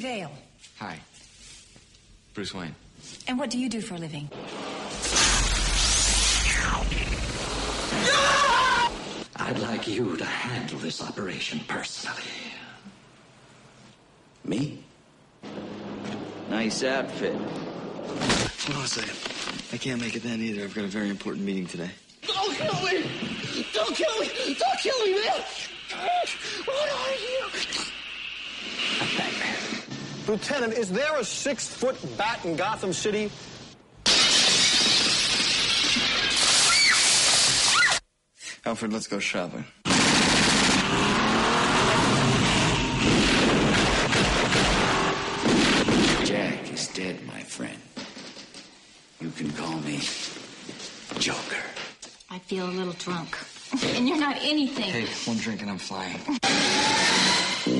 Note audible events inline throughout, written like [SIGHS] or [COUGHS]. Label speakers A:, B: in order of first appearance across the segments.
A: Vale.
B: Hi. Bruce Wayne.
A: And what do you do for a living?
C: I'd like you to handle this operation personally.
D: Me? Nice outfit.
E: Hold on a second. I can't make it then either. I've got a very important meeting today.
F: Don't kill me! Don't kill me! Don't kill me, man! What are you?
G: Lieutenant, is there a six foot bat in Gotham City?
E: Alfred, let's go shopping.
D: Jack is dead, my friend. You can call me Joker.
A: I feel a little drunk. and you're not anything.
E: Hey, one drink and I'm flying.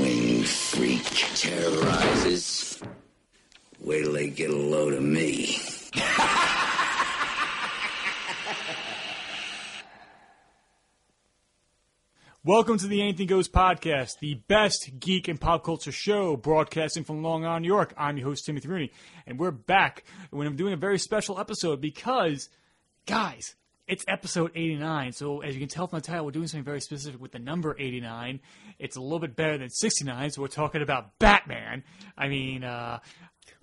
D: Wing freak terrorizes. Wait till they get a load of me.
H: Welcome to the Anything Goes podcast, the best geek and pop culture show broadcasting from Long Island, New York. I'm your host, Timothy Rooney, and we're back when I'm doing a very special episode because, guys, it's episode 89. So, as you can tell from the title, we're doing something very specific with the number 89. It's a little bit better than 69, so we're talking about Batman. I mean, uh,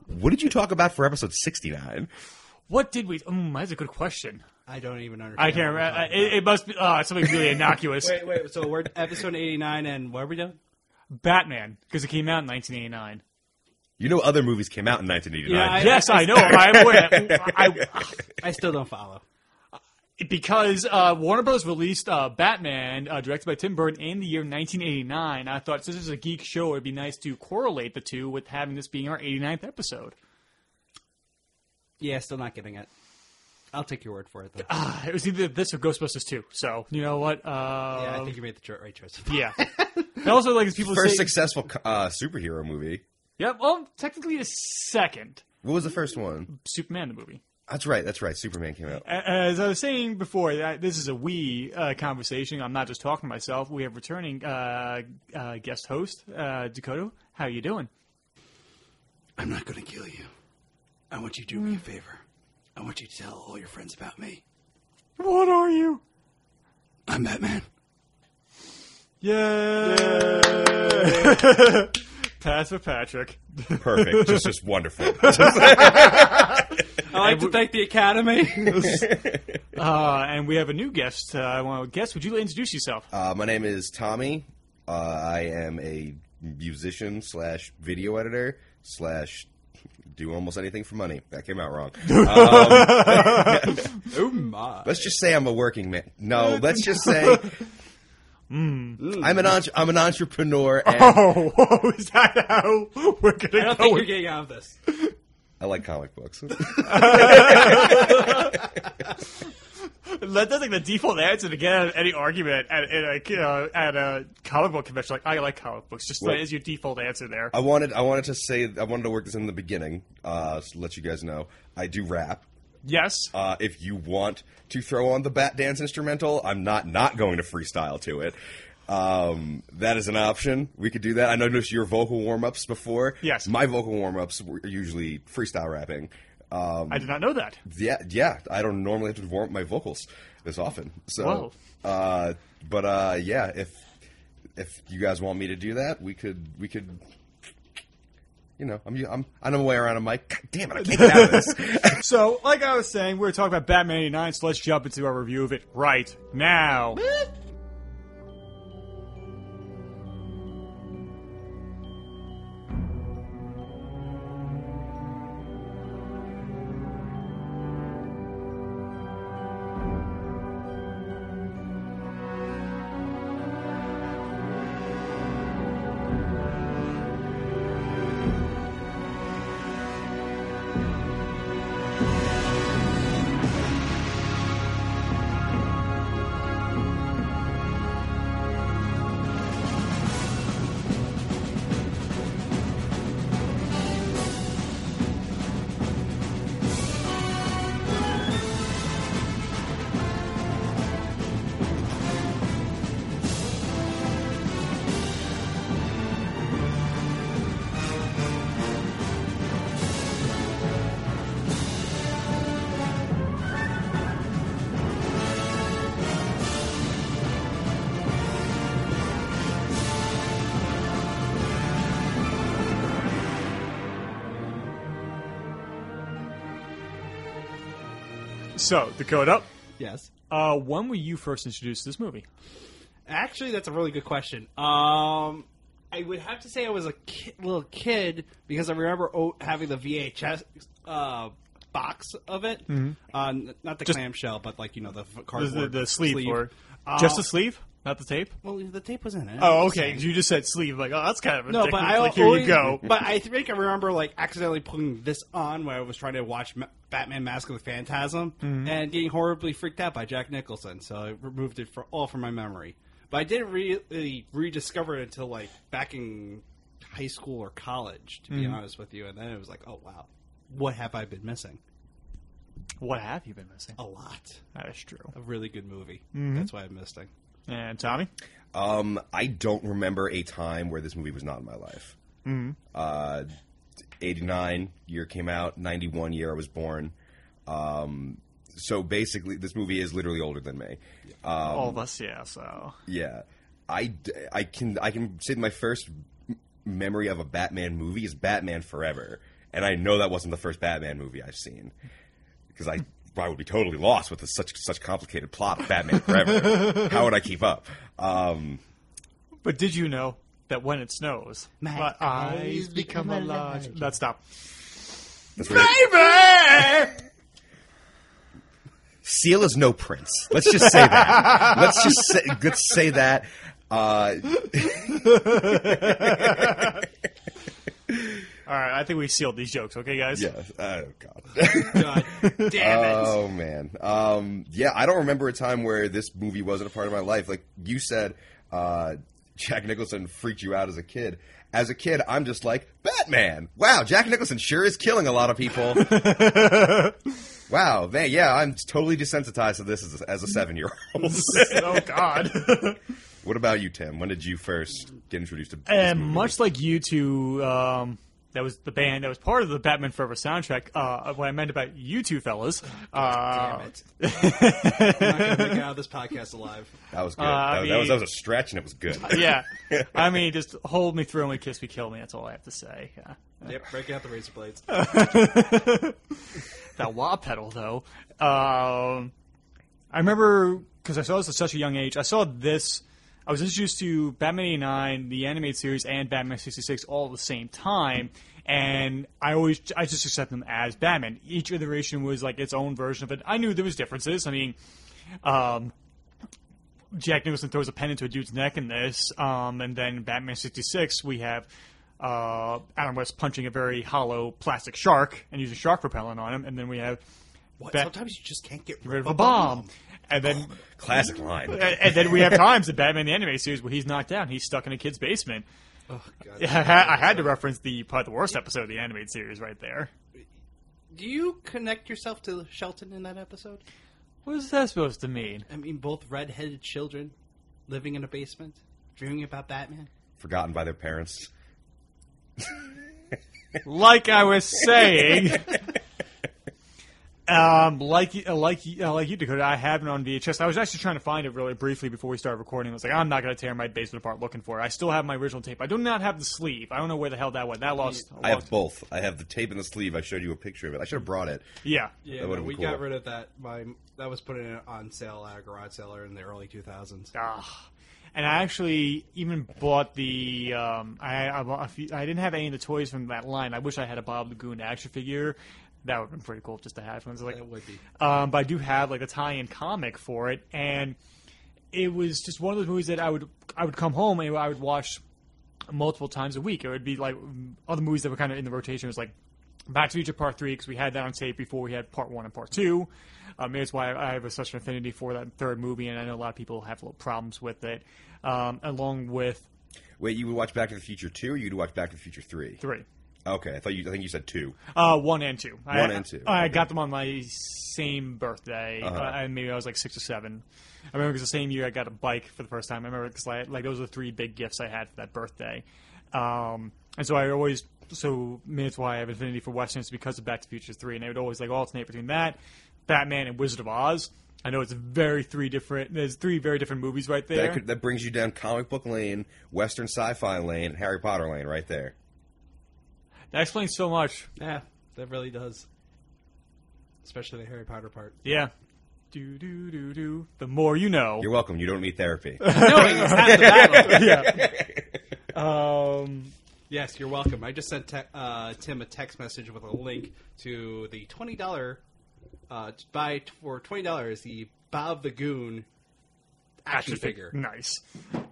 I: What did you talk about for episode 69?
H: what did we. Mm, that's a good question.
J: I don't even understand.
H: I can't
J: what we're
H: remember.
J: talking
H: It, it must be uh, something really
K: [LAUGHS]
H: innocuous.
J: about. Wait, wait. So we're episode eighty nine, and what are we doing?
H: Batman, because it came out in 1989.
I: You know, other movies came out in 1989.
J: Yeah,
H: Yes, I know. I'm aware. I, [LAUGHS]
J: I still don't follow.
H: because uh, Warner Bros. released uh, Batman, uh, directed by Tim Burton, in the year 1989. I thought since this is a geek show, it'd be nice to correlate the two with having this being our 89th episode. [SIGHS]
J: Yeah, still not getting it. I'll take your word for it, though.
H: It was either this or Ghostbusters 2. So you know what?
J: yeah, I
H: Uh,
J: think you made the cho- right choice.
H: [LAUGHS] yeah. and also, like these people
I: First
H: say,
I: successful uh, superhero movie.
H: yeah. Well, technically, the second
I: What was the first one?
H: Superman the movie.
I: That's right. That's right. Superman came out.
H: A- As I was saying before, that this is a we uh, conversation. I'm not just talking to myself. We have returning uh, uh, guest host uh, Dakota. How you doing?
J: I'm not going to kill you. I want you to do me a favor. I want you to tell all your friends about me.
H: What are you?
J: I'm Batman.
H: Yeah. [LAUGHS] Pass for Patrick.
I: [LAUGHS] Perfect. just, just wonderful.
J: I like to thank the [LAUGHS] Academy.
H: Uh, and we have a new guest. Uh, I want to guess. Would you introduce yourself?
I: [LAUGHS] uh, my name is Tommy. Uh, I am a musician slash video editor slash do almost anything for money. That came
H: [LAUGHS]
I: out wrong. Uh,
J: oh my!
I: Let's just say I'm a working man. No, let's
H: [LAUGHS]
I: just say I'm an entre- I'm an entrepreneur. And
H: Mm. [LAUGHS] Oh, whoa, is that how we're
J: I
H: gonna
J: don't think you're getting out of this.
I: I like comic books. [LAUGHS]
H: That- That's like the default answer to get out of any argument at, at, a, uh, at a comic book convention. Like, I like comic books. Just
I: Well-
H: that is your default answer there.
I: I wanted I wanted to say I wanted to work this in the beginning. Uh, to let you guys know I do rap.
H: yes.
I: Uh, if you want to throw on the bat dance instrumental, I'm not not going to freestyle to it. Um, that is an option. We could do that. I noticed your vocal warm ups before.
H: Yes.
I: my vocal warm ups were usually freestyle rapping. Um,
H: I did not know that.
I: yeah, yeah. I don't normally have to warm up my vocals this often. So, uh, but uh, yeah, if if you guys want me to do that, we could we could. You know, I'm I'm on my way around a mic. God damn it, I can't get out of this.
H: So, like I was saying, we were talking about Batman 89, so let's jump into our review of it right now. So, Dakota,
K: Yes.
H: uh, when were you first introduced to this movie?
K: Actually, that's a really good question. Um, I would have to say I was a ki- little kid because I remember o- having the VHS uh, box of it. Uh, n- not the
H: Mm-hmm. Just-
K: clamshell, but like you know the f-
H: The,
K: cardboard
H: the, the sleeve, or
K: Uh,
H: just the sleeve, not the tape?
K: Well, the tape was in it.
H: Oh, okay. 'cause You just said sleeve. Like, oh, that's kind of
K: No,
H: ridiculous.
K: but I
H: like, here you
K: always-
H: go.
K: But I think I remember like accidentally putting this on when I was trying to watch Ma- Batman: Mask of the Phantasm
H: Mm-hmm.
K: and getting horribly freaked out by Jack Nicholson. So I removed it for all from my memory. But I didn't really rediscover it until like back in high school or college, to
H: Mm-hmm.
K: be honest with you. And then it was like, oh wow, what have I been missing?
H: What have you been missing?
K: A lot.
H: That is true.
K: A really good movie.
H: Mm-hmm.
K: That's why I missed it.
H: And Tommy?
I: Um, I don't remember a time where this movie was not in my life. Uh, 89 year came out, 91 year I was born. Um, so basically, this movie is literally older than me. Um,
H: All of us, yeah, so.
I: yeah, I, d- I can I can say my first m- memory of a Batman movie is Batman Forever, and I know that wasn't the first Batman movie I've seen because I I would be totally lost with a such such complicated plot of Batman Forever. How would I keep up? Um,
H: But did you know that when it snows, my, eyes become alive? That stop.
I: That's Baby! Seal is no prince. Let's just say that. let's just say, let's say that. Uh,
H: All right, I think we sealed these jokes, okay, guys?
I: yeah. Oh god.
H: [LAUGHS]
K: God
H: Uh.
K: damn it!
I: oh man. Um, yeah, I don't remember a time where this movie wasn't a part of my life. Like you said, uh, Jack Nicholson freaked you out as a kid. As a kid, I'm just like Batman. Wow, Jack Nicholson sure is killing a lot of people. wow, man, yeah, I'm totally desensitized to this as a, as a seven year old.
H: oh, God. [LAUGHS]
I: What about you, Tim? When did you first get introduced to? this
H: and
I: movie?
H: much like you two, um, that was the band that was part of the Batman Forever soundtrack. Uh, what I meant about you two fellas, uh,
K: Damn it! I'm not gonna make it out of this podcast alive.
I: that was good.
H: uh, I
I: that, that was that
H: mean-
I: was a stretch, and it
H: [LAUGHS]
I: was good.
H: yeah, I mean, just hold me, throw me, kiss me, kill me. That's all I have to say. Yeah.
K: Yep, break out the razor blades.
H: That wah pedal, though. Um, I remember because I saw this at such a young age. I saw this. I was introduced to Batman '89, the animated series, and Batman '66 all at the same time, and I always I just accept them as Batman. Each iteration was like its own version of it. I knew there was differences. I mean, um, Jack Nicholson throws a pen into a dude's neck in this, um, and then Batman '66 we have uh, Adam West punching a very hollow plastic shark and using shark propellant on him, and then we have
K: What?
H: Bat-
K: Sometimes you just can't get
H: rid of a bomb. And then,
I: Classic line.
H: and, and then we have times in Batman the Anime series where he's knocked down, he's stuck in a kid's basement. [LAUGHS]
K: Oh, God.
H: I had, I had to reference the probably the worst episode of the animated series right there.
K: Do you connect yourself to Shelton in that episode?
H: What is that supposed to mean?
K: I mean, both red-headed children living in a basement, dreaming about Batman.
I: Forgotten by their parents.
H: Like I was [LAUGHS] saying, um, like y- uh, like y- uh, like you Dakota, I have it on VHS. I was actually trying to find it really briefly before we started recording. I was like, I'm not going to tear my basement apart looking for it. I still have my original tape. I do not have the sleeve. I don't know where the hell that went. That lost.
I: I have both. I have the tape and the sleeve. I showed you a picture of it. I should have brought it.
H: yeah.
K: Yeah,
I: That would've
K: no,
I: been
K: we
I: cool.
K: got rid of that. My that was put in on sale at a garage seller in the early 2000s.
H: Ah. And I actually even bought the. Um, I, I, bought a few, I didn't have any of the toys from that line. I wish I had a Bob the Goon action figure. That would have been pretty cool just to have. I was like,
K: That would be.
H: Um, but I do have like a tie-in comic for it, and it was just one of those movies that I would I would come home and I would watch multiple times a week. It would be like other movies that were kind of in the rotation. It was like Back to the Future Part Three because we had that on tape before we had Part One and Part Two. Um, it's why I have such an affinity for that third movie, and I know a lot of people have little problems with it. Um, along with
I: Wait, you would watch Back to the Future two, or you'd watch Back to the Future three?
H: three,
I: Okay, I thought you. I think you said two.
H: uh, one and two, one I,
I: and two,
H: I
I: okay. Uh-huh.
H: got them on my same birthday. uh I, maybe I was like six or seven. I remember because the same year I got a bike for the first time. I remember because like, like those were the three big gifts I had for that birthday. Um, and so I always so I mean, that's why I have affinity for westerns because of Back to the Future Three, and I would always like alternate between that, Batman, and Wizard of Oz. I know it's very three different. There's three very different movies right there.
I: That could, that brings you down comic book lane, Western sci-fi lane, and Harry Potter lane, right there.
H: that explains so much.
K: Yeah, that really does. especially the Harry Potter part.
H: Yeah. Do do do do. The more you know.
I: You're welcome. You don't need therapy.
K: No, it's half the battle.
H: yeah. Um.
K: Yes, you're welcome. I just sent te- uh, Tim a text message with a link to the twenty dollar uh, to buy t- for twenty dollars the Bob the Goon action, figure.
H: Nice.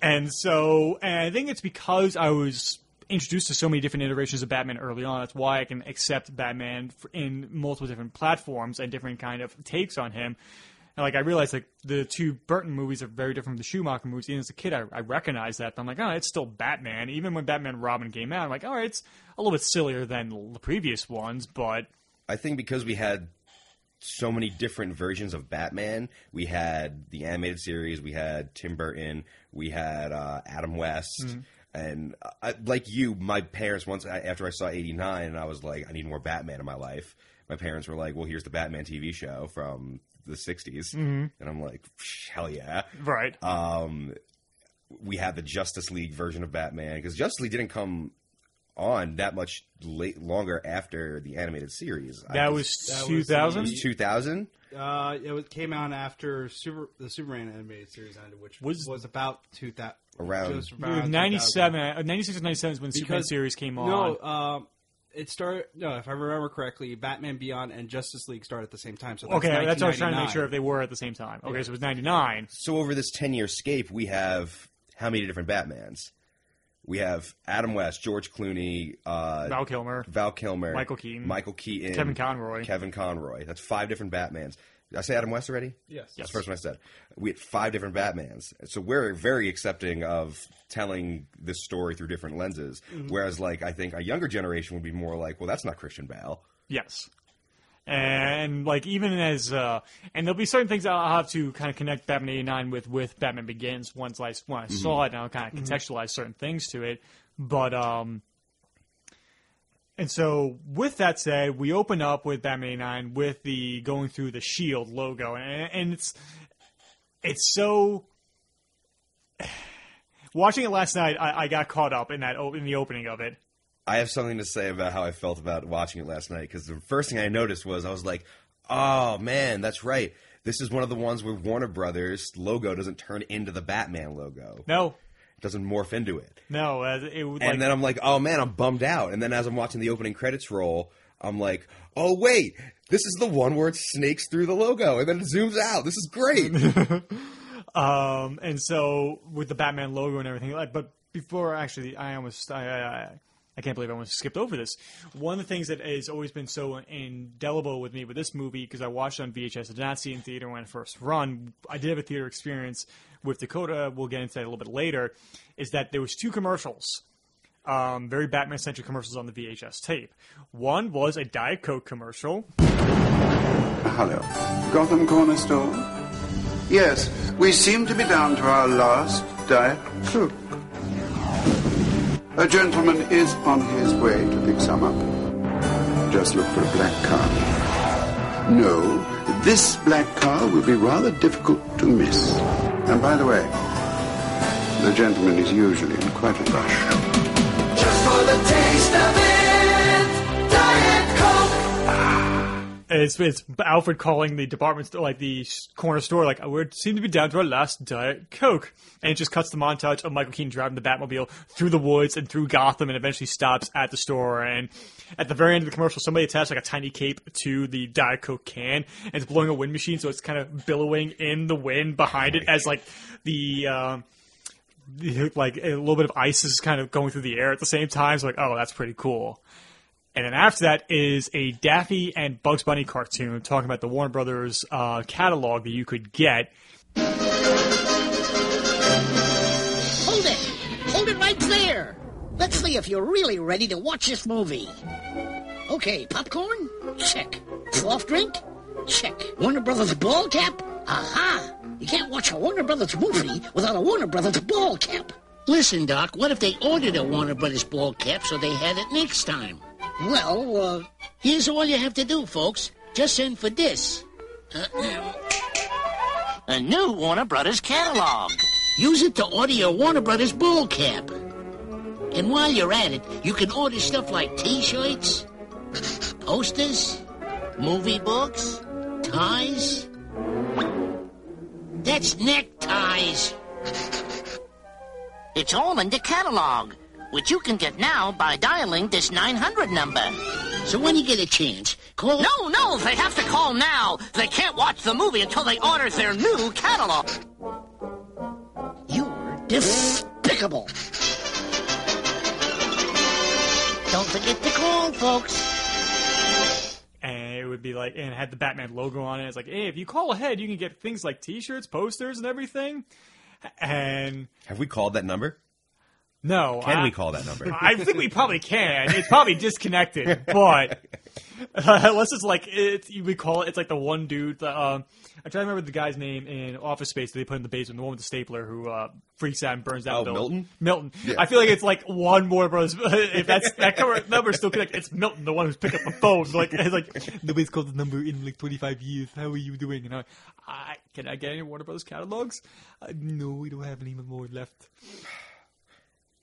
H: And so, and I think it's because I was introduced to so many different iterations of Batman early on. That's why I can accept Batman f- in multiple different platforms and different kind of takes on him. And like I realized, like the two Burton movies are very different from the Schumacher movies. Even as a kid, I, I recognized that. But I'm like, oh, it's still Batman. Even when Batman and Robin came out, I'm like, all right, it's a little bit sillier than the previous ones, but
I: I think because we had so many different versions of Batman, we had the animated series, we had Tim Burton, we had uh, Adam West,
H: Mm-hmm.
I: and I, like you, my parents once I, after I saw '89, and I was like, I need more Batman in my life. My parents were like, Well, here's the Batman TV show from the '60s,
H: Mm-hmm.
I: and I'm like, Hell yeah!
H: right.
K: Uh,
I: Um, we had the Justice League version of Batman because Justice League didn't come on that much late longer after the animated series. I
H: that was
K: that was the-
H: 2000.
I: it was 2000.
K: Uh, it was, came out after Super, the Superman animated series ended, which
H: Was-
K: was, about two thousand
I: Around-
H: It was 97, uh, 96 and 97 is when Superman
K: Because-
H: series came on.
K: No, um, it started. No, if I remember correctly, Batman Beyond and Justice League started at the same time. So that's
H: okay, that's what I was trying to make sure if
K: 1999.
H: they were at the same time. Okay, so it was 99.
I: So over this 10 year scape, we have how many different Batmans? We have Adam West, George Clooney, uh,
H: Val Kilmer.
I: Val Kilmer,
H: Michael Keaton.
I: Michael Keaton,
H: Kevin Conroy.
I: Kevin Conroy. That's five different Batmans. Did I say Adam West already?
K: Yes.
I: That's the first one I said. We had five different Batmans. So we're very accepting of telling this story through different lenses.
H: Mm-hmm.
I: Whereas, like, I think a younger generation would be more like, well, that's not Christian Bale.
H: Yes. And like even as uh and there'll be certain things I'll I'll have to kind of connect Batman 89 with with Batman Begins once I when I saw it and I'll kind of contextualize certain things to it. But um and so with that said, we open up with Batman 89 with the going through the shield logo and, and it's it's so [SIGHS] watching it last night I, I got caught up in that o- in the opening of it.
I: I have something to say about how I felt about watching it last night because the first thing I noticed was I was like, oh man, that's right. This is one of the ones where Warner Brothers logo doesn't turn into the Batman logo.
H: No.
I: It doesn't morph into it.
H: No, as it would like
I: and then I'm like, oh man, I'm bummed out. And then as I'm watching the opening credits roll, I'm like, oh wait, this is the one where it snakes through the logo and then it zooms out. This is
H: [LAUGHS]
I: great.
H: Um, and so with the Batman logo and everything, like, but before actually, I almost I, I I- I can't believe I almost skipped over this. One of the things that has always been so indelible with me with this movie because I watched it on VHS, I did not see it in theater when I first run. I did have a theater experience with Dakota. We'll get into that a little bit later. Is that there was two commercials um, very Batman centric commercials on the VHS tape. One was a Diet Coke commercial.
L: Hello. Gotham Cornerstone? Yes, we seem to be down to our last Diet Coke. A gentleman is on his way to pick some up. Just look for a black car. No, this black car will be rather difficult to miss. And by the way, the gentleman is usually in quite a rush.
F: Just for the taste of it, Diet Coke.
H: It's, it's Alfred calling the department store, like the s- corner store, like we seem to be down to our last diet coke, and it just cuts the montage of Michael Keaton driving the Batmobile through the woods and through Gotham, and eventually stops at the store. And at the very end of the commercial, somebody attached like a tiny cape to the diet coke can, and it's blowing a wind machine, so it's kind of billowing in the wind behind it as like the. Um, the- like a little bit of ice is kind of going through the air at the same time. So like, oh, that's pretty cool. And then after that is a Daffy and Bugs Bunny cartoon talking about the Warner Brothers uh, catalog that you could get.
M: Hold it! Hold it right there! Let's see if you're really ready to watch this movie. Okay, popcorn? Check. Soft drink? Check. Warner Brothers ball cap? Aha! You can't watch a Warner Brothers movie without a Warner Brothers ball cap. Listen, Doc, what if they ordered a Warner Brothers ball cap so they had it next time? Well, uh, here's all you have to do, folks. Just send for this. Uh, a new Warner Brothers catalog. Use it to order your Warner Brothers ball cap. And while you're at it, you can order stuff like t-shirts, posters, Movie books? Ties? That's neckties. It's all in the catalog, which you can get now by dialing this 900 number. So when you get a chance, call. No, no, they have to call now. They can't watch the movie until they order their new catalog. You're despicable. Don't forget to call, folks.
H: and it would be like and it had the Batman logo on it. It's like, hey, if you call ahead, you can get things like T-shirts, posters, and everything. And
I: Have we called that number?
H: no,
I: Can
H: I-
I: we call that number?
H: I think we probably can. It's probably disconnected, but [LAUGHS] unless it's like it, we call it. It's like the one dude. The, um, I try to remember the guy's name in Office Space that they put in the basement. The one with the stapler who uh, freaks out and burns down.
I: Oh,
H: the building. Milton.
I: Yeah.
H: I feel like it's like one more brothers. [LAUGHS] if that's that cover number is still connected, it's Milton, the one who's picked up the phone. Like it's like nobody's called the number in like 25 years. How are you doing? And I, I can I get any Warner Brothers catalogs? Uh, no, we don't have any more left.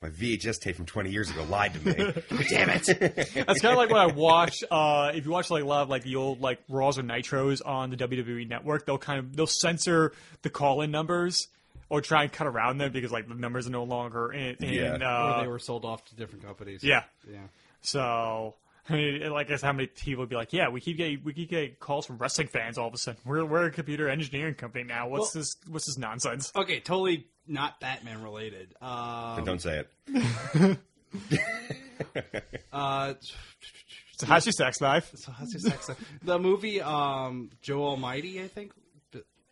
I: My VHS tape from 20 years ago lied to me.
H: [LAUGHS] Damn it! That's kind of like what I watch. Uh, if you watch like a lot of like the old like Raws or Nitros on the WWE Network, they'll kind of they'll censor the call-in numbers or try and cut around them because like the numbers are no longer in. in uh,
K: or they were sold off to different companies.
H: Yeah.
K: yeah.
H: So I mean, like, I guess how many people would be like, yeah, we keep getting we keep getting calls from wrestling fans all of a sudden. We're we're a computer engineering company now. What's
K: Well-
H: this? What's this [LAUGHS] nonsense?
K: Okay, totally not Batman related. Um,
I: Then [LAUGHS] don't say it.
K: Uh,
H: So how's your sex life?
K: So how's your
H: [LAUGHS]
K: sex life? the movie um, Joe Almighty, I think.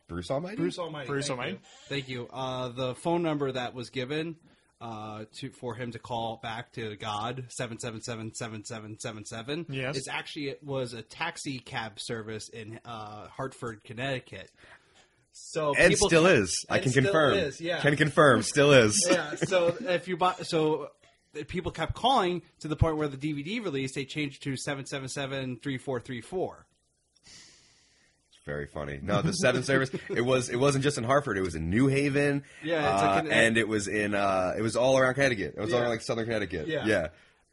I: Bruce Almighty.
K: Bruce Almighty.
H: Bruce
K: thank
H: Almighty.
K: You. Thank you. Uh, the phone number that was given uh, to for him to call back to God seven seven seven seven seven seven seven.
H: Yes.
K: is actually it was a taxi cab service in uh, Hartford, Connecticut. So
I: Ed
K: people-
I: still is. I
K: Ed
I: can
K: still
I: confirm.
K: is, yeah.
I: Can confirm. Still is.
K: [LAUGHS] yeah. So if you bought, so the people kept calling to the point where the DVD release they changed to seven seven seven three four three four.
I: Very funny. No, the seventh service. It was. It wasn't just in Hartford. It was in New Haven.
K: Yeah, it's
I: uh,
K: like an-
I: and it was in. Uh, it was all around Connecticut. It was all
K: Yeah.
I: around like Southern Connecticut.
K: Yeah.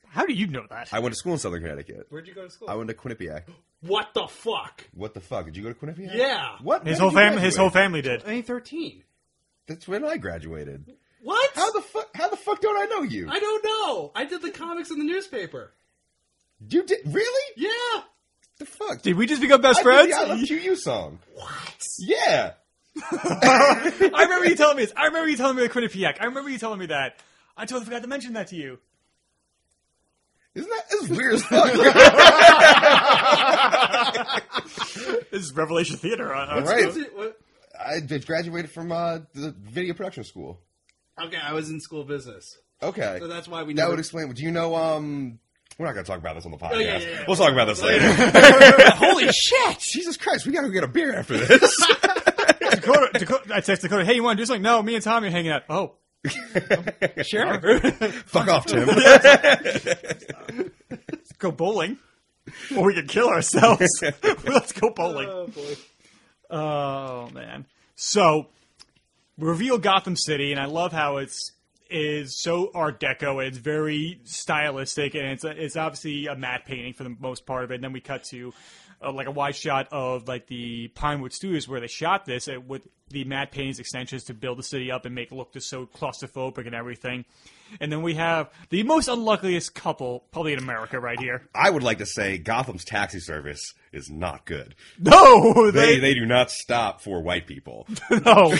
H: How do you know that?
I: I went to school in Southern Connecticut.
K: Where'd you go to school?
I: I went to Quinnipiac.
K: What the fuck?
I: What the fuck? Did you go to Quinnipiac?
K: Yeah.
I: What?
H: His
I: When
H: whole
I: did you
H: family. His
I: graduate?
H: whole family did.
K: I mean thirteen.
I: That's when I graduated.
K: What?
I: How the fuck? How the fuck don't I know you?
K: I don't know. I did the comics in the newspaper.
I: You did really?
K: Yeah.
I: The fuck?
H: Did we just become best
I: I did
H: friends?
I: the I love QU song. What? Yeah.
H: [LAUGHS] I remember you telling me this. I remember you telling me the Quinnipiac. I remember you telling me that. I totally forgot to mention that to you.
I: Isn't that it's weird
K: [LAUGHS]
I: as fuck?
H: This is Revelation Theater. On,
I: All right.
K: Was it- what-
I: I just graduated from uh, the video production school.
K: Okay, I was in school business.
I: Okay.
K: So that's why we
I: That
K: never-
I: would explain. Do you know? Um, we're not going to talk about this on the podcast.
K: yeah, yeah, yeah.
I: We'll talk about this later.
K: Holy
I: [LAUGHS]
K: shit!
I: Jesus Christ, we got to get a beer after this. [LAUGHS]
H: Dakota, Dakota, I text Dakota, "Hey, you want to do something?" No, me and Tommy are hanging out. Oh,
K: Sure.
I: Fuck off,
K: [LAUGHS]
I: Tim.
H: let's go bowling, or we could kill
K: [LAUGHS]
H: ourselves. [LAUGHS] let's go bowling.
K: oh boy.
H: Oh man. So reveal Gotham City, and I love how it's is so Art Deco. and It's very stylistic, and it's it's obviously a matte painting for the most part of it. And then we cut to uh, like a wide shot of like the Pinewood Studios where they shot this and with the matte paintings extensions to build the city up and make it look just so claustrophobic and everything. And then we have the most unluckiest couple probably in America right
I: [LAUGHS]
H: here.
I: I would like to say Gotham's taxi service is not good.
H: No,
I: They they do not stop for white
K: [LAUGHS]
I: people.
H: [LAUGHS]
I: [LAUGHS]
H: No.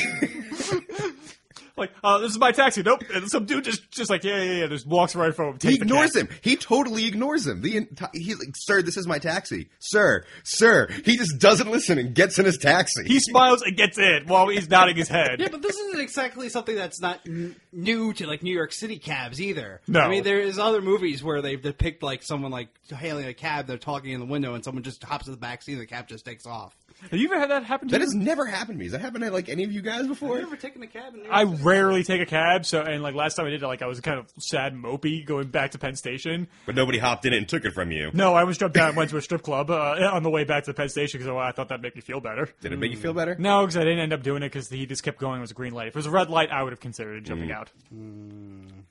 H: like, uh, this is my taxi. Nope. And some dude just, just like, yeah, yeah, yeah. Just walks right from him.
I: He
H: takes the
I: ignores
H: cab.
I: him. He totally ignores him. The enti- he's like, sir, this is my taxi, sir, sir. He just doesn't listen and gets in his taxi.
H: He smiles and gets in while he's nodding his head.
I: [LAUGHS]
K: Yeah, but this isn't exactly something that's not n- new to like New York City cabs either.
H: No.
K: I mean there is other movies where they depict like someone like hailing a cab, they're talking in the window, and someone just hops in the back seat, and the cab just takes off.
H: Have you ever had that happen to
I: that
H: you?
I: has never happened to me. Has that happened to like any of you guys
K: Have
I: before?
K: you ever taken a cab? In New York
H: I
K: City?
H: rarely take a cab, so and like last time I did it, like I was kind of sad, and mopey, going back to Penn Station.
I: But nobody hopped in it and took it from you.
H: No, I almost jumped down and went to a strip club uh, on the way back to Penn Station because I thought that'd make me feel better.
I: Did it make you feel better?
H: No, because I
K: Mm.
H: didn't end up doing it because he just kept going. It was a green light. If it was a red light, I would have considered jumping out.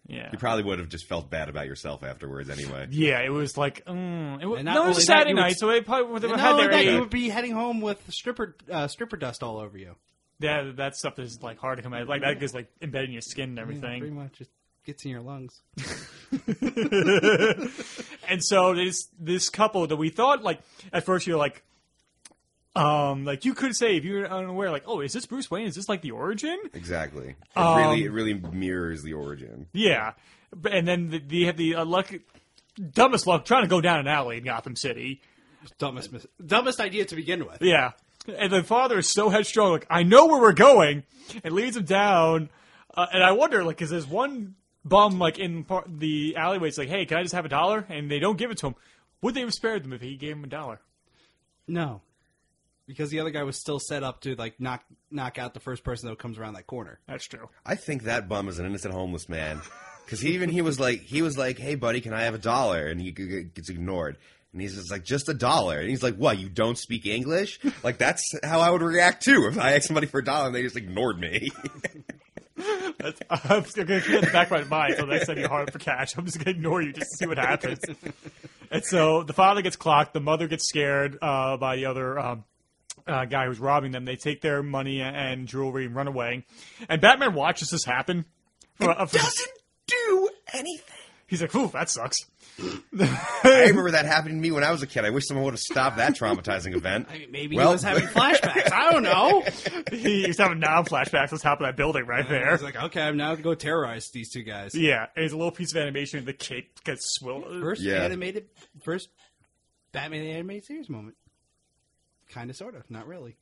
H: Yeah.
I: You probably would have just felt bad about yourself afterwards anyway.
H: Yeah, it was like, mm, it was,
K: And not
H: no, it was a
K: only that,
H: Saturday
K: you would-
H: night, so they probably would have
K: And
H: had
K: not
H: their
K: only that,
H: eight.
K: you would be heading home with stripper uh, stripper dust all over you.
H: Yeah, that stuff is like hard to come out. Like that gets like embedded in your skin and
K: Yeah,
H: everything.
K: pretty much, it gets in your lungs. [LAUGHS]
H: and so this this couple that we thought like at first you're like, um, like you could say if you're unaware, like, oh, is this Bruce Wayne? Is this like the origin?
I: [LAUGHS] Exactly. It
H: Um,
I: really, it really mirrors the origin.
H: Yeah, But- and then the, the, you have the uh, luck, dumbest luck trying to go down an alley in Gotham City.
K: Dumbest, mis- dumbest idea to begin with.
H: Yeah, and the father is so headstrong. Like I know where we're going, and leads him down. Uh, and I wonder, like, because there's one bum like in par- the alleyway. It's like, hey, can I just have a dollar? And they don't give it to him. Would they have spared them if he gave him a dollar?
K: No, because the other guy was still set up to like knock knock out the first person that comes around that corner.
H: That's true.
I: I think that bum is an innocent homeless man because he even he was like he was like, "Hey, buddy, can I have a dollar?" And he g- g- gets ignored. And he's just like, just a dollar. And he's like, what, you don't speak [LAUGHS] English? Like, that's how I would react too if I asked somebody for a dollar and they just ignored [LAUGHS] me.
H: That's, I'm just gonna get the back of my mind until next time you hard for cash. I'm just gonna ignore you just to see what happens. And so the father gets clocked. The mother gets scared uh, by the other um, uh, guy who's robbing them. They take their money and jewelry and run away. And Batman watches this happen. For, uh, for-
I: Do anything.
H: he's like, "Ooh, that sucks."
I: I remember that happening to me when I was a kid. I wish someone would have stopped that traumatizing
K: [LAUGHS]
I: event.
K: Maybe
I: Well-
K: he was having flashbacks. I
H: [LAUGHS]
K: don't know.
H: he was having non flashbacks on top of that building right there.
K: He's like, okay, I'm now going to go terrorize these two guys.
H: Yeah, and it's a little piece of animation. The cape gets swilled.
K: First animated, first Batman animated series moment. Kind of, sort of, not really.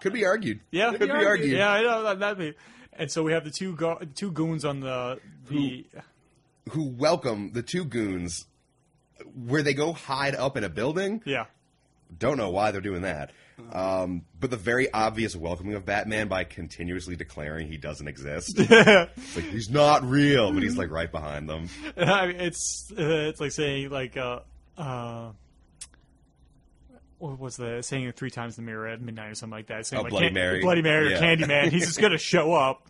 I: Could be argued.
H: Yeah,
K: Could be argued.
H: Yeah, I know that. that be. And so we have the two go- two goons on the the.
I: Who welcome the two goons where they go hide up in a building?
H: Yeah. [LAUGHS]
I: Don't know why they're doing that. Um, but the very obvious welcoming of Batman by continuously declaring he
H: [LAUGHS]
I: doesn't exist. It's like he's not real, but he's like right behind them. [LAUGHS]
H: I mean, it's uh, it's like saying like uh uh. What was the saying it three times in the mirror at midnight or something like that? Saying
I: Oh,
H: like
I: Bloody
H: Can-
I: Mary.
H: Bloody Mary,
I: Yeah.
H: or Candyman. He's just
I: [LAUGHS]
H: gonna show up,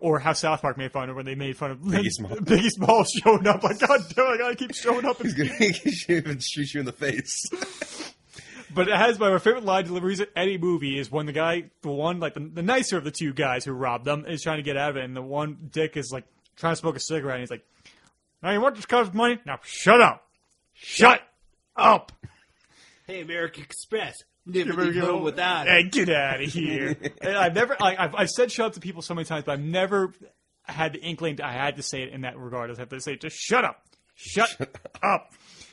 H: or how South Park made fun of when they made fun of
I: Biggie Smalls.
H: [LAUGHS] Biggie Smalls showing up. Like God damn, it, I gotta keep showing up.
I: [LAUGHS] He's gonna shoot you in the face.
H: But it has my my favorite line deliveries at any movie is when the guy, the one like the, the nicer of the two guys who robbed them, is trying to get out of it, and the one dick is like trying to smoke a cigarette, and he's like, "Now you want this cost money? Now shut up, shut up,
K: Hey, American Express, never go without
H: and
K: it.
H: get out of here." and I've never, I, I've, I've said "shut up" to people so many times, but I've never had the inkling that I had to say it in that regard. I just have to say, "Just shut up, shut up."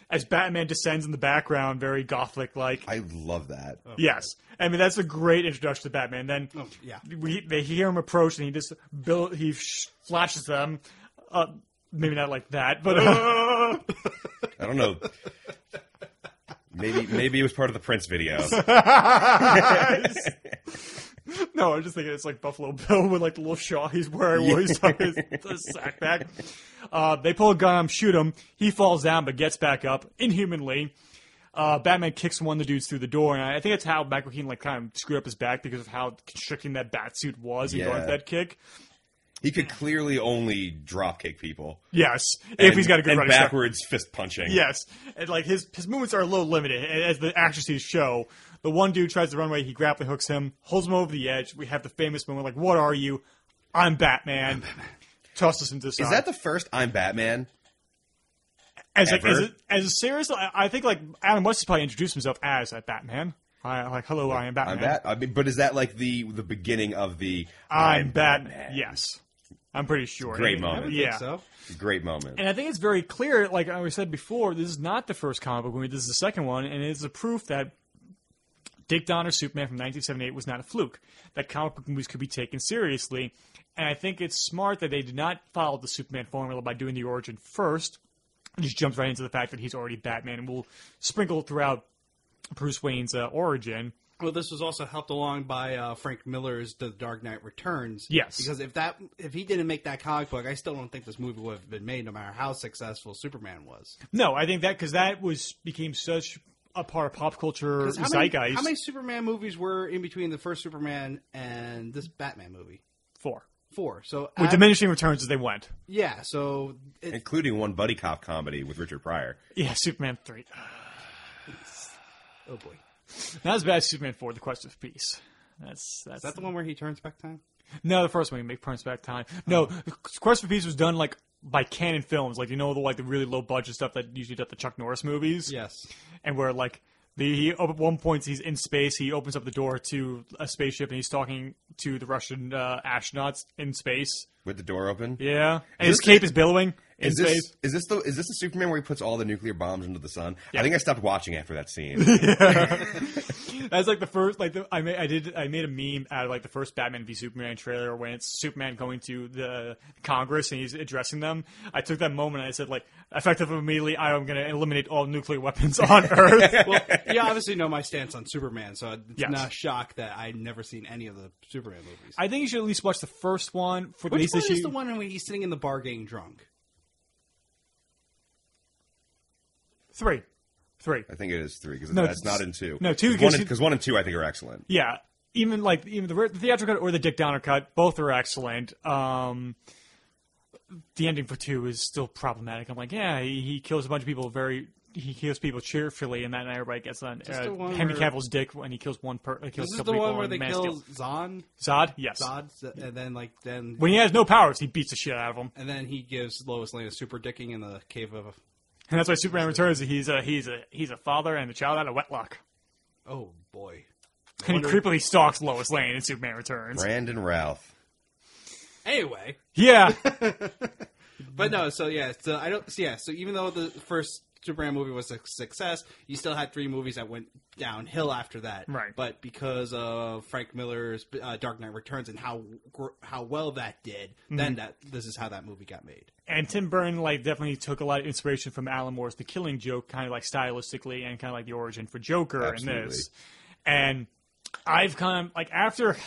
H: As Batman descends in the background, very gothic like.
I: I love that.
H: Yes, I mean that's a great introduction to Batman. Then
K: yeah.
H: we, they hear him approach, and he just build, he sh- flashes them. Uh, maybe not like that, but uh, [LAUGHS]
I: I don't know. Maybe maybe it was part of the Prince
H: [LAUGHS]
I: video.
H: no, I'm just thinking it's like Buffalo [LAUGHS] Bill with like the little shawl he's wearing while he's on his, his sack bag. Uh, they pull a gun, on him, shoot him. He falls down, but gets back up inhumanly. Uh, Batman kicks one of the dudes through the door, and I think that's how Michael Keaton like kind of screwed up his back because of how constricting that bat suit was. and going
I: Yeah.
H: for that kick.
I: He could clearly only dropkick people.
H: Yes, if
I: And-
H: he's got a good
I: and
H: running start.
I: backwards fist punching.
H: Yes, and like his his movements are a little limited, and as the action scenes show. The one dude tries to run away. He grappling hooks him, holds him over the edge. We have the famous moment like, "What are you? I'm Batman." Tosses him to the side.
I: Is that the first I'm Batman?
H: as like, as
I: ever?
H: a, as a serious? I, I think like Adam West has probably introduced himself as that Batman. I, like, hello, I am Batman.
I: I'm Bat. I mean, but is that like the the beginning of the
H: I'm Batman. Yes, I'm pretty sure.
I: Great moment.
H: Yeah.
I: Great moment.
H: And I think it's very clear, like I said before, this is not the first comic book movie. This is the second one, and it's a proof that Dick Donner's Superman from 1978 was not a fluke. That comic book movies could be taken seriously, and I think it's smart that they did not follow the Superman formula by doing the origin first. It just jumps right into the fact that he's already Batman, and will sprinkle throughout Bruce Wayne's uh, origin.
K: Well, this was also helped along by uh, Frank Miller's The Dark Knight Returns.
H: Yes.
K: because if that if he didn't make that comic book, I still don't think this movie would have been made, no matter how successful Superman was.
H: No, I think that because that was became such a part of pop culture
K: 'Cause How many,
H: zeitgeist.
K: how many Superman movies were in between the first Superman and this Batman movie?
H: Four.
K: four. So
H: With
K: af-
H: diminishing returns as they went.
K: Yeah. So it,
I: including one buddy cop comedy with Richard Pryor.
H: Yeah, Superman 3.
K: oh boy.
H: Not as bad as Superman 4, The Quest of Peace. That's that's
K: Is that the one where he turns back time?
H: No, the first one you make Prince back time. No, Quest for Peace was done like by Canon Films, like you know the like the really low budget stuff that usually does the Chuck Norris movies.
K: Yes,
H: and where like the he op- at one point he's in space, he opens up the door to a spaceship and he's talking to the Russian uh, astronauts in space.
I: With the door open?
H: Yeah, and
I: Is
H: his
I: this-
H: cape is billowing in
I: Is
H: space.
I: this, is this the is this the Superman where he puts all the nuclear bombs into the sun? I think I stopped watching after that scene.
H: [LAUGHS] That's like the first, like the, I made, I did, I made a meme out of like the first Batman v Superman trailer when it's Superman going to the Congress and he's addressing them. I took that moment and I said, like, effective immediately, I am going to eliminate all nuclear weapons
K: [LAUGHS]
H: on Earth.
K: well, you obviously know my stance on Superman, so it's
H: Yes.
K: not a shock that I've never seen any of the Superman movies.
H: I think you should at least watch the first one for at
K: Which
H: least
K: one
H: issue.
K: is the one when he's sitting in the bar getting drunk?
H: Three, three.
I: I think it is three because
H: No,
I: that's not
H: it's-
I: in two.
H: no, two,
I: 'Cause
H: 'cause
I: one
H: you-
I: because one and two I think are excellent.
H: Yeah, even like even the, the theatrical cut or the Dick Downer cut, both are excellent. Um, the ending for two is still problematic. I'm like, yeah, he, he kills a bunch of people very. He kills people cheerfully, and that, and everybody gets on.
K: Is this
H: Uh,
K: the one
H: Henry
K: where-
H: Cavill's dick when he kills one per. He kills
K: This
H: a
K: is
H: couple
K: the one
H: people
K: where
H: in
K: they
H: Man of
K: kill
H: Steel.
K: Zod.
H: Zod. Yes.
K: Zod, z- and then like then
H: When he has no powers, he beats the shit out of him,
K: and then he gives Lois Lane a super dicking in the cave of.
H: and that's why Superman Returns. He's a he's a he's a father and a child out of wedlock,
K: Oh boy.
H: and he creepily stalks Lois Lane in Superman Returns.
I: Brandon Ralph.
K: Anyway, [LAUGHS]
H: Yeah,
K: but no, so yeah, so I don't, so yeah, so even though the first Superman movie was a success, you still had three movies that went downhill after that,
H: Right.
K: But because of Frank Miller's uh, Dark Knight Returns and how gr- how well that did, then
H: Mhm.
K: that this is how that movie got made.
H: and Tim Burton like definitely took a lot of inspiration from Alan Moore's The Killing Joke, kind of like stylistically and kind of like the origin for Joker
I: Absolutely.
H: in this. And I've kind of like after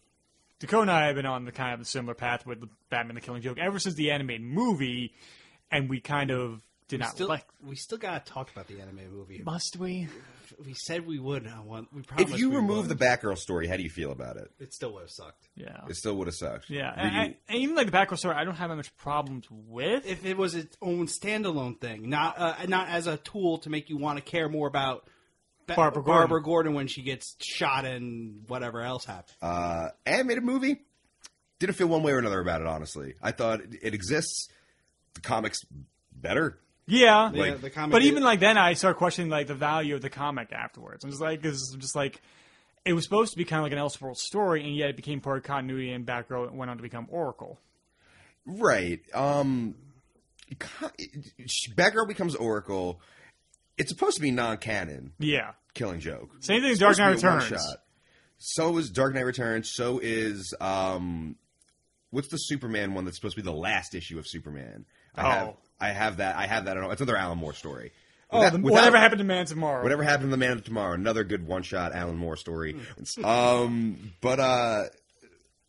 H: [SIGHS] Dakota and I have been on the kind of a similar path with the Batman: The Killing Joke ever since the animated movie, and we kind of did
K: we
H: not
K: still, [COUGHS]
H: like.
K: we still gotta talk about the anime movie.
H: Must we?
K: We said we would. I want. We promised.
I: If you
K: we
I: remove the
K: would.
I: Batgirl story, how do you feel about it?
K: it still would have sucked.
H: Yeah.
I: It still would have sucked.
H: Yeah,
I: Did
H: and,
I: you-
H: and- and even like the background story, I don't have that much problems with.
K: If it was its own standalone thing, not uh, not as a tool to make you want to care more about Ba-
H: Barbara Gordon.
K: Barbara Gordon when she gets shot and whatever else happened.
I: uh, animated movie. Didn't feel one way or another about it. Honestly, I thought it, it exists. The comics better.
H: Yeah,
I: Yeah, Like- the comic
H: but
I: is-
H: even like then, I start questioning like the value of the comic afterwards. I'm just like, cause I'm just like, it was supposed to be kind of like an Elseworld story, and yet it became part of continuity. And Batgirl went on to become Oracle.
I: Right. Um, co- she- Batgirl becomes Oracle. It's supposed to be non-canon.
H: Yeah.
I: Killing Joke.
H: Same thing as
I: It's
H: Dark
I: supposed to
H: Knight
I: be a
H: Returns.
I: one-shot. So is Dark Knight Returns. So is um, what's the Superman one that's supposed to be the last issue of Superman? I
H: Oh.
I: have, I have that. I have that. on- It's another Alan Moore story.
H: Oh,
I: Without-
H: the,
I: without-
H: whatever happened to Man Tomorrow?
I: Whatever happened to the Man of Tomorrow? Another good one-shot Alan Moore story.
H: Hmm.
I: um, but uh,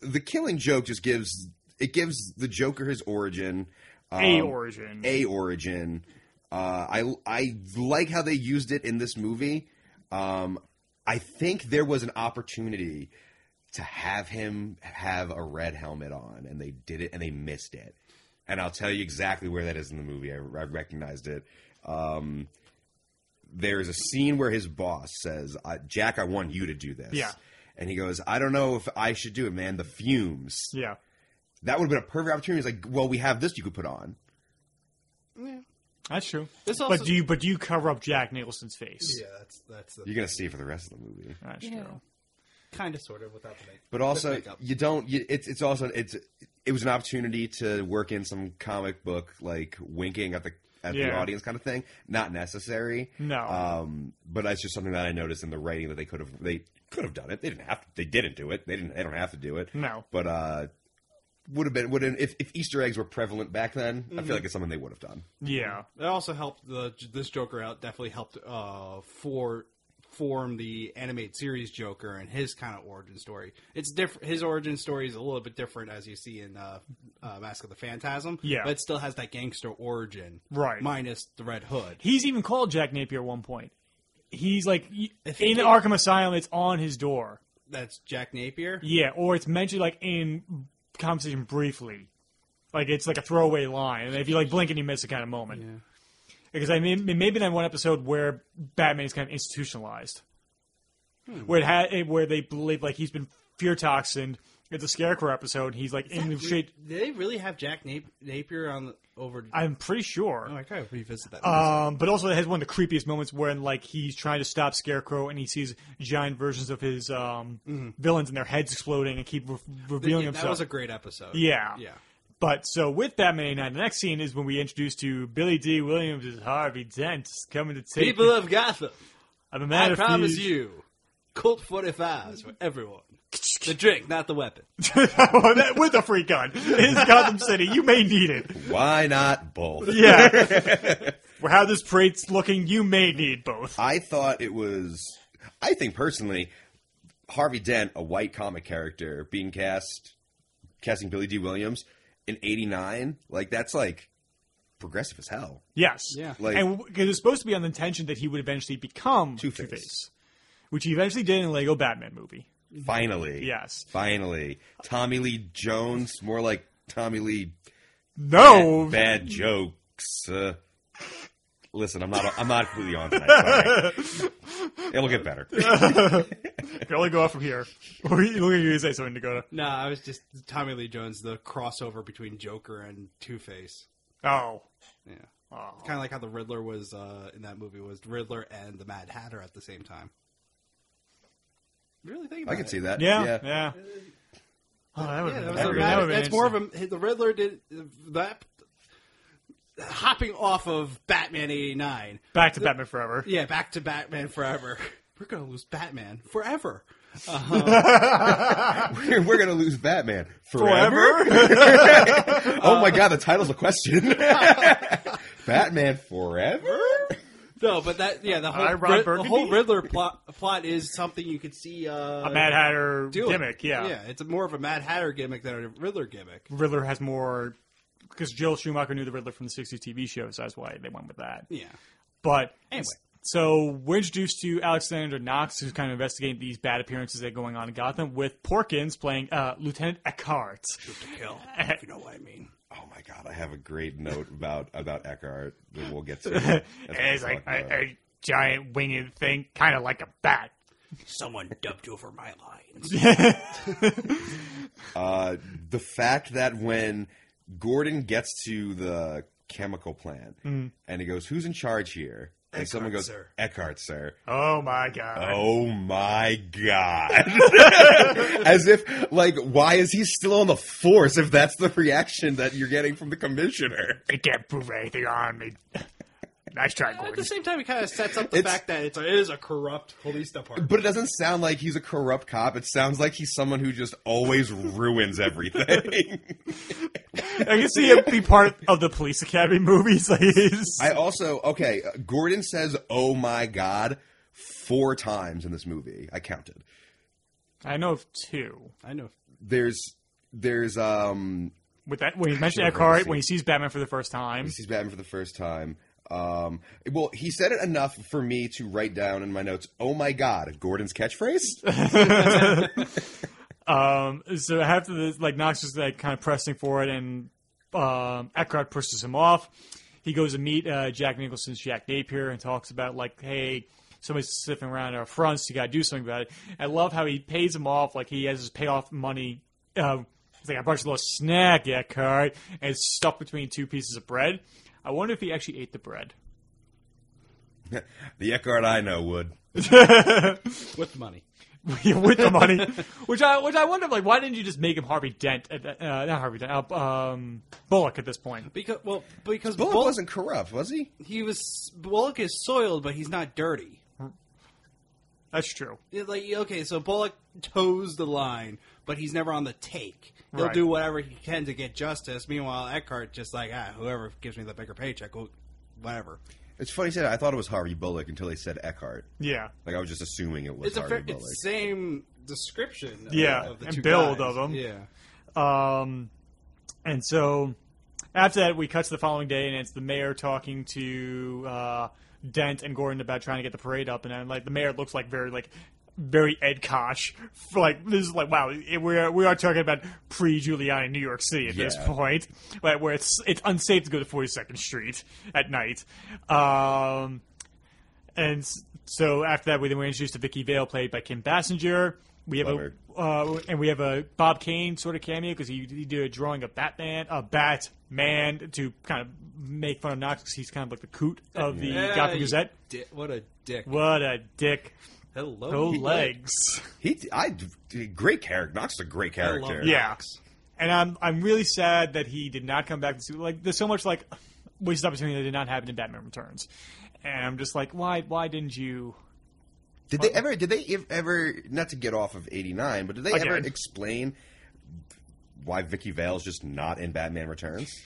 I: the Killing Joke just gives it gives the Joker his origin, Uh,
H: A origin.
I: um, a origin. Uh, I I like how they used it in this movie. Um, I think there was an opportunity to have him have a red helmet on, and they did it, and they missed it. And I'll tell you exactly where that is in the movie. I, I recognized it. Um, there is a scene where his boss says, I, "Jack, I want you to do this."
H: Yeah.
I: And he goes, "I don't know if I should do it, man. The fumes."
H: Yeah.
I: That would have been a perfect opportunity. He's like, "Well, we have this you could put on."
H: That's true.
K: This also-
H: but do you but do you cover up Jack Nicholson's face?
K: Yeah, that's that's the
I: You're gonna see it for the rest of the movie.
H: That's true.
K: kind of sort of without the make.
I: But also,
K: with makeup.
I: you don't. You, it's it's also it's it was an opportunity to work in some comic book like winking at the at the
H: Yeah.
I: audience kind of thing. Not necessary.
H: No.
I: Um, but that's just something that I noticed in the writing that they could have they could have done it. They didn't have. To, they didn't do it. They didn't. They don't have to do it.
H: No.
I: But uh, would have been would have, if if Easter eggs were prevalent back then. I
K: Mhm.
H: Mm-hmm.
I: feel like it's something they would have done.
H: Yeah.
K: That also helped the this Joker out. Definitely helped uh, for form the animated series Joker and his kind of origin story. It's different. His origin story is a little bit different as you see in uh, uh, Mask of the Phantasm.
H: Yeah.
K: but it still has that gangster origin.
H: Right.
K: Minus the Red Hood.
H: He's even called Jack Napier at one point. He's like y- in
K: he-
H: Arkham Asylum. It's on his door.
K: That's Jack Napier.
H: Yeah, or it's mentioned like in conversation briefly. Like it's like a throwaway line, and if you like blink and you miss a kind of moment. Because I mean, it may have been in one episode where Batman is kind of institutionalized,
K: Hmm.
H: where it had it- where they believe like he's been fear toxined. It's a Scarecrow episode. and He's like in the shade.
K: Did they really have Jack Nap- Napier on the, over?
H: I'm pretty sure.
K: Oh, I gotta revisit that.
H: Um, but also, it has one of the creepiest moments when, like, he's trying to stop Scarecrow and he sees giant versions of his um, villains and their heads exploding and keep re- revealing
K: Mm-hmm. Yeah, that
H: himself.
K: was a great episode.
H: Yeah.
K: Yeah.
H: But so with Batman 89, the next scene is when we introduce to Billy D. Williams as Harvey Dent coming to take
K: People of Gotham,
H: I'm a man
K: I
H: of
K: promise
H: [LAUGHS] few-
K: you, Colt 45s for everyone. The drink, not the weapon.
H: Oh, That- with a free gun. It is Gotham City. You may need it.
I: Why not both?
H: Yeah. [LAUGHS] Well, How this parade's looking, you may need both.
I: I thought it was. I think personally, Harvey Dent, a white comic character, being cast, casting Billy D. Williams in '89, like that's like progressive as hell.
H: Yes.
I: Yeah.
H: Like,
I: Like-
H: and because it was supposed to be on the intention that he would eventually become Two Face, which he eventually did in the Lego Batman movie.
I: Finally,
H: Mm-hmm. Yes.
I: finally, Tommy Lee Jones, more like Tommy Lee.
H: No.
I: bad, bad jokes. Uh, listen, I'm not. I'm not completely on tonight.
H: [LAUGHS]
I: Sorry. It'll get better.
H: Can only go off from here. [LAUGHS] Or you look at you say something, Dakota.
K: No, I was just Tommy Lee Jones, the crossover between Joker and Two Face.
H: Oh.
K: Yeah. Kind of like how the Riddler was uh, in that movie was Riddler and the Mad Hatter at the same time. Really think about
I: I could
K: it.
I: see that.
H: Yeah.
I: Yeah.
H: Yeah. Oh, that would have
K: Yeah, that
H: been,
K: was a
H: that
K: bad-
H: would've been
K: that's more of a the Riddler did that hopping off of Batman eighty nine
H: Back to Batman Forever.
K: Yeah, back to Batman Forever. [LAUGHS] We're gonna lose Batman forever.
I: we're, [LAUGHS] we're gonna lose Batman forever.
K: Forever?
H: [LAUGHS]
I: oh
H: Uh,
I: my god, the title's a question. Batman forever.
K: [LAUGHS] No, but that yeah, the whole,
H: Hi, Ron
K: Rid- the
H: Burgundy.
K: whole Riddler plot plot is something you could see
H: A
K: uh,
H: Mad Hatter
K: doing.
H: gimmick, yeah.
K: yeah. It's more of a Mad Hatter gimmick than a Riddler gimmick.
H: Riddler has more because Joel Schumacher knew the Riddler from the '60s TV show, so that's why they went with that.
K: Yeah.
H: But
K: Anyway.
H: so we're introduced to Alexander Knox, who's kind of investigating these bad appearances that are going on in Gotham, with Porkins playing uh, Lieutenant Eckhart. [LAUGHS]
K: Kill, if you know what I mean.
I: Oh my god, I have a great note about about Eckhart that
H: [LAUGHS]
I: we'll get to.
H: and
I: That's what
H: it's
I: we're
H: like
I: talking
H: a,
I: about.
H: a giant winged thing, kind of like a [LAUGHS] bat.
K: Someone dubbed over my lines.
I: uh, the fact that when Gordon gets to the chemical plant
H: Mm.
I: and he goes, "Who's in charge here?" and someone goes,
K: sir.
I: "Eckhart, sir."
H: Oh my god!
I: Oh my
H: [LAUGHS]
I: god. [LAUGHS] As if like why is he still on the force if that's the reaction that you're getting from the commissioner?
H: They can't prove anything on me. nice try,
K: At
H: Gordon.
K: the same time, it kind of sets up the
I: It's-
K: fact that it's a, it is a corrupt police department.
I: But it doesn't sound like he's a corrupt cop. It sounds like he's someone who just always ruins everything. [LAUGHS]
H: I can see him be part of the police academy movies. [LAUGHS] Like, he's-
I: I also okay, Gordon says "Oh my god" four times in this movie. I counted.
H: I know of two.
K: I know.
I: There's there's um
H: With that, when he mentioned
I: I've never
H: Eckhart,
I: seen
H: when he sees Batman for the first time,
I: He sees Batman for the first time. Um, well, he said it enough for me to write down in my notes. Oh my God, Gordon's catchphrase.
H: Um, so after this, like Knox is like kind of pressing for it, and um, Eckhart pushes him off. He goes to meet uh, Jack Nicholson's Jack Napier and talks about like, hey, somebody's sniffing around our fronts. You got to do something about it. I love how he pays him off like he has his payoff money. Uh, it's like I brought you a little snack, Eckhart, and it's stuffed between two pieces of bread. I wonder if he actually ate the bread.
I: [LAUGHS]
H: [LAUGHS]
I: the Eckhart I know would.
K: With money.
H: with the money, [LAUGHS] which I which I wonder like why didn't you just make him Harvey Dent at that, uh, not Harvey Dent uh, um, Bullock at this point?
K: Because well, because
I: Bullock
K: Bullock,
I: wasn't corrupt, was he?
K: he was Bullock is soiled, but he's not dirty.
H: That's true.
K: Yeah, Like okay, so Bullock toes the line, but he's never on the take. He'll
H: Right.
K: do whatever he can to get justice. Meanwhile, Eckhart just like ah, whoever gives me the bigger paycheck, well, whatever.
I: It's funny you said. that. I thought it was Harvey Bullock until they said Eckhart.
H: Yeah.
I: Like I was just assuming it was
K: It's a
I: Harvey
K: fair,
I: Bullock.
K: it's the same description. Of,
H: Yeah,
K: of the
H: and
K: two
H: build
K: guys.
H: of 'em.
K: Yeah,
H: Um, and so after that, we cut to the following day, and it's the mayor talking to uh, Dent and Gordon about trying to get the parade up, and then, like the mayor looks like very like very Ed Koch. [LAUGHS] For, Like this is like wow, it- we are we are talking about pre Giuliani New York City at this
N: Yeah.
H: point, right? Where it's it's unsafe to go to Forty Second Street at night. Um, and s- so after that, we then were introduced to Vicky Vale, played by Kim Bassinger. We have
I: Bummer.
H: a uh, and we have a Bob Kane sort of cameo because he, he did a drawing of Batman, a Batman to kind of make fun of Knox 'cause he's kind of like the coot of the
K: Yeah,
H: Gotham
K: you
H: Gazette.
K: di- what a dick!
H: What a dick.
I: Oh,
K: Hello,
H: No
K: dick.
H: legs.
I: He, I, great character. Knox is a great character.
H: Yeah. And I'm I'm really sad that he did not come back to see like there's so much like wasted opportunity that did not happen in Batman Returns. And I'm just like, why why didn't you
I: Did they ever? Did they ev- ever? Not to get off of eighty nine, but did they ever
H: Again.
I: explain why Vicky Vale's just not in Batman Returns?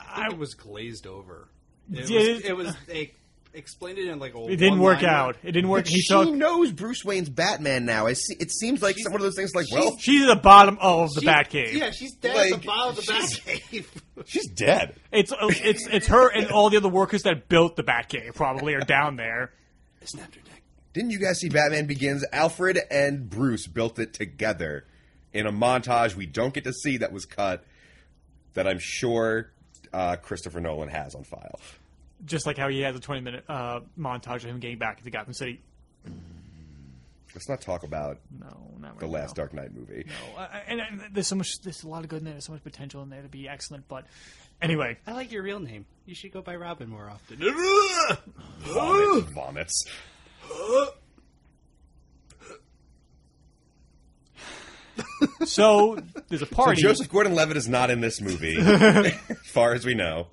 K: I was glazed over. It was,
I: Did-
K: it was they explained it in like a
H: It didn't work
K: one-liner.
H: out.
K: [LAUGHS]
H: It didn't work.
I: But
H: He
I: she
H: took-
I: knows Bruce Wayne's Batman now. I see, it seems like some one of those things. Like, well,
H: she's at the bottom of the
I: She's-
H: Batcave.
I: yeah,
K: she's dead at
I: Like,
K: the bottom of the
I: she's-
K: Batcave.
I: she's dead.
H: It's uh, it's it's her and all the other workers that built the Batcave probably are down there.
I: Didn't you guys see Batman Begins? Alfred and Bruce built it together in a montage we don't get to see that was cut. That I'm sure uh, Christopher Nolan has on file.
H: Just like how he has a 20 minute uh, montage of him getting back into Gotham City.
I: Let's not talk about
H: no,
I: the last Dark Knight movie.
H: Uh, and, and there's so much, there's a lot of good in there. There's so much potential in there to be excellent. But anyway,
K: I like your real name. You should go by Robin more often.
I: Vomit, vomits.
H: so
I: [LAUGHS]
H: there's a party.
I: So Joseph Gordon-Levitt is not in
H: [LAUGHS]
I: this movie, [LAUGHS] as far as we know.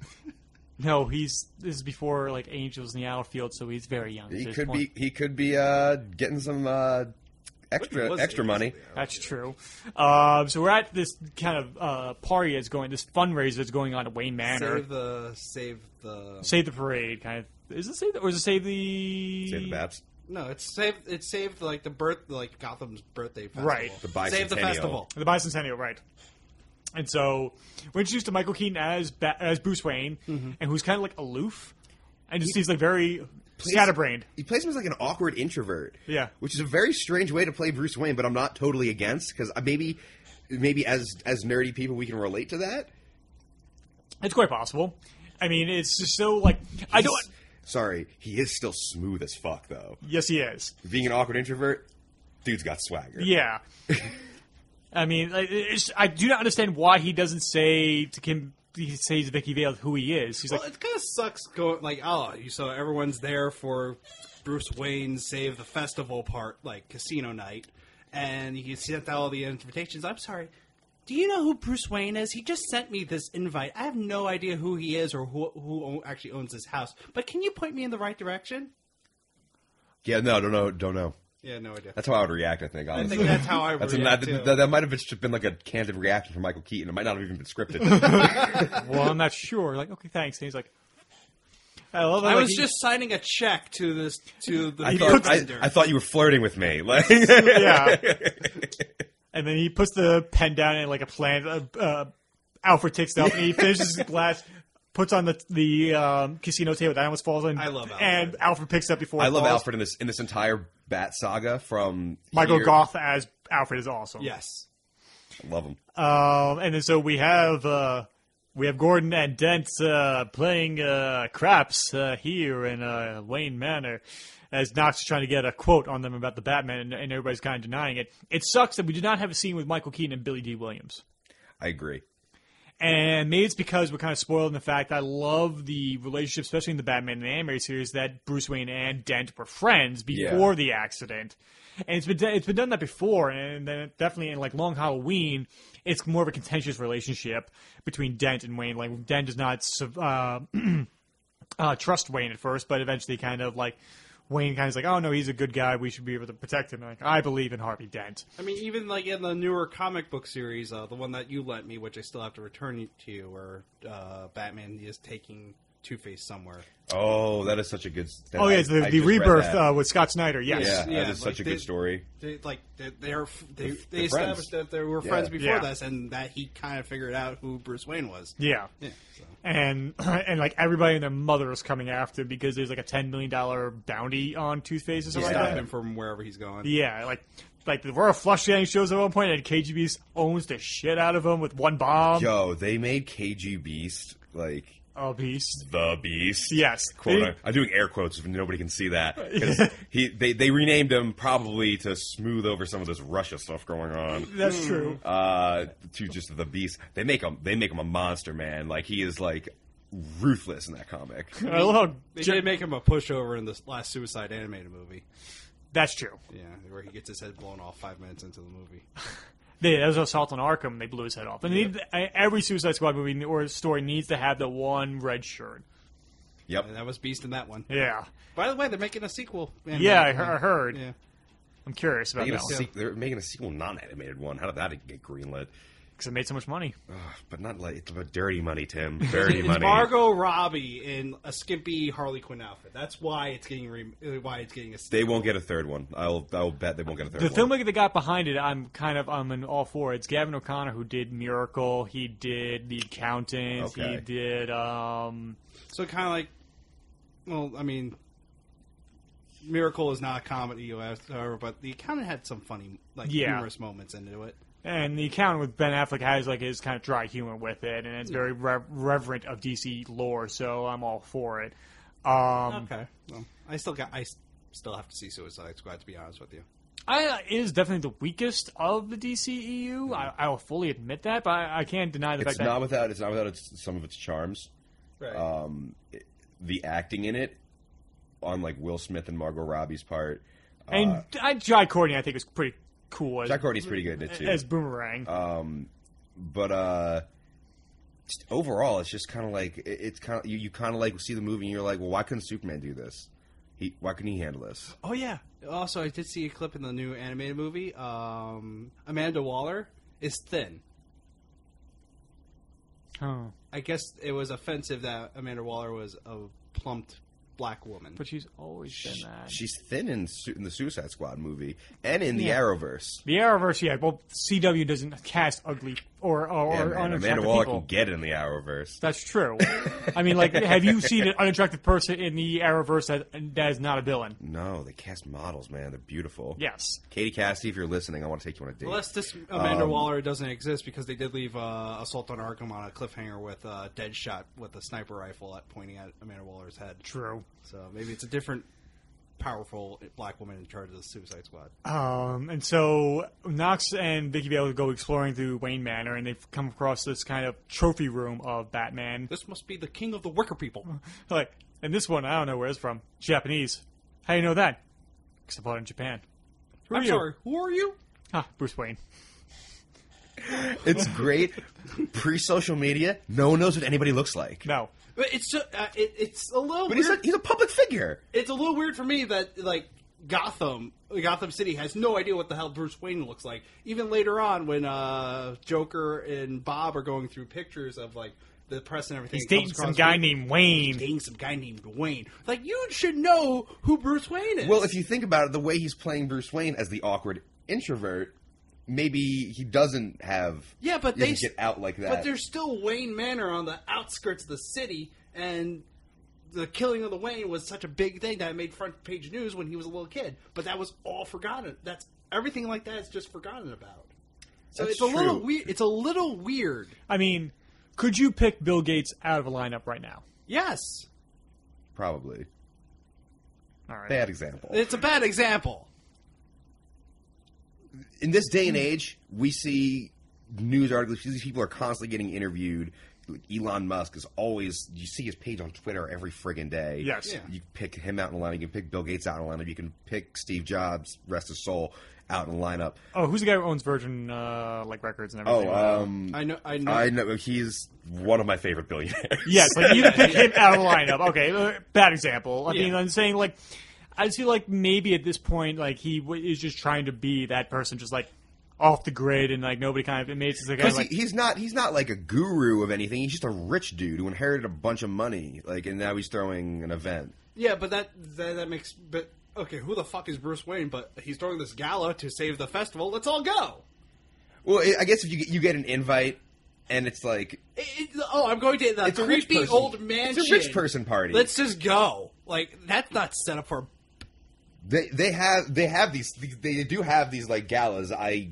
H: no, he's this is before like Angels in the Outfield, so he's very young. at
I: He
H: this
I: could
H: point.
I: be he could be uh, getting some uh, extra extra money.
H: That's true. Um, so we're at this kind of uh, party that's going, this fundraiser that's going on at Wayne Manor.
K: Save the save the
H: Save the parade, kind of. Is it save the, or is it save the
I: Save the Babs.
K: No, it's saved. It's saved like the birth, like Gotham's birthday festival.
H: Right.
K: Save the festival.
H: The bicentennial, right. And so we're introduced to Michael Keaton as ba- as Bruce Wayne, and who's kind of like aloof, and just seems like very scatterbrained.
I: He plays him as like an awkward introvert.
H: Yeah.
I: which is a very strange way to play Bruce Wayne, but I'm not totally against because maybe maybe as as nerdy people we can relate to that.
H: It's quite possible. I mean, it's just so like I don't.
I: Sorry, he is still smooth as fuck though.
H: Yes, he is.
I: Being an awkward introvert, dude's got swagger.
H: Yeah. I mean, like, it's, I do not understand why he doesn't say to Kim. He says Vicky Vale who he is. He's
K: Well,
H: like,
K: it kind of sucks going like oh, you so everyone's there for Bruce Wayne save the festival part, like casino night, and you sent out all the invitations. I'm sorry. Do you know who Bruce Wayne is? He just sent me this invite. I have no idea who he is or who who o- actually owns this house. But can you point me in the right direction?
I: Yeah, no, don't know, don't know.
K: Yeah, no idea.
I: That's how I would react. I think. Honestly.
K: think that's how I would
I: a-
K: react,
I: that,
K: too.
I: that, that might have just been like a candid reaction from Michael Keaton. It might not have even been
K: [LAUGHS]
I: scripted.
H: well, I'm not sure. Like, okay, thanks. And he's like, I love. how,
K: I
H: like,
K: was
H: he-
K: just signing a check to this
I: [LAUGHS]
K: to the
I: I thought, I,
K: bartender.
I: I thought you were flirting with me. [LAUGHS] Like,
H: yeah. [LAUGHS] And then he puts the pen down and like a plan. Uh, uh, Alfred takes it up and he finishes his glass, puts on the the um, casino table that almost falls in. I love Alfred. And Alfred picks it up before.
I: I
H: it
I: love
H: falls.
I: Alfred in this in this entire Bat saga from
H: Michael
I: here-
H: Goth as Alfred is awesome.
K: Yes.
I: I love him.
H: Um, and then so we have uh, we have Gordon and Dent uh, playing uh, craps uh, here in uh, Wayne Manor. As Knox is trying to get a quote on them about the Batman, and, and everybody's kind of denying it. It sucks that we do not have a scene with Michael Keaton and Billy D. Williams.
I: I agree.
H: And maybe it's because we're kind of spoiled in the fact I love the relationship, especially in the Batman and the animated series, that Bruce Wayne and Dent were friends before
N: Yeah.
H: the accident. And it's been it's been done that before, and then it definitely in like Long Halloween, it's more of a contentious relationship between Dent and Wayne. Like Dent does not su- uh, [CLEARS THROAT] uh, trust Wayne at first, but eventually kind of like Wayne kind of is like, oh no, he's a good guy, we should be able to protect him. Like I believe in Harvey Dent.
K: I mean, even like in the newer comic book series, uh, the one that you lent me, which I still have to return it to you, where uh, Batman is taking Two Face somewhere.
I: Oh, that is such a good. that-
H: Oh yeah,
I: I-
H: the,
I: I
H: the
I: just read
H: rebirth
I: that.
H: uh, with Scott Snyder. Yes.
I: Yeah, that is such a
K: they-
I: good story.
K: They, like they, they're f- they,
I: They're-
K: they
I: they're friends.
K: established that they were
I: Yeah.
K: friends before
H: Yeah.
K: this, and that he kind of figured out who Bruce Wayne was.
H: Yeah.
K: yeah.
H: And [CLEARS THROAT] and like everybody and their mother is coming after because there's like a ten million dollar bounty on Two Face or
K: To
H: something
K: stop
H: like that.
K: him from wherever he's going.
H: Yeah, like like the Royal Flush Gang shows at one point and KGB owns the shit out of him with one bomb. Oh,
I: Yo, they made KG Beast like
H: a beast,
I: the beast.
H: Yes.
I: quote.
H: They-
I: un- I'm doing air quotes if nobody can see
H: [LAUGHS]
I: that 'cause he they they renamed him probably to smooth over some of this Russia stuff going on.
H: That's Hmm. true.
I: Uh, to just the beast. They make him they make him a monster man. Like he is like ruthless in that [LAUGHS] comic.
K: I they did make him a pushover in this last Suicide animated movie.
H: That's true.
K: Yeah, where he gets his head blown off five minutes into the movie.
H: They, that was Assault on Arkham. They blew his head off. And they need, e, every Suicide Squad movie or story needs to have the one red shirt.
I: Yep,
K: and that was Beast in that one.
H: Yeah.
K: By the way, they're making a sequel. uh,
H: Yeah, I, he- I heard.
K: Yeah.
H: I'm curious about
I: Making a
H: that.
I: se- they're making a sequel, non-animated one. How did that get greenlit?
H: Because it made so much money.
I: but not like it's about dirty money, [LAUGHS] Tim. Dirty
K: it's
I: money.
K: Margot Robbie in a skimpy Harley Quinn outfit. That's why it's getting re- uh, why it's getting a
I: They won't get a third one. I'll I'll bet they won't get a third
H: The
I: one.
H: filmmaker that got behind it, I'm kind of I'm in all for. It's Gavin O'Connor who did Miracle. He did The Accountant. He
K: Okay.
H: did um
K: So kind of like, well, I mean, Miracle is not a comedy, whatsoever, but the accountant had some funny, like,
H: Yeah.
K: humorous moments into it.
H: and The Accountant with Ben Affleck has like his kind of dry humor with it, and it's very rev reverent of DC lore. So I'm all for it. Um,
K: okay, well, I still got, I s- still have to see Suicide Squad to be honest with you.
H: I, it is definitely the weakest of the DCEU. I, I will fully admit that, but I, I can't deny the
I: Mm-hmm. it's
H: fact
I: not
H: that
I: without it's not without its, some of its charms.
K: Right.
I: Um, it- the acting in it, on like Will Smith and Margot Robbie's part,
H: And
I: uh,
H: I, Jai Courtney, I think, was pretty cool. As,
I: Jack Courtney's pretty good in it too.
H: As Boomerang.
I: Um, but uh, just overall, it's just kind of like it, it's kind of you, you kind of like see the movie and you're like, well, why couldn't Superman do this? He why couldn't he handle this?
K: Oh yeah. Also, I did see a clip in the new animated movie. Um, Amanda Waller is thin.
H: Oh.
K: I guess it was offensive that Amanda Waller was a plumped black woman.
H: But she's always been that.
I: She's thin in, Su- in the Suicide Squad movie and in the
H: Yeah.
I: Arrowverse.
H: The Arrowverse, yeah. Well, CW doesn't cast ugly or or,
I: Yeah,
H: or
I: man, Amanda
H: unattractive
I: Waller
H: people.
I: can get in the Arrowverse.
H: That's true. I mean,
I: [LAUGHS]
H: like, have you seen an unattractive person in the Arrowverse that, that is not a villain?
I: No, they cast models, man. They're beautiful.
H: Yes.
I: Katie Cassidy, if you're listening, I want to take you on a date.
K: Unless this Amanda
I: Um,
K: Waller doesn't exist because they did leave uh, Assault on Arkham on a cliffhanger with uh, Deadshot with a sniper rifle at, pointing at Amanda Waller's head.
H: True.
K: So maybe it's a different powerful black woman in charge of the Suicide Squad.
H: Um, and so Knox and Vicky Vale go exploring through Wayne Manor, and they've come across this kind of trophy room of Batman.
K: This must be the king of the worker people.
H: Like, and this one, I don't know where it's from. Japanese. How do you know that? Because I bought it in Japan. Who
K: I'm
H: are you?
K: sorry, who are you?
H: Ah, Bruce Wayne.
I: It's great. Pre social media, no one knows what anybody looks like.
H: No.
K: But it's so- uh, it, it's a little.
I: But
K: weird.
I: he's a, he's a public figure.
K: it's a little weird for me that like Gotham, Gotham City has no idea what the hell Bruce Wayne looks like. Even later on, when uh, Joker and Bob are going through pictures of like the press and everything,
H: He's
K: it comes
H: dating some
K: across-
H: guy named Wayne.
K: He's dating some guy named Wayne. Like you should know who Bruce Wayne is.
I: Well, if you think about it, the way he's playing Bruce Wayne as the awkward introvert, maybe he doesn't have.
K: yeah, but
I: he
K: they
I: doesn't get out like that.
K: But there's still Wayne Manor on the outskirts of the city, and the killing of the Wayne was such a big thing that it made front page news when he was a little kid. But that was all forgotten. That's everything like that is just forgotten about. So
H: That's
K: it's a little
H: true.
K: weird. It's a little weird.
H: I mean, could you pick Bill Gates out of a lineup right now?
K: Yes,
I: Probably.
H: All right.
I: Bad example.
K: it's a bad example.
I: in this day and age, we see news articles. These people are constantly getting interviewed. Like, Elon Musk is always. You see his page on Twitter every friggin' day.
H: Yes. Yeah.
I: You pick him out in a lineup. You can pick Bill Gates out in a lineup. You can pick Steve Jobs, rest his soul, out in a lineup.
H: Oh, who's the guy who owns Virgin uh, like records and everything?
I: Oh, um,
K: I know- I know-
I: I know. He's one of my favorite billionaires.
H: Yes, like you can
I: [LAUGHS]
H: pick him out of the lineup. Okay, uh, bad example. I
I: Yeah.
H: mean, I'm saying like, I just feel like maybe at this point, like he w- is just trying to be that person, just like off the grid and like nobody kind of it made it like,
I: Because
H: like
I: he, he's not he's not like a guru of anything. He's just a rich dude who inherited a bunch of money, like, and now he's throwing an event.
K: Yeah, but that, that that makes. But okay, who the fuck is Bruce Wayne? But he's throwing this gala to save the festival. Let's all go.
I: Well, I- I guess if you get, you get an invite, and it's like
K: It- it- oh, I'm going to the
I: It's a rich
K: creepy
I: person-
K: old
I: it's a
K: mansion.
I: rich person party.
K: Let's just go. Like that's not set up for.
I: they they have they have these these- they do have these like galas. I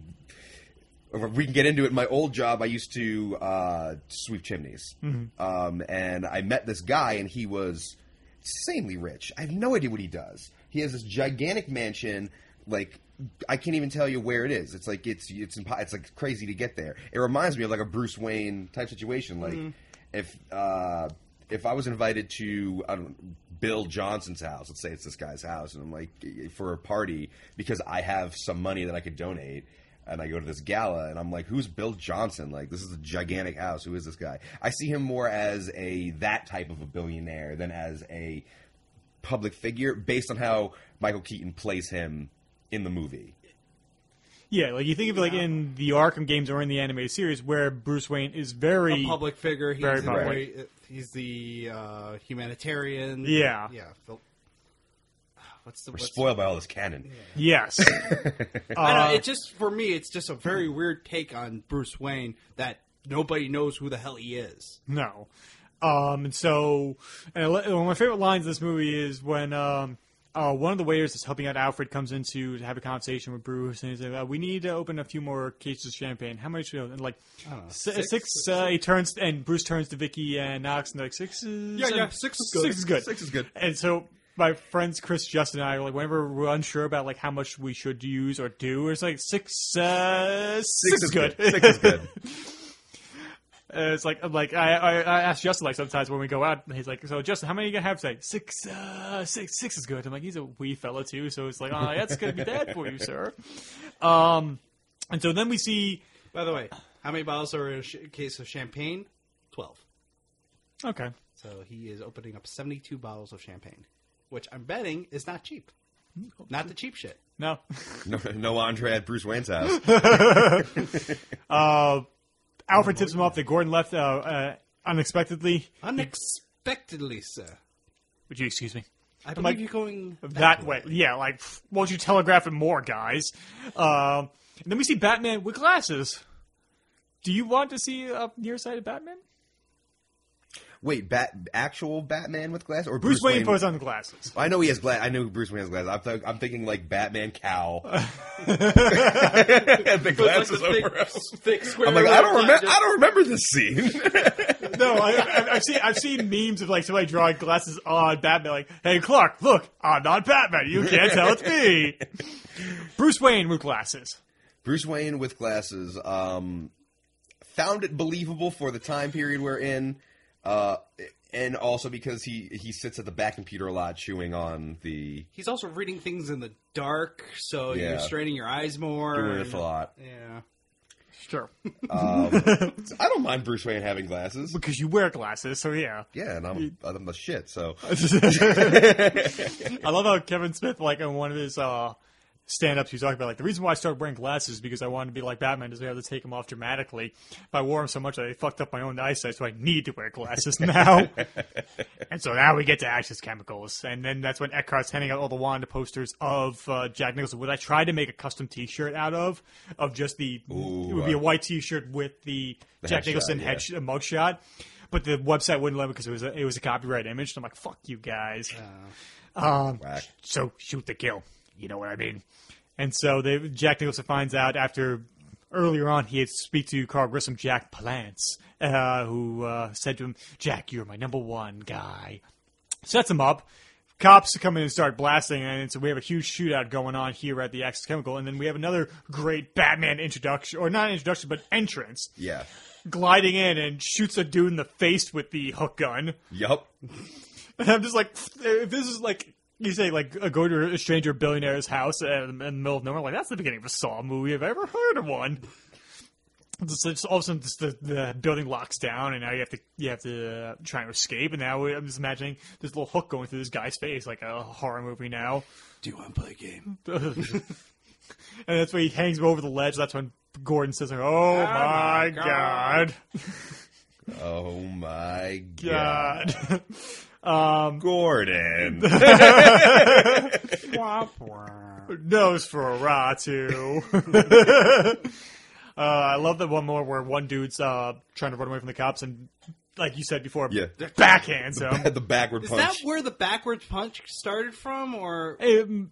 I: we can get into it. In my old job, I used to uh, sweep chimneys,
F: Mhm.
I: um, and I met this guy, and he was insanely rich. I have no idea what he does. He has this gigantic mansion, like. I can't even tell you where it is. It's like it's it's impo- it's like crazy to get there. It reminds me of like a Bruce Wayne type situation. Like
F: Mhm.
I: if uh, if I was invited to I don't Bill Johnson's house, let's say it's this guy's house, and I'm like for a party because I have some money that I could donate, and I go to this gala, and I'm like, who's Bill Johnson? Like this is a gigantic house. Who is this guy? I see him more as a that type of a billionaire than as a public figure, based on how Michael Keaton plays him in the movie.
H: yeah, like you think of like in the Arkham games or in the animated series where Bruce Wayne is very
K: A public figure. He's
H: very
K: the
H: public.
K: very- he's the uh, humanitarian.
H: Yeah.
K: yeah. Phil- [SIGHS] What's the
I: We're
K: what's
I: spoiled by all this canon.
H: Yes.
K: I
H: Uh,
K: know, it just for me, it's just a very weird take on Bruce Wayne that nobody knows who the hell he is.
H: No. Um, and so, and I li- one of my favorite lines of this movie is when um, uh, one of the waiters that's helping out Alfred comes in to have a conversation with Bruce, and he's like, uh, "We need to open a few more cases of champagne. How much?" You know, and like
K: I don't know,
H: s-
K: six?
H: six. uh, he turns and Bruce turns to Vicky and Knox, and they're like, six is
K: Yeah, yeah, six is good.
H: Six is good.
K: Six is
I: good.
H: And so. My friends Chris, Justin, and I like whenever we're unsure about like how much we should use or do, it's like six, uh, six,
I: is
H: is
I: good.
H: good. [LAUGHS]
I: Six is [LAUGHS] good.
H: Uh, it's like I'm like I, I I ask Justin like sometimes when we go out, and he's like, "So Justin, how many you gonna have today?" Six, uh, six, six is good. I'm like, he's a wee fella too, so it's like, oh, that's gonna be bad for you, sir. Um, and so then we see.
K: By the way, how many bottles are in a sh- case of champagne? Twelve.
H: Okay.
K: So he is opening up seventy-two bottles of champagne, which I'm betting is not cheap.
H: Hmm,
K: Not the cheap shit.
H: No.
I: No, no entree at Bruce Wayne's house.
H: uh, [LAUGHS] Alfred tips him off that Gordon left uh, uh, unexpectedly.
K: Unexpectedly, sir.
H: Would you excuse me?
K: I
H: I'm
K: believe
H: like-
K: you're going
H: that, way. Yeah, like pff, why don't you telegraph it more, guys? Um, and then we see Batman with glasses. Do you want to see a nearsighted Batman?
I: Wait, bat, actual Batman with glasses, or
H: Bruce, Wayne, puts on the glasses.
I: I know he has glass. I know Bruce Wayne has glasses. I'm, th- I'm thinking like
H: [LAUGHS]
I: Batman cow. and the glasses over us.
K: Thick square.
I: I'm like, I don't remember.
K: just-
I: I don't remember this scene. [LAUGHS]
H: no, I, I, I've seen I've seen memes of like somebody drawing glasses on Batman, like, "Hey Clark, look, I'm not Batman. You can't tell it's me." Bruce Wayne with glasses.
I: Bruce Wayne with glasses. Um, found it believable for the time period we're in, uh, and also because he he sits at the back computer a lot, chewing on the
K: He's also reading things in the dark, so
I: Yeah.
K: you're straining your eyes more.
I: doing it a lot.
K: Yeah.
H: Sure.
I: Um, so I don't mind Bruce Wayne having glasses
H: because you wear glasses, so yeah.
I: Yeah, and I'm I'm the
H: [LAUGHS]
I: shit. So
H: I love how Kevin Smith, like on one of his uh, stand-ups, he was talking about like the reason why I started wearing glasses is because I wanted to be like Batman, doesn't have to take them off dramatically. If I wore them so much, I fucked up my own eyesight, so I need to wear glasses [LAUGHS] now. and so now we get to Axis Chemicals, and then that's when Eckhart's handing out all the Wanda posters of uh, Jack Nicholson, which I tried to make a custom T-shirt out of, of just the it would be a
I: uh,
H: white T-shirt with the,
I: The
H: Jack
I: headshot,
H: Nicholson
I: yeah.
H: headshot, mugshot, but the website wouldn't let me because it was a, it was a copyright image. And I'm like, fuck you guys. um,
I: Whack.
H: so shoot the kill. You know what I mean? And so they, Jack Nicholson finds out after earlier on he had to speak to Carl Grissom, Jack Palance, uh, who uh, said to him, "Jack, you're my number one guy." Sets him up. Cops come in and start blasting, and so we have a huge shootout going on here at the Axis Chemical, and then we have another great Batman introduction, or not introduction, but entrance
I: yeah,
H: gliding in and shoots a dude in the face with the hook gun.
I: yup.
H: And I'm just like, if this is like you say, like uh, go to a stranger billionaire's house in, in the middle of nowhere, like that's the beginning of a Saw movie. I've ever heard of one. Just, just all of a sudden, just the, the building locks down, and now you have to you have to uh, try and escape. And now I'm just imagining this little hook going through this guy's face, like a horror movie. Now,
J: Do you want to play a game?
H: and [LAUGHS] and that's when he hangs him over the ledge. That's when Gordon says, "Oh, my god. [LAUGHS]
I: Oh my god.
H: God. um, [LAUGHS]
I: Gordon. [LAUGHS]
H: Nose for a raw too.
I: [LAUGHS]
H: uh, I love that one more where one dude's uh, trying to run away from the cops and, like you said before,
I: Yeah.
H: backhands
I: The, [LAUGHS]
H: him.
I: the backward
K: Is
I: punch.
K: that where the backwards punch started from, or
I: mm,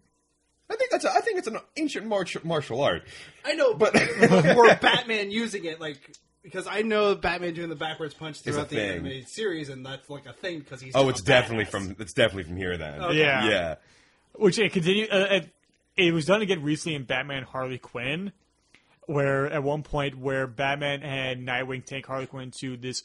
I: I think that's a, I think it's an ancient martial martial art.
K: I know, but
I: [LAUGHS]
K: [LAUGHS] or Batman using it like because I know Batman doing the backwards punch
I: a
K: throughout the
I: thing.
K: animated series, and that's like a thing because he's
I: Oh, it's
K: a
I: definitely
K: badass.
I: from it's definitely from here then.
K: Okay.
H: Yeah.
I: yeah.
H: Which it continued. Uh, it, it was done again recently in Batman Harley Quinn, where at one point where Batman and Nightwing take Harley Quinn to this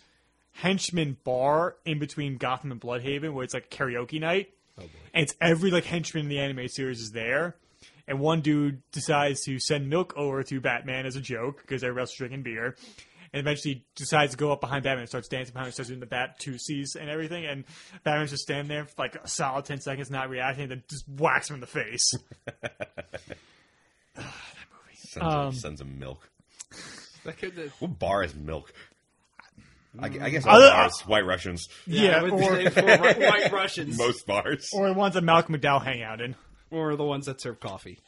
H: henchman bar in between Gotham and Bloodhaven, where it's like karaoke night,
I: Oh,
H: and it's every like henchman in the anime series is there. And one dude decides to send milk over to Batman as a joke because everybody else is drinking beer. And eventually decides to go up behind Batman and starts dancing behind him, starts doing the bat tootsies and everything. And Batman's just standing there for like a solid 10 seconds, not reacting, and then just whacks him in the face.
I: Sons,
H: Um,
I: of, sons of milk.
K: That could- uh,
I: What bar is milk? I, gu- I guess
H: Mm.
I: all
H: Other-
I: bars, white Russians.
H: Yeah, Yeah,
K: or- for white Russians.
I: [LAUGHS] Most bars.
H: or the ones that Malcolm McDowell hang out in.
K: or the ones that serve coffee.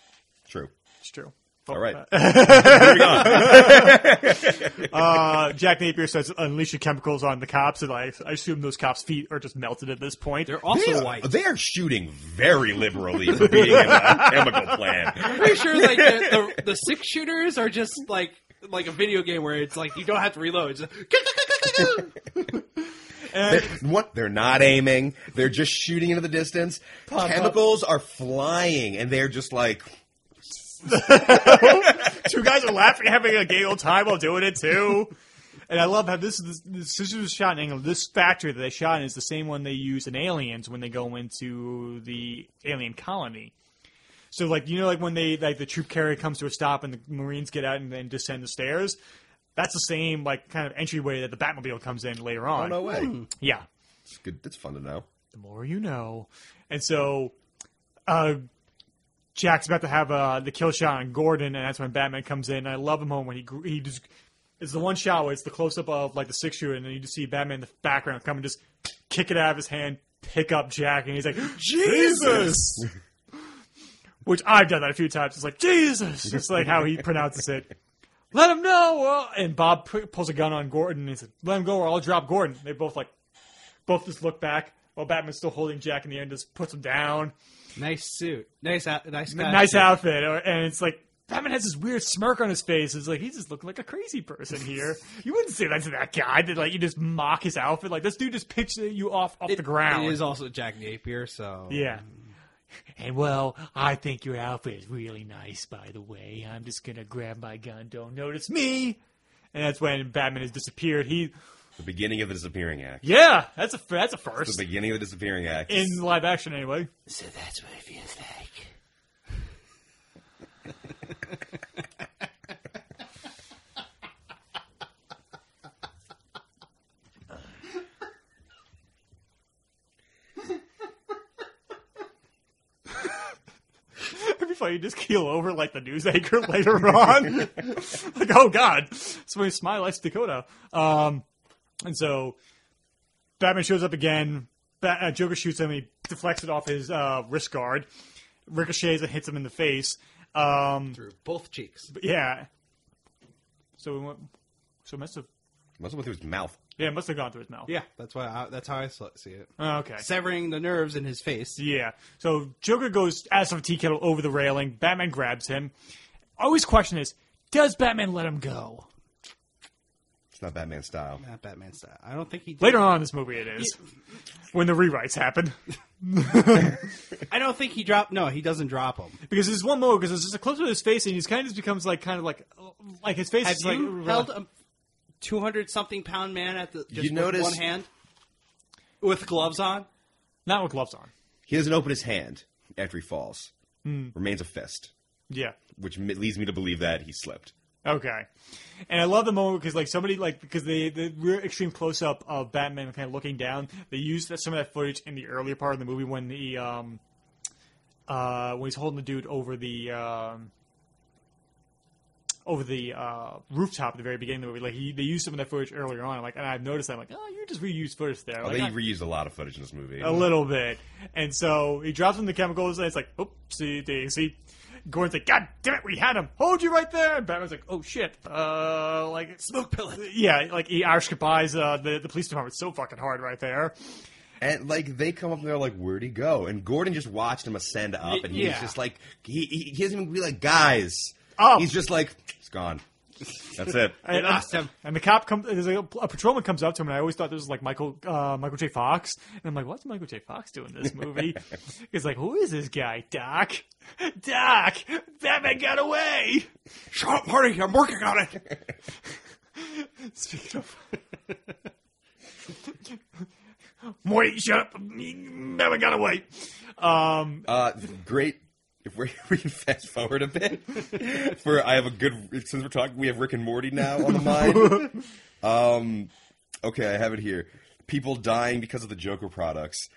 I: True.
H: It's true.
I: All right.
H: Moving on. uh, Jack Napier says unleash your chemicals on the cops, and I, I assume those cops' feet are just melted at this point. They're
I: They are- They are shooting very liberally for being in a chemical plant.
K: I'm pretty sure like the,
I: [LAUGHS]
K: the, the six shooters are just like like a video game where it's like you don't have to reload. It's just- [LAUGHS]
I: They're, what? They're not aiming. They're just shooting into the distance.
K: Pop,
I: Chemicals are flying, and they're just like
H: Two guys are laughing, having a gay old time while doing it too. And I love how this is this, this was shot in England. This factory that they shot in is the same one they use in Aliens when they go into the alien colony. So like you know like when they like the troop carrier comes to a stop and the Marines get out and then descend the stairs. That's the same like kind of entryway that the Batmobile comes in later on.
I: oh no way.
H: Yeah.
I: It's good. It's fun to know.
H: The more you know. And so uh, Jack's about to have uh, the kill shot on Gordon, and that's when Batman comes in. And I love him home when he gr- he just it's the one shot where it's the close up of like the six shooter, and then you just see Batman in the background come and just kick it out of his hand, pick up Jack, and he's like, Jesus. [LAUGHS] Which I've done that a few times. It's like Jesus, just like how he pronounces it. Let him know. uh, And Bob pu- pulls a gun on Gordon and he says, "Let him go, or I'll drop Gordon." They both like both just look back while Batman's still holding Jack in the end, just puts him down.
K: nice suit, nice out, nice guy.
H: Nice outfit, or- and it's like Batman has this weird smirk on his face. It's like he's just looking like a crazy
K: [LAUGHS]
H: person here. you wouldn't say that to that guy. That like you just mock his outfit. Like this dude just picked you off off the ground.
K: It is also Jack Napier, so
H: yeah. And well, I think your outfit is really nice, by the way. I'm just gonna grab my gun. Don't notice me. And that's when Batman has disappeared. He,
I: The beginning of the disappearing act.
H: yeah, that's a that's a
I: It's
H: first
I: The beginning of the disappearing act.
H: in live action, anyway.
F: So that's what it feels like.
H: [LAUGHS] It'd be funny to just keel over like the news anchor [LAUGHS] later on. [LAUGHS] like, oh god, somebody smile likes Dakota. Um, and so Batman shows up again. Bat- uh, Joker shoots him. He deflects it off his uh, wrist guard. Ricochets and hits him in the face. Um,
K: through both cheeks.
H: but yeah. So we went. So it must have.
I: Must have went through his mouth.
H: Yeah, it must have gone through his mouth.
K: Yeah, that's why. I, that's how I saw- see it.
H: Oh, okay.
K: severing the nerves in his face.
H: Yeah. So Joker goes as of tea kettle over the railing. Batman grabs him. Always question is, does Batman let him go?
I: It's not Batman style.
K: Not Batman style. I don't think he. Did.
H: Later on in this movie, it is when the rewrites happen
K: I don't think he dropped. No, he doesn't drop him.
H: [LAUGHS] because there's one moment because there's just a close up of his face and he's kind of just becomes like kind of like like his face
K: Have
H: is
K: you
H: like
K: held a two hundred something pound man at the just
I: You
K: with
I: notice-
K: one hand with gloves on?
H: not with gloves on.
I: He doesn't open his hand after he falls.
H: Hmm.
I: Remains a fist,
H: Yeah.
I: which m- leads me to believe that he slipped.
H: Okay. And I love the moment because like somebody like because they the real extreme close up of Batman kind of looking down. They used that, some of that footage in the earlier part of the movie when the um uh when he's holding the dude over the um over the uh, rooftop at the very beginning of the movie. Like he, they used some of that footage earlier on. Like, and I've noticed that. I'm like, oh, you just reused footage there.
I: Oh,
H: Like,
I: they
H: I-
I: reused a lot of footage in this movie.
H: a little bit. And so he drops him the chemicals, and it's like, oops, see, see, see. Gordon's like, God damn it, we had him. Hold you right there. And Batman's like, oh shit. Uh, like, smoke pillet. Yeah, like he Irish goodbyes uh, the, the police department so fucking hard right there.
I: And like they come up and they're like, "Where'd he go?" And Gordon just watched him ascend up, and he's
H: Yeah. Oh.
I: just like, he, he he doesn't even be like, "Guys," he's just like, "He's gone."
H: [LAUGHS]
I: That's it.
H: And, uh, and the cop comes. There's a, a patrolman comes up to him, and I always thought this was like Michael uh, Michael J. Fox. And I'm like, what's Michael J. Fox doing in this [LAUGHS] movie? He's like, who is this guy, Doc? Doc, Batman got away.
J: Shut up, Marty. I'm working on it.
H: [LAUGHS] Speaking of. [LAUGHS] Wait, shut up. Batman got away. Um,
I: uh, great. If we're, we [LAUGHS] can fast forward a bit, for I have a good since we're talking, we have Rick and Morty now on the mind. um, okay, I have it here. People dying because of the Joker products.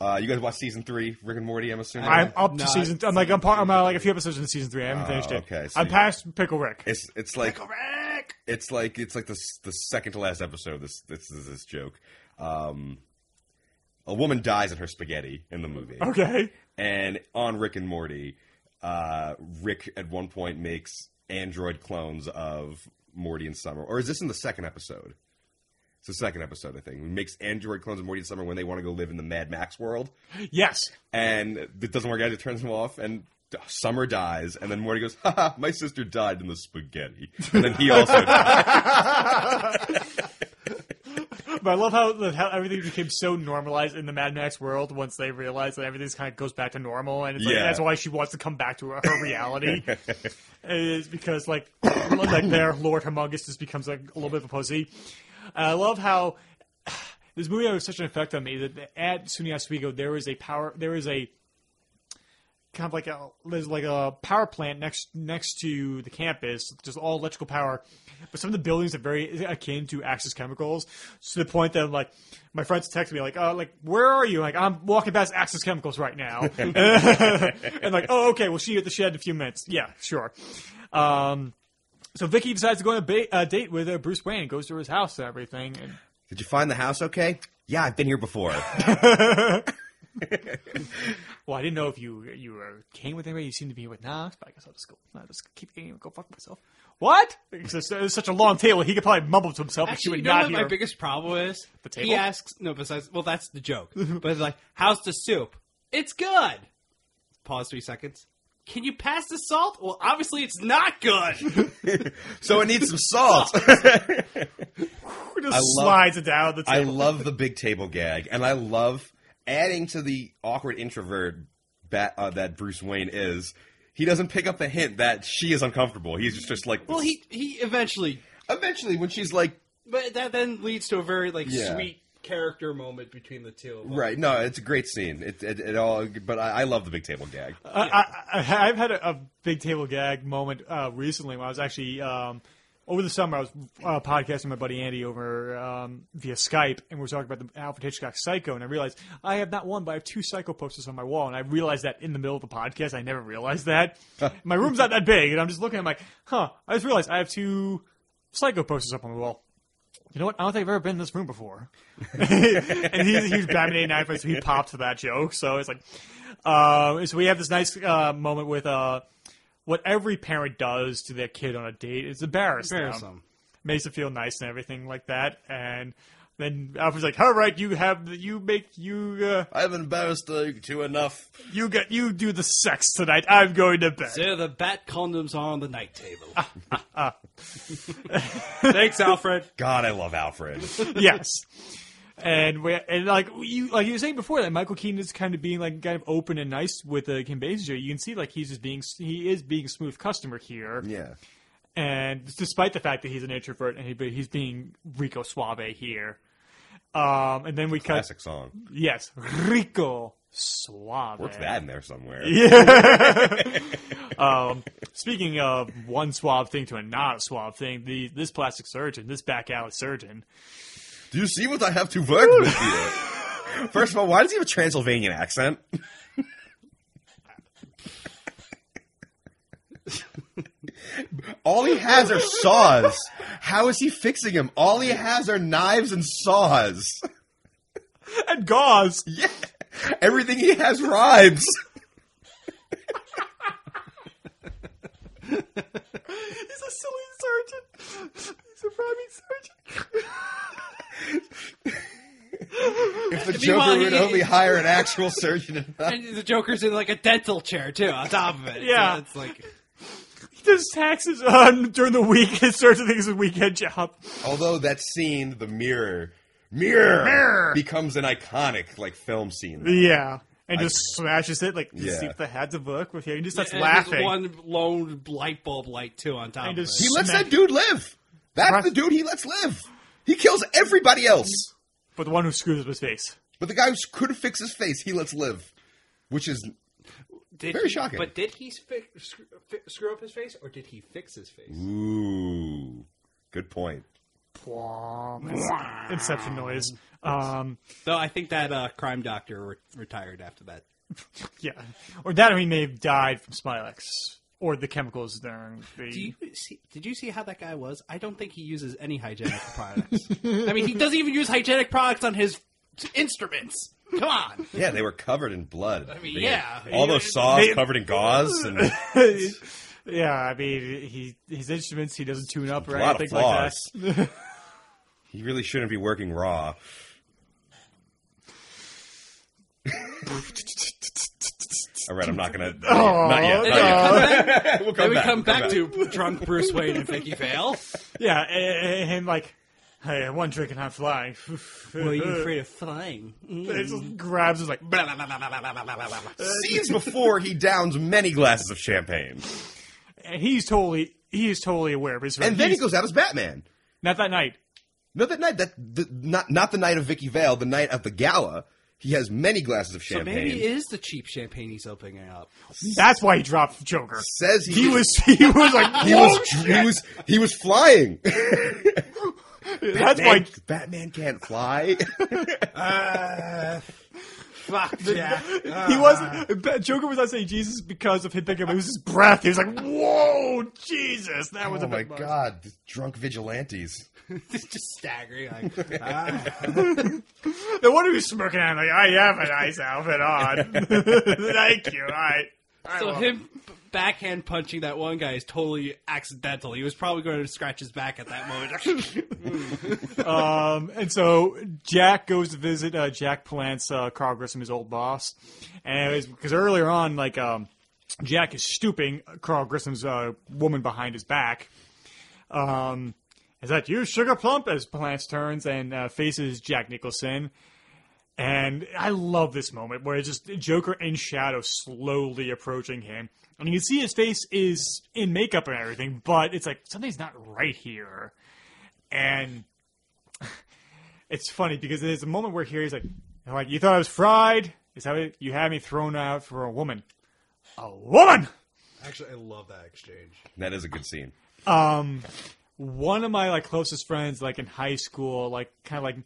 I: Uh, you guys watch season three, Rick and Morty. I'm assuming
H: I'm up to season. I'm like I'm, part, I'm uh, like a few episodes into season three. I haven't
I: Oh,
H: finished it.
I: okay, so
H: I'm
I: you-
H: past Pickle Rick.
I: It's it's like It's like it's like the s- the second to last episode. Of this this is this joke. Um, a woman dies in her spaghetti in the movie.
H: Okay.
I: And on Rick and Morty, uh, Rick at one point makes android clones of Morty and Summer. Or is this in the second episode? It's the second episode, I think. He makes android clones of Morty and Summer when they want to go live in the Mad Max world.
H: Yes.
I: And it doesn't work out. It turns them off, and Summer dies. And then Morty goes, "Ha ha, my sister died in the spaghetti." And then he also
H: But I love how, that- how everything became so normalized in the Mad Max world once they realized that everything kind of goes back to normal, and it's like,
I: Yeah.
H: that's why she wants to come back to her, her reality. is because like [COUGHS] like there, Lord Humongous just becomes like a little bit of a pussy. And I love how [SIGHS] this movie had such an effect on me that at SUNY Oswego there is a power, there is a kind of like a there's like a power plant next next to the campus, just all electrical power. But some of the buildings are very akin to Axis Chemicals to the point that like my friends text me like, "Oh, like where are you?" Like I'm walking past Axis Chemicals right now, [LAUGHS] and like, "Oh, okay, we'll see you at the shed in a few minutes." Yeah, sure. Um, so Vicky decides to go on a ba- uh, date with uh, Bruce Wayne, goes to his house and everything, and
I: Did you find the house okay? Yeah, I've been here before.
H: Well, I didn't know if you you were came with anybody. You seem to be with Knox, but I guess I'll just go. I'll just keep eating and go fuck myself. What? Because it's, it's such a long table. He could probably mumble to himself,
K: Actually,
H: but she would
K: you know
H: not
K: what
H: hear.
K: my biggest problem is?
H: The table?
K: He asks, no, besides, well, that's the joke. but it's like, how's the soup? It's good. Pause three seconds. Can you pass the salt? Well, obviously it's
H: [LAUGHS]
K: not good.
I: so it needs some salt.
H: just slides it down the
I: I
H: table.
I: love the big table gag, and I love adding to the awkward introvert bat, uh, that Bruce Wayne is. He doesn't pick up the hint that she is uncomfortable. He's just, just like,
K: well, he he eventually,
I: eventually, when she's like,
K: but that then leads to a very like
I: Yeah.
K: sweet character moment between the two. Of them.
I: right? No, it's a great scene. It, it, it all, but I, I love the big table gag.
H: I, I, I- I've had a, a big table gag moment uh, recently when I was actually um, over the summer. I was uh, podcasting my buddy Andy over um, via Skype, and we were talking about the Alfred Hitchcock Psycho. And I realized I have not one, but I have two Psycho posters on my wall, and I realized that in the middle of the podcast. I never realized that my room's not that big, and I'm just looking. I'm like, huh? I just realized I have two Psycho posters up on the wall. You know what? I don't think I've ever been in this room before. [LAUGHS] and he's a huge Batman 89 fan, so he popped for that joke. So it's like, uh, so we have this nice uh, moment with uh, what every parent does to their kid on a date is embarrass them.
K: Embarrass them.
H: Makes it feel nice and everything like that. And then Alfred's like, all right, you have, the, you make, you, uh,
I: I've embarrassed you enough.
H: You get, you do the sex tonight. I'm going to bed.
K: So the bat condoms are on the
H: [LAUGHS]
K: night table.
H: Thanks, Alfred.
I: God, I love Alfred.
H: yes. And we and like you like you were saying before that Michael Keaton is kind of being like kind of open and nice with uh, Kim Basinger. You can see like he's just being he is being a smooth customer here.
I: Yeah.
H: And despite the fact that he's an introvert and he, but he's being Rico Suave here. Um, and then we
I: Classic
H: cut
I: song.
H: yes Rico Suave.
I: Work that in there somewhere.
H: Yeah. um, speaking of one swab thing to a not swab thing, the this plastic surgeon, this back alley surgeon,
I: Do you see what I have to work with here? [LAUGHS] First of all, why does he have a Transylvanian accent? All he has are saws. How is he fixing him? All he has are knives and saws.
H: And gauze.
I: Yeah. Everything he has rhymes.
H: He's a silly surgeon. He's a rhyming surgeon.
I: If the
K: Meanwhile,
I: Joker would
K: he-
I: only hire an actual surgeon and not
K: And the Joker's in like a dental chair too, on top of it.
H: Yeah.
K: So it's like
H: he does taxes on during the week. [LAUGHS] His surgeon thinks it's a weekend job.
I: Although that scene, the mirror, mirror,
H: Mirror.
I: becomes an iconic like film scene.
H: Yeah. And
I: I-
H: just smashes it like
I: Yeah.
H: just see if the heads of book with here. He just starts
K: and there's
H: laughing.
K: One lone light bulb light too on top.
H: And
K: of it.
H: just
I: He lets
H: smack-
I: that dude live. That's the dude he lets live. He kills everybody else,
H: But the one who screws up his face.
I: but the guy who couldn't fix his face, he lets live, which is
K: Did
I: very
K: he-
I: shocking.
K: But did he fi- screw, fi- screw up his face, or did he fix his face?
I: Mm-hmm. ooh, good point. Ah,
H: Inception noise. Um,
K: Though I think that uh, crime doctor re- retired after that.
H: yeah. Or that or he may have died from Smilex. Or the chemicals during the
K: Do you see? Did you see how that guy was? I don't think he uses any [LAUGHS] hygienic products. I mean, he doesn't even use hygienic products on his instruments. Come on.
I: Yeah, they were covered in blood.
K: mean,
I: They-
K: yeah.
I: all those saws
H: They-
I: covered in
H: [LAUGHS]
I: gauze and a
H: Yeah, I mean he his instruments he doesn't tune up or
I: lot of
H: anything like
I: flaws.
H: that.
I: he really shouldn't be working raw. All right, I'm not gonna. not yet. Not yet.
K: [LAUGHS]
I: We'll come
K: then
I: back,
K: we Uh, come
I: we'll come
K: back, to drunk Bruce Wayne and Vicky [LAUGHS] Vale.
H: Yeah, and, and like hey, one drink and I'm flying. [LAUGHS]
K: Well, you're afraid of flying.
H: It just grabs is like [LAUGHS]
K: Blah, blah, blah, blah, blah, blah, blah, blah, blah, blah. [LAUGHS]
I: Scenes before he downs many glasses of champagne,
H: and he's totally he is totally aware of his
I: and then he
H: he's-
I: goes out as Batman.
H: not that night.
I: Not that night. That the, not not the night of Vicky Vale. The night of the gala. He has many glasses of
K: So
I: champagne.
K: maybe it is the cheap champagne he's opening up.
H: That's why he dropped
I: [LAUGHS]
H: Joker.
I: Says he,
H: He was [LAUGHS] he was like
I: he
H: "Whoa,
I: was he was he was
H: [LAUGHS]
I: flying.
H: that's why
I: Man, Batman
H: [LAUGHS]
I: can't fly.
K: Fuck [LAUGHS] yeah.
H: he wasn't Ba- Joker was not saying Jesus because of him picking up. It was his breath. He was like, "Whoa, Jesus!" That was
I: oh
H: a
I: my
H: bit much.
I: god, drunk vigilantes.
K: just staggering. [LAUGHS] Like, ah.
H: The one who was smirking at him like, "I have a nice outfit on." [LAUGHS] Thank you. I. I
K: [LAUGHS] So
H: love
K: him b- backhand punching that one guy is totally accidental. He was probably going to scratch his back at that moment. [LAUGHS]
H: Um, and so Jack goes to visit uh, Jack Palance, uh, Carl Grissom, his old boss, and because earlier on, like um, Jack is stooping Carl Grissom's uh, woman behind his back. Um, is that you, Sugar Plump? As Palance turns and uh, faces Jack Nicholson. And I love this moment where it's just Joker in shadow slowly approaching him. And you can see his face is in makeup and everything, but it's like something's not right here. And it's funny because there's a moment where here he's like, I'm like you thought I was fried? Is how it- you had me thrown out for a woman? A woman.
K: Actually, I love that exchange.
I: That is a good scene.
H: Um, one of my like closest friends, like in high school, like kind of like.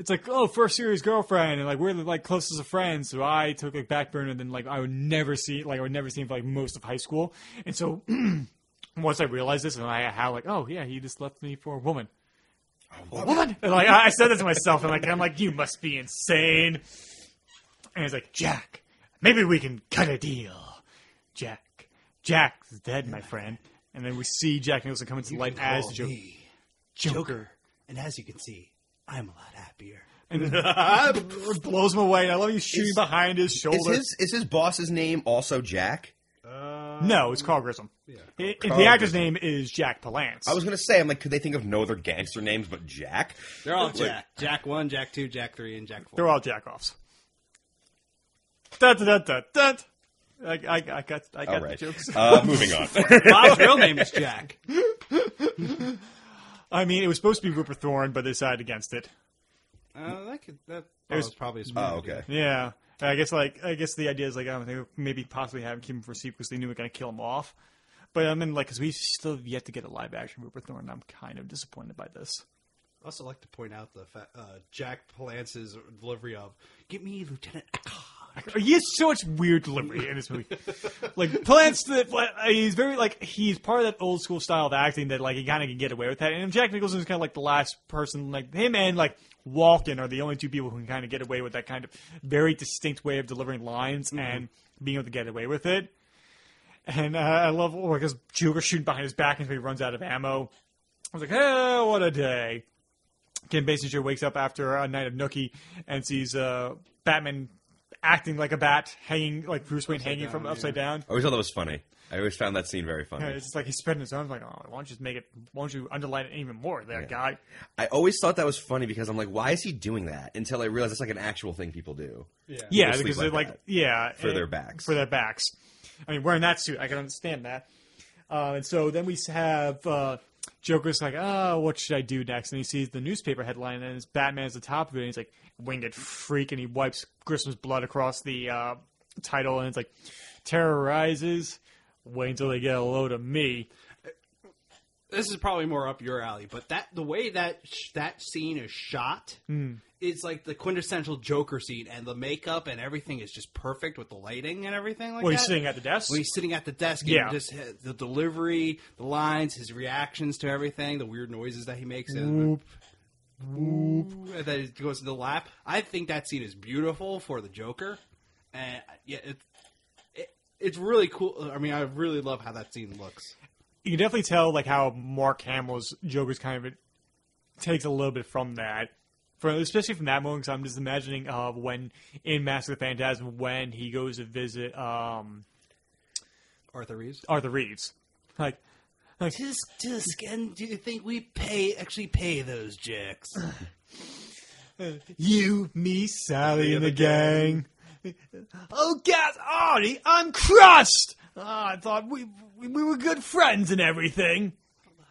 H: It's like, oh, first series girlfriend, and like we're like closest of friends. So I took like back burner, and then like I would never see, like I would never see him for like most of high school. And so [CLEARS THROAT] once I realized this, and I how like, oh yeah, he just left me for a woman. A woman. And, like I I said that to myself, and like I'm like, you must be insane. And he's like, Jack, maybe we can cut a deal. Jack, Jack's dead, my friend. And then we see Jack Nicholson come into light as the Joker.
K: Oh, me
H: Joker.
K: and as you can see, I'm a lot happier.
H: And [LAUGHS] then blows him away. And I love you shooting
I: Is-
H: behind his
I: Is
H: shoulder.
I: his is his boss's name also Jack?
H: no, it's Carl Grissom. I-
I: Oh, Carl
H: the actor's name is Jack Palance.
I: I was gonna say, I'm like, could they think of no other gangster names but Jack?
K: They're all Jack. Jack 1, Jack 2, Jack 3, and Jack 4.
H: They're all jack offs. Dun, dun, dun, dun, dun. I, I, I got, I got
I: All right.
H: the jokes. [LAUGHS]
I: Uh, moving on.
K: [LAUGHS] Bob's real name is Jack.
H: I mean, it was supposed to be Rupert Thorne, but they decided against it.
K: Uh, that could, that
H: There's-
K: was probably his
I: oh, okay.
H: Yeah, I guess like I guess the idea is like I don't think maybe possibly have him keep him for secret because they knew we are gonna kill him off. But I mean, like, because we still have yet to get a live action Rupert Thorne, and I'm kind of disappointed by this.
K: also like to point out the fa- uh, Jack Palance's delivery of, Give me Lieutenant Akka.
H: He has so much weird delivery in this movie. like plants that he's very like he's part of that old school style of acting that like he kind of can get away with that. And Jack Nicholson is kind of like the last person like him and like Walken are the only two people who can kind of get away with that kind of very distinct way of delivering lines and being able to get away with it. And uh, I love because Joker's shooting behind his back until he runs out of ammo. I was like, hey, what a day. Kim Basinger wakes up after a night of Nookie and sees uh, Batman acting like a bat, hanging like Bruce Wayne hanging from upside down. [LAUGHS]
I: I always thought that was funny. I always found that scene very funny.
H: Yeah, it's just like he's spreading his arms, like, oh, why don't you just make it? Why don't you underline it even more, there, guy?
I: I always thought that was funny because I'm like, why is he doing that? Until I realized it's like an actual thing people do.
H: Yeah,
I: People sleep
H: because they're like,
I: that.
H: yeah,
I: For their
H: and-
I: backs.
H: for their backs. I mean, wearing that suit, I can understand that. Uh, and so then we have uh, Joker's like, oh, what should I do next? And he sees the newspaper headline, and it's Batman's the top of it, and he's like, winged freak, and he wipes Grisham's blood across the uh, title, and it's like, terrorizes. Wait until they get a load of me.
K: This is probably more up your alley, but that the way that sh- that scene is shot
H: Hmm.
K: is like the quintessential Joker scene, and the makeup and everything is just perfect with the lighting and everything like
H: Well,
K: that.
H: he's sitting at the desk.
K: Well, he's sitting at the desk.
H: Yeah.
K: and just uh, the delivery, the lines, his reactions to everything, the weird noises that he makes, and
H: Whoop. Whoop.
K: and then it goes to the lap. I think that scene is beautiful for the Joker, and yeah, it, it, it's really cool. I mean, I really love how that scene looks.
H: you can definitely tell like how Mark Hamill's Joker's kind of takes a little bit from that, from especially from that moment. Because I'm just imagining uh, when in Mask of the Phantasm when he goes to visit um,
K: Arthur Reeves.
H: Arthur Reeves, like like
K: Tisk tisk, and do you think we pay actually pay those jacks?
H: you, me, Sally, and the gang. Oh God, Artie, I'm crushed. Oh, I thought we, we we were good friends and everything.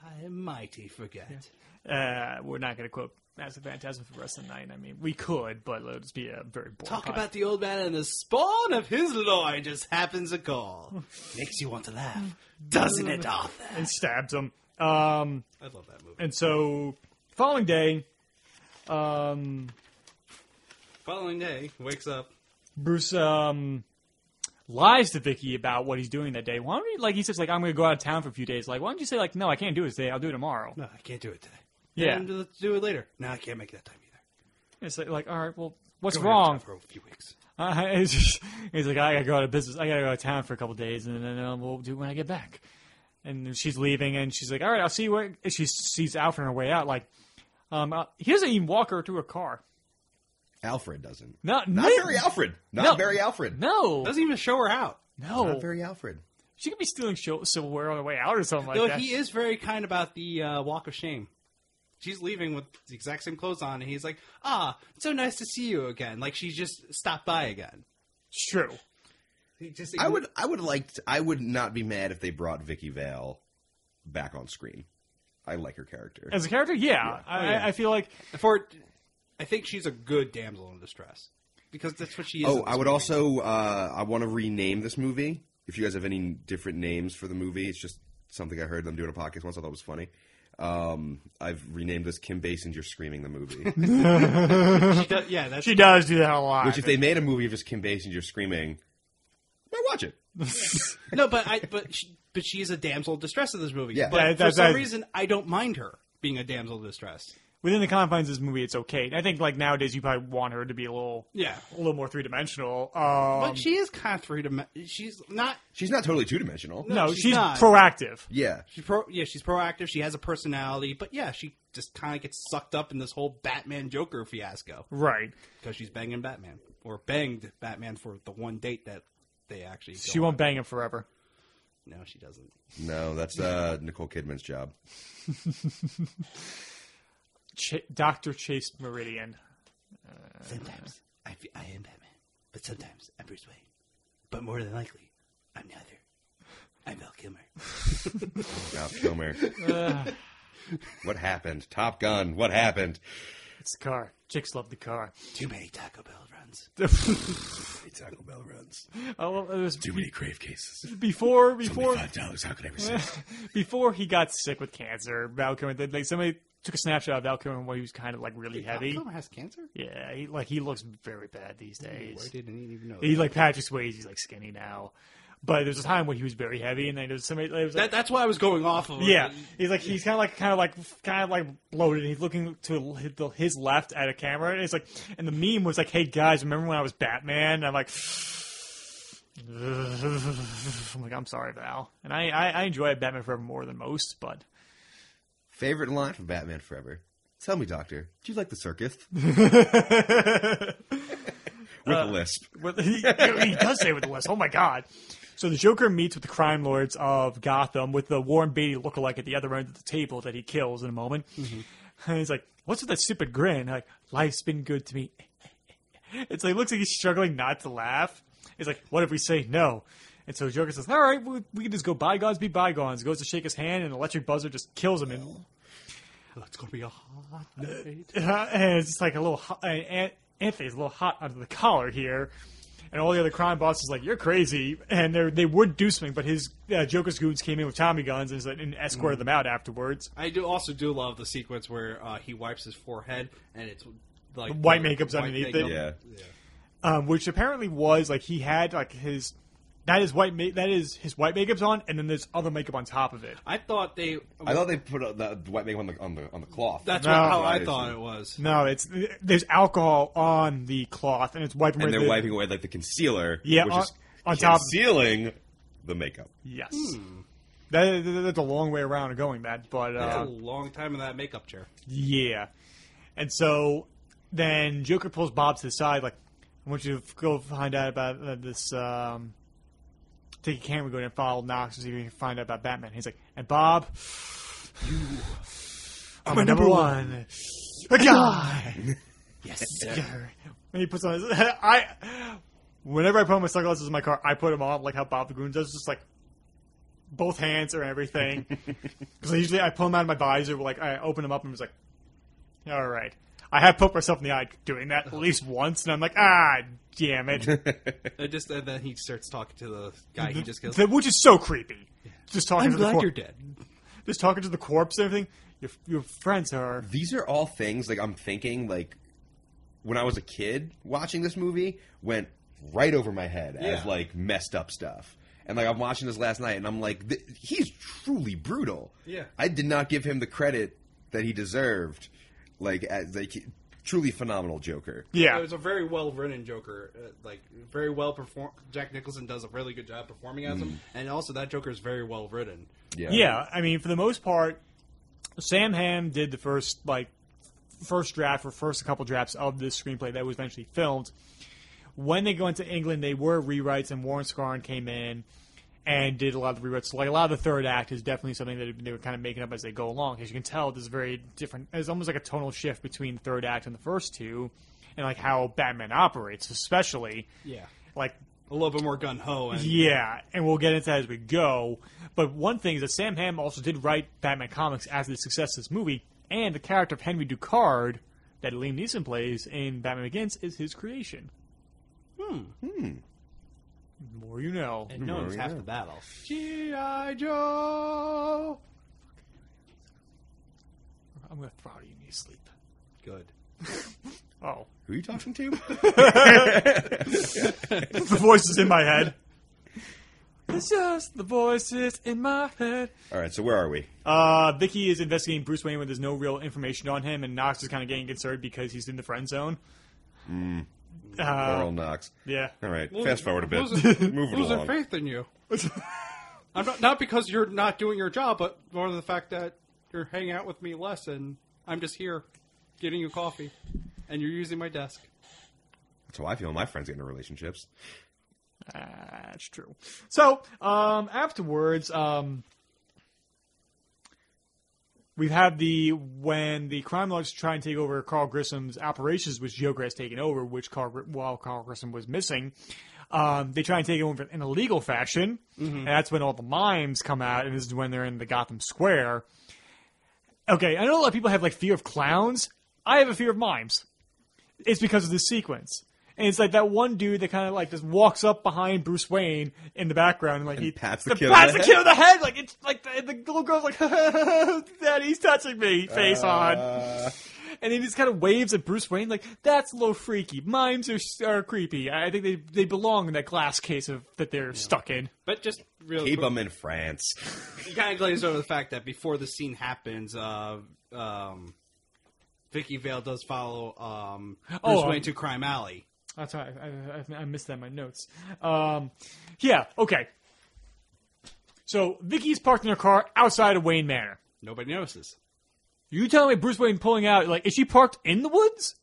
K: I mighty forget.
H: Uh, we're not going to quote Mask of the Phantasm for the rest of the night. I mean, we could, but it'll just be a very boring.
K: Talk
H: podcast.
K: about the old man and the spawn of his loin just happens
H: [LAUGHS]
K: to call. Makes you want to laugh,
H: Mm.
K: doesn't it, Arthur?
H: and stabs him. Um,
K: I love that movie.
H: And so, following day, um,
K: Following day, wakes up.
H: Bruce um, lies to Vicky about what he's doing that day. Why don't you, like, he says, like, I'm going to go out of town for a few days. Like, why don't you say, like, no, I can't do it today. I'll do it tomorrow.
K: No, I can't do it today.
H: Yeah.
K: And let's do it later. No, I can't make that time either.
H: It's like, like, all right, well, what's
K: Go
H: wrong? [LAUGHS]
K: out for a few weeks.
H: Uh, it's just, he's like, I gotta go out of business. I gotta go out of town for a couple days, and then uh, we'll do it when I get back. And she's leaving, and she's like, "All right, I'll see you." Where... She sees Alfred on her way out. Like, um, uh, he doesn't even walk her to her car.
I: Alfred doesn't.
H: Not,
I: Not very Alfred. Not
H: No.
I: very Alfred.
H: No,
K: Doesn't even show her out.
H: No,
I: Not very Alfred.
H: She could be stealing show- silverware on the way out or something like
K: Though
H: that.
K: he is very kind about the uh, walk of shame. She's leaving with the exact same clothes on, and he's like, "Ah, it's so nice to see you again." Like she just stopped by again.
H: It's true.
K: He just
I: I would. I would like. To, I would not be mad if they brought Vicky Vale back on screen. I like her character.
H: As a character, yeah, I,
K: Oh, yeah.
H: I feel like
K: for. I think she's a good damsel in distress because that's what she is.
I: Oh,
K: in this
I: I would
K: movie.
I: also. Uh, I want to rename this movie. If you guys have any different names for the movie, it's just something I heard them doing a podcast once. I thought it was funny. Um, I've renamed this Kim Basinger screaming
H: [LAUGHS]
I: the movie.
K: [LAUGHS] She does, yeah, that's
H: she does do that a lot.
I: Which, if they made a movie of just Kim Basinger screaming, I watch it.
K: no, but I but she, but she is a damsel in distress in this movie.
I: Yeah.
K: but
H: Yeah,
K: for
H: that's-
K: some
H: that's-
K: reason, I don't mind her being a damsel in distress.
H: within the confines of this movie, it's okay. I think like nowadays, you probably want her to be a little,
K: Yeah.
H: a little more three dimensional. Um,
K: But she is kind of three dimensional. She's not.
I: She's not totally two dimensional.
H: no,
K: she's
H: she's,
K: not.
H: proactive.
I: Yeah.
K: She's pro. Yeah, she's proactive. She has a personality, but yeah, she just kind of gets sucked up in this whole Batman Joker fiasco
H: Right.
K: because she's banging Batman or banged Batman for the one date that they actually. go
H: She
K: on.
H: won't bang him forever.
K: No, she doesn't.
I: No, that's uh, Nicole Kidman's job.
H: Ch- Doctor Chase Meridian.
K: Sometimes I fe- I am Batman, but sometimes I'm Bruce Wayne. But more than likely, I'm neither. I'm Val Kilmer.
I: Ralph
H: [LAUGHS]
I: Kilmer. what happened? Top Gun. What happened?
H: It's the car. Chicks love the car.
J: Too many Taco Bell runs.
I: Taco Bell runs.
H: Oh, well, it was
I: Too many grave cases.
H: Before, before,
I: Five dollars. How
H: [LAUGHS]
I: can I resist?
H: before he got sick with cancer, Val Kilmer. they- Like somebody took a snapshot of Val Kilmer while he was kind of like really heavy.
K: Kilmer has cancer?
H: Yeah, he, like he looks very bad these days.
K: I didn't even know
H: He's
K: that.
H: like Patrick Swayze. He's like skinny now, but there's a time when he was very heavy, and then there's somebody. There was like,
K: That, that's why I was going off of.
H: yeah, he's like he's kind of like kind of like kind of like bloated. and He's looking to his- the- his left at a camera, and it's like, and the meme was like, "Hey guys, remember when I was Batman?" And I'm like, [LAUGHS] I'm like, I'm sorry, Val, and I I, I enjoy Batman Forever more than most, but
I: Favorite line from Batman Forever. Tell me, Doctor, do you like
H: [LAUGHS]
I: the circus? With
H: Uh,
I: a lisp.
H: With, he, he does say with the West. Oh my god. So the Joker meets with the crime lords of Gotham with the Warren Beatty lookalike at the other end of the table that he kills in a moment. And he's like, "What's with that stupid grin?" Like, life's been good to me. [LAUGHS] It's like looks like he's struggling not to laugh. He's like, "What if we say no?" And so Joker says, "All right, we, we can just go bygones be bygones." Goes to shake his hand, and electric buzzer just kills him. And
K: Oh, it's gonna be a hot night.
H: and it's just like a little hot, and Ant- Anthony's a little hot under the collar here. And all the other crime bosses like you're crazy, and they they would do something, but his uh, Joker's goons came in with Tommy guns and, and escorted them out afterwards.
K: I do also do love the sequence where uh, he wipes his forehead and it's like
H: White makeup's underneath it.
I: Yeah.
H: um, which apparently was like he had like his that is white ma- that is his white makeup's on, and then there's other makeup on top of it.
K: I thought they.
I: I thought they put uh, the the white makeup on the on the on the cloth.
K: that's
H: No.
K: what, how I thought it was.
H: No, it's there's alcohol on the cloth, and it's wiping
I: and
H: away
I: they're
H: the-
I: wiping away like the concealer,
H: Yeah, uh,
I: which
H: on-
I: is
H: on top of-
I: concealing the makeup.
H: Yes,
I: Hmm.
H: that, that- that's a long way around of going that, but uh,
K: That's a long time in that
I: [LAUGHS]
K: makeup chair.
H: Yeah. And so then Joker pulls Bob to the side, like, I want you to f- go find out about uh, this. Um, take a camera, go down and follow Knox and see if you can find out about Batman. He's like, and Bob, you are my number one. A guy!
J: Yes,
H: [LAUGHS] when he puts on his. I. Whenever I put on my sunglasses in my car, I put them on like how Bob the Goon does, just like both hands or everything. Because usually I pull them out of my visor, like I open them up and was like, all right. I have poked myself in the eye doing that at least once, and I'm like, ah, damn
K: [LAUGHS]
H: it.
K: And just and then he starts talking to the guy. Ah, He just goes,
H: Th- Which is so creepy. Just talking
K: "I'm
H: to the
K: glad
H: corpse.
K: you're dead."
H: Just talking to the corpse and everything. Your, your friends are.
I: These are all things like I'm thinking like when I was a kid watching this movie went right over my head as
K: Yeah.
I: like messed up stuff. And like I'm watching this last night and I'm like th- he's truly brutal.
K: Yeah.
I: I did not give him the credit that he deserved. Like as like he- truly phenomenal Joker.
H: Yeah.
K: It was a very well written Joker, uh, like very well performed. Jack Nicholson does a really good job performing as
I: Mm.
K: him, and also that Joker is very well written.
I: Yeah.
H: Yeah, I mean, for the most part, Sam Hamm did the first like first draft or first couple drafts of this screenplay that was eventually filmed. When they go into England, they were rewrites, and Warren Scarn came in and did a lot of the rewrites. So, like a lot of the third act is definitely something that they were kind of making up as they go along. As you can tell, there's very different. There's almost like a tonal shift between the third act and the first two, and like how Batman operates, especially
K: Yeah,
H: like
K: a little bit more gun ho and
H: yeah, and we'll get into that as we go. But one thing is that Sam Hamm also did write Batman comics after the success of this movie, and the character of Henry Ducard that Liam Neeson plays in Batman Begins is his creation. Hmm. Hmm. More you know.
K: and no
I: Oh,
K: one's half the battle.
J: G.I. Joe.
H: I'm gonna throttle you in your sleep.
K: Good.
H: Oh, [LAUGHS]
I: Who are you talking to? [LAUGHS]
H: the voice is in my head. [LAUGHS] It's just the voices in my head.
I: all right, so where are we?
H: Uh, Vicky is investigating Bruce Wayne when there's no real information on him, and Knox is kind of getting concerned because he's in the friend zone. Uh,
I: Oral Knox.
H: Yeah.
I: All right, fast forward a bit. [LAUGHS]
K: Losing,
I: Move it
K: losing
I: along.
K: faith in
I: [LAUGHS]
K: you. I'm not not because you're not doing your job, but more the fact that you're hanging out with me less, and I'm just here getting you coffee, and you're using my desk.
I: That's how I feel. My friends get into relationships.
H: That's true. So, um, afterwards, um, we have the when the crime lords try and take over Carl Grissom's operations, which Joker has taken over, which Carl, Gr- while Carl Grissom was missing, um, they try and take it over in a legal fashion, and that's when all the mimes come out, and this is when they're in the Gotham Square. Okay, I know a lot of people have like fear of clowns. I have a fear of mimes. it's because of this sequence. And it's like that one dude that kind of like just walks up behind Bruce Wayne in the background and like he
I: pats
H: the,
I: kid on
H: pats
I: the
H: the
I: head.
H: kid on the head. Like it's like the, the little girl's like, [LAUGHS] "Daddy, he's touching me." Face
I: Uh.
H: on. And he just kind of waves at Bruce Wayne like that's a little freaky. Mimes are, are creepy. I think they they belong in that glass case of that they're stuck in.
K: But just real
I: Keep
K: quick,
I: them in France.
K: you kind of glazed over the fact that before the scene happens, uh, um, Vicky Vale does follow um, Bruce
H: Oh, um,
K: Wayne to Crime Alley.
H: That's right. I, I, I missed that in my notes. Um, yeah. Okay. So Vicky's parked in her car outside of Wayne Manor.
K: Nobody notices.
H: You telling me Bruce Wayne pulling out? Like, is she parked in the woods?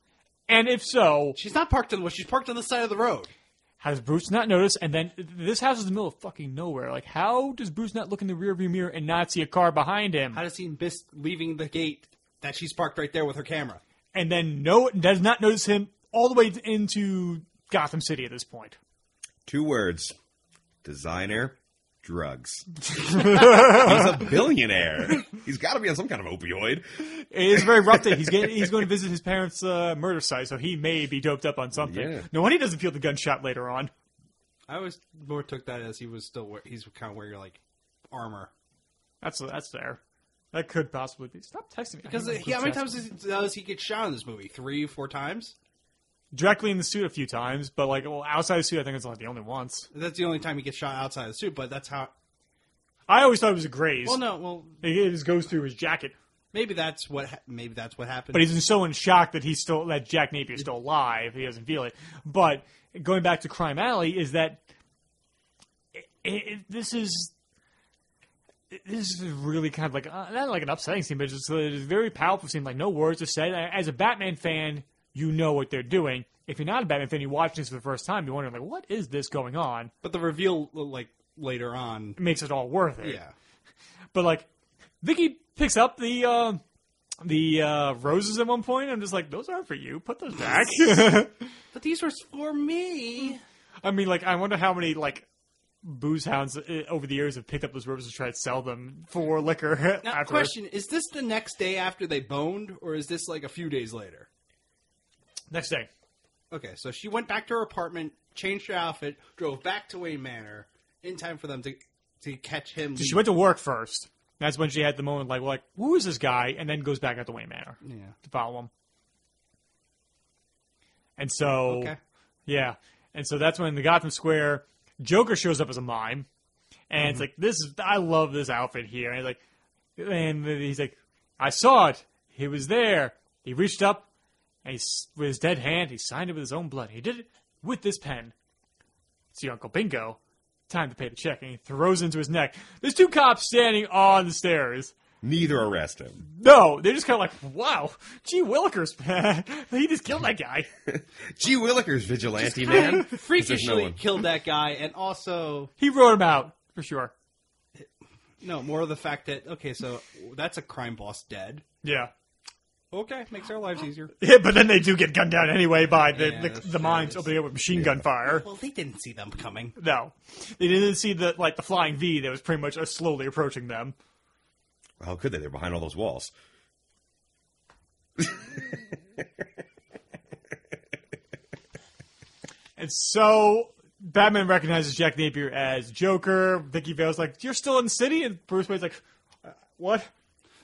H: And if so,
K: she's not parked in the woods. She's parked on the side of the road.
H: How does Bruce not notice? And then this house is in the middle of fucking nowhere. Like, how does Bruce not look in the rearview mirror and not see a car behind him?
K: How does he miss leaving the gate that she's parked right there with her camera?
H: And then no, does not notice him all the way into Gotham City at this point.
I: Two words: designer, drugs.
K: [LAUGHS]
I: He's a billionaire. He's got to be on some kind of opioid.
H: It is very rough day. He's getting, he's going to visit his parents' uh, murder site, so he may be doped up on something.
K: Yeah.
H: No wonder he doesn't feel the gunshot later on.
K: I always more took that as he was still wear- he's kind of wearing like armor
H: That's that's there. That could possibly be. Stop texting me.
K: because
H: I
K: uh,
H: hate
K: he, how many
H: group
K: times
H: texts.
K: does he, does he get shot in this movie? Three, four times.
H: directly in the suit a few times, but like well, outside the suit, I think it's like the only once.
K: That's the only time he gets shot outside of the suit. But that's how.
H: I always thought it was a graze.
K: Well, no, well
H: it, it just goes through his jacket.
K: maybe that's what ha- maybe that's what happened.
H: But he's so in shock that he's still that Jack Napier's still alive. He doesn't feel it. But going back to Crime Alley is that it, it, this is this is really kind of like uh, not like an upsetting scene, but it's just a very powerful scene. Like no words are said. As a Batman fan, you know what they're doing. If you're not a Batman fan, you watch this for the first time, you're wondering like, what is this going on?
K: But the reveal like later on
H: makes it all worth it.
K: Yeah.
H: But like, Vicky picks up the uh, the uh, roses at one point. I'm just like, those aren't for you. Put those back. [LAUGHS]
K: but these were for me.
H: I mean, like, I wonder how many like booze hounds uh, over the years have picked up those roses to try to sell them for liquor. [LAUGHS]
K: Now,
H: afterwards.
K: question: Is this the next day after they boned, or is this like a few days later?
H: Next day.
K: Okay, so she went back to her apartment, changed her outfit, drove back to Wayne Manor in time for them to to catch him.
H: So she
K: leaving.
H: went to work first. That's when she had the moment like, like, who is this guy? And then goes back out to Wayne Manor
K: Yeah.
H: to follow him. And so,
K: Okay.
H: yeah, and so that's when the Gotham Square Joker shows up as a mime, and it's
K: Mhm.
H: like this is I love this outfit here, and it's like, and he's like, I saw it. He was there. He reached up, and he, s- with his dead hand, he signed it with his own blood. He did it with this pen. It's your Uncle Bingo. Time to pay the check, and he throws it into his neck. There's two cops standing on the stairs.
I: Neither arrest him.
H: No, they're just kind of like, wow, gee [LAUGHS] willikers, man. he just killed that guy.
I: Gee willikers, vigilante
K: Just
I: man.
K: kinda
I: 'Cause there's no
K: [LAUGHS] freakishly
I: one.
K: killed that guy, and also
H: he wrote him out for sure.
K: No, more of the fact that okay, so that's a crime boss dead.
H: Yeah. [LAUGHS]
K: Okay, makes our lives easier.
H: Yeah, but then they do get gunned down anyway by the,
K: Yeah,
H: the,
K: that's
H: the mines opening up with machine gun fire.
K: Well, they didn't see them coming.
H: No, they didn't see the like the flying V that was pretty much uh, slowly approaching them.
I: How could they? They're behind all those walls.
H: And so Batman recognizes Jack Napier as Joker. Vicky Vale's like, "You're still in the city," and Bruce Wayne's like, "Uh, "What?" [LAUGHS]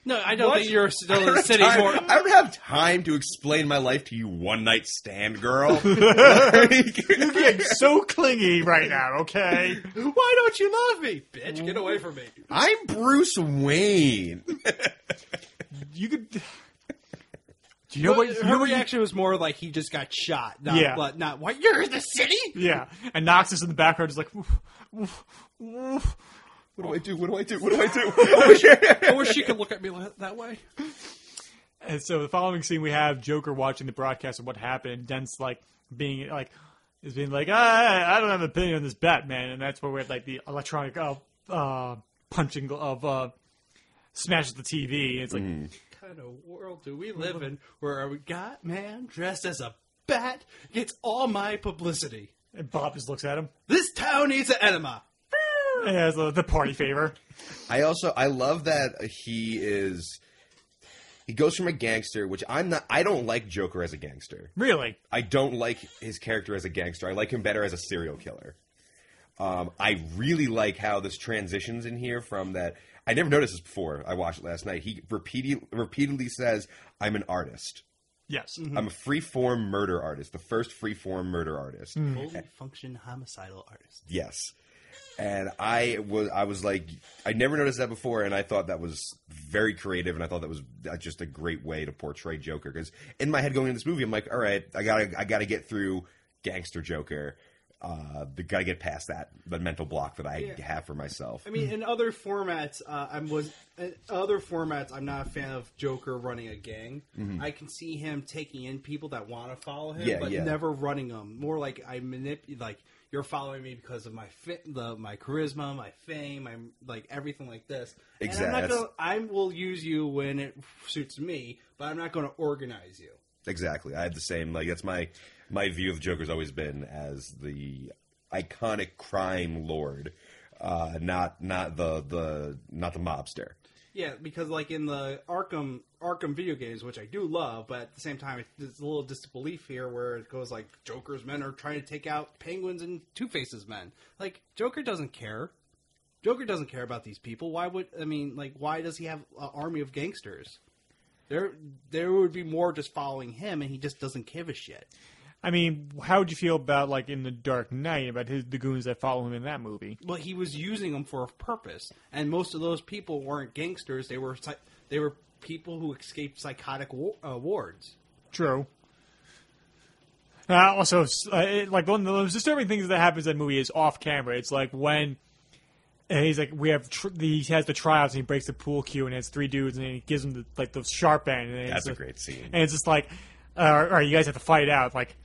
K: No, I don't
H: What?
K: think [LAUGHS] you're still
I: I
K: in
I: don't
K: the
I: have
K: city
I: time-
K: more.
I: I don't have time to explain my life to you, one night stand
K: [LAUGHS]
I: girl. [LAUGHS]
H: You're getting so clingy right now. Okay,
K: [LAUGHS] Why don't you love me, bitch? Get away from me.
I: I'm Bruce Wayne.
H: you could. [LAUGHS] Do you
K: You
H: know what? You
K: her
H: know what you-
K: reaction was more like he just got shot. Not,
H: Yeah.
K: but not what you're in the city.
H: yeah, and Knox is in the background, just like, "Oof, oof, oof."
I: What do I do? What do I do? What do [LAUGHS] I do?
K: I wish she could look at me li- that way.
H: And so the following scene, we have Joker watching the broadcast of what happened. and Dent's like being like is being like, "Ah, I, I don't have an opinion on this Batman, and that's where we have like the electronic uh, uh, punching gl- of uh, smashes the TV. It's like
K: kind of world do we live in where a got man dressed as a bat gets all my publicity?
H: and Bob just looks at him.
K: This town needs an enema.
H: And has uh, the party favor.
I: I also I love that he is He goes from a gangster, which I'm not. I don't like Joker as a gangster.
H: Really?
I: I don't like his character as a gangster. I like him better as a serial killer. Um, I really like how this transitions in here from that. I never noticed this before. I watched it last night. He repeatedly repeatedly says, "I'm an artist."
H: Yes.
I: I'm a free form murder artist, the first free form murder artist.
K: Fully function homicidal artist.
I: Yes. And I was I was like I never noticed that before, and I thought that was very creative, and I thought that was uh, just a great way to portray Joker. Because in my head going into this movie, I'm like, all right, I gotta I gotta get through gangster Joker. Uh, gotta get past that the mental block that I
K: Yeah.
I: have for myself.
K: I mean, in other formats, uh, I was in other formats. I'm not a fan of Joker running a gang.
I: Mhm.
K: I can see him taking in people that want to follow him,
I: Yeah,
K: but
I: yeah.
K: never running them. More like I manipulate, like you're following me because of my fit, the, my charisma, my fame, my like everything like this. And
I: Exact-
K: I'm not
I: that's-
K: gonna, I will use you when it suits me, but I'm not going to organize you.
I: Exactly. I had the same like that's my my view of Joker's always been as the iconic crime lord, uh, not not the the not the mobster.
K: Yeah, because like in the Arkham Arkham video games, which I do love, but at the same time, it's, there's a little disbelief here where it goes like Joker's men are trying to take out Penguins and Two Faces men. Like Joker doesn't care. Joker doesn't care about these people. Why would I mean? Like, why does he have an army of gangsters? There, there would be more just following him, and he just doesn't give a shit.
H: I mean, how would you feel about like in the Dark Knight about his the goons that follow him in that movie?
K: But he was using them for a purpose, and most of those people weren't gangsters. They were psy- they were people who escaped psychotic wa- uh, wards.
H: True. Uh, also, s- uh, it, like one of the most disturbing things that happens in that movie is off camera. It's like when and he's like, we have tr- the, he has the tryouts and he breaks the pool cue and has three dudes and then he gives them the, like the sharp end. And
I: That's
H: it's
I: a
H: like-
I: great scene.
H: And it's just like, uh, all right, you guys have to fight it out. Like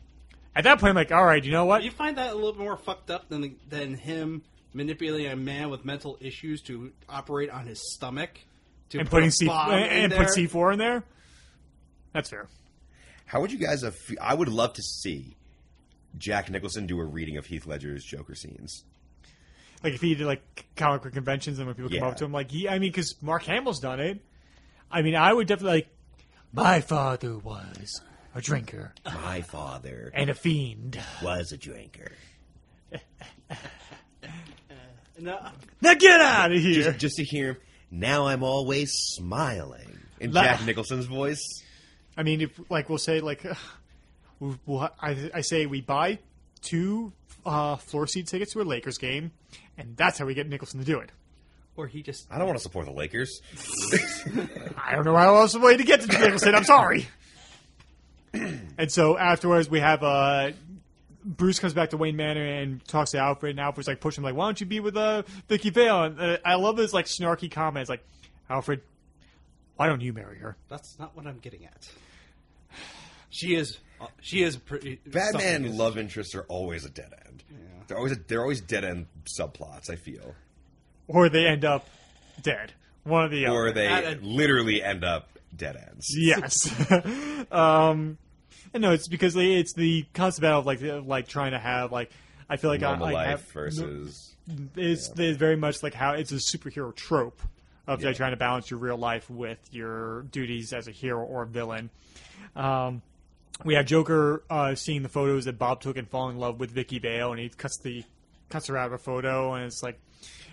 H: at that point, I'm like, all right, you know what?
K: You find that a little bit more fucked up than than him manipulating a man with mental issues to operate on his stomach to
H: and
K: put
H: putting
K: a
H: C
K: bomb in
H: and, and put
K: there.
H: C four in there. That's fair.
I: How would you guys have? fe- I would love to see Jack Nicholson do a reading of Heath Ledger's Joker scenes.
H: Like if he did like comic book conventions and when people come
I: Yeah.
H: up to him, like he, I mean, because Mark Hamill's done it. I mean, I would definitely like. My father was a
I: [LAUGHS]
H: drinker. [LAUGHS]
I: My father
H: And a fiend.
I: was a drinker.
K: No,
H: Now get out of here!
I: Just, just to hear him. Now I'm always smiling in
H: La-
I: Jack Nicholson's voice.
H: I mean, if like we'll say like, [SIGHS] we'll, we'll, I, I say we buy two uh, floor seat tickets to a Lakers game, and that's how we get Nicholson to do it.
K: or he just
I: I don't want to support
H: [LAUGHS]
I: the Lakers.
H: I don't know how else a way to get to Nicholson.
I: [LAUGHS]
H: I'm sorry. [CLEARS THROAT] and so afterwards, we have uh, Bruce comes back to Wayne Manor and talks to Alfred, and Alfred's like pushing him like, "Why don't you be with uh, Vicky Vale?" And uh, I love his like snarky comments, like, "Alfred, why don't you marry her?"
K: That's not what I'm getting at. She is. uh, She is pretty.
I: Batman
K: something. [LAUGHS]
I: love interests are always a dead end. They're always they're always dead end subplots. I feel,
H: Or they end up dead. One of the other.
I: or they
H: At a-
I: literally end up dead ends.
H: Yes. [LAUGHS] um, and no, it's because they- it's the concept of like the- like trying to have like I feel like I-
I: Normal
H: I,
I: life
H: have-
I: versus-
H: it's they very much like how it's a superhero trope of like, trying to balance your real life with your duties as a hero or villain. Um, we have Joker uh, seeing the photos that Bob took and falling in love with Vicky Vale, and he cuts the cuts her out of a photo, and it's like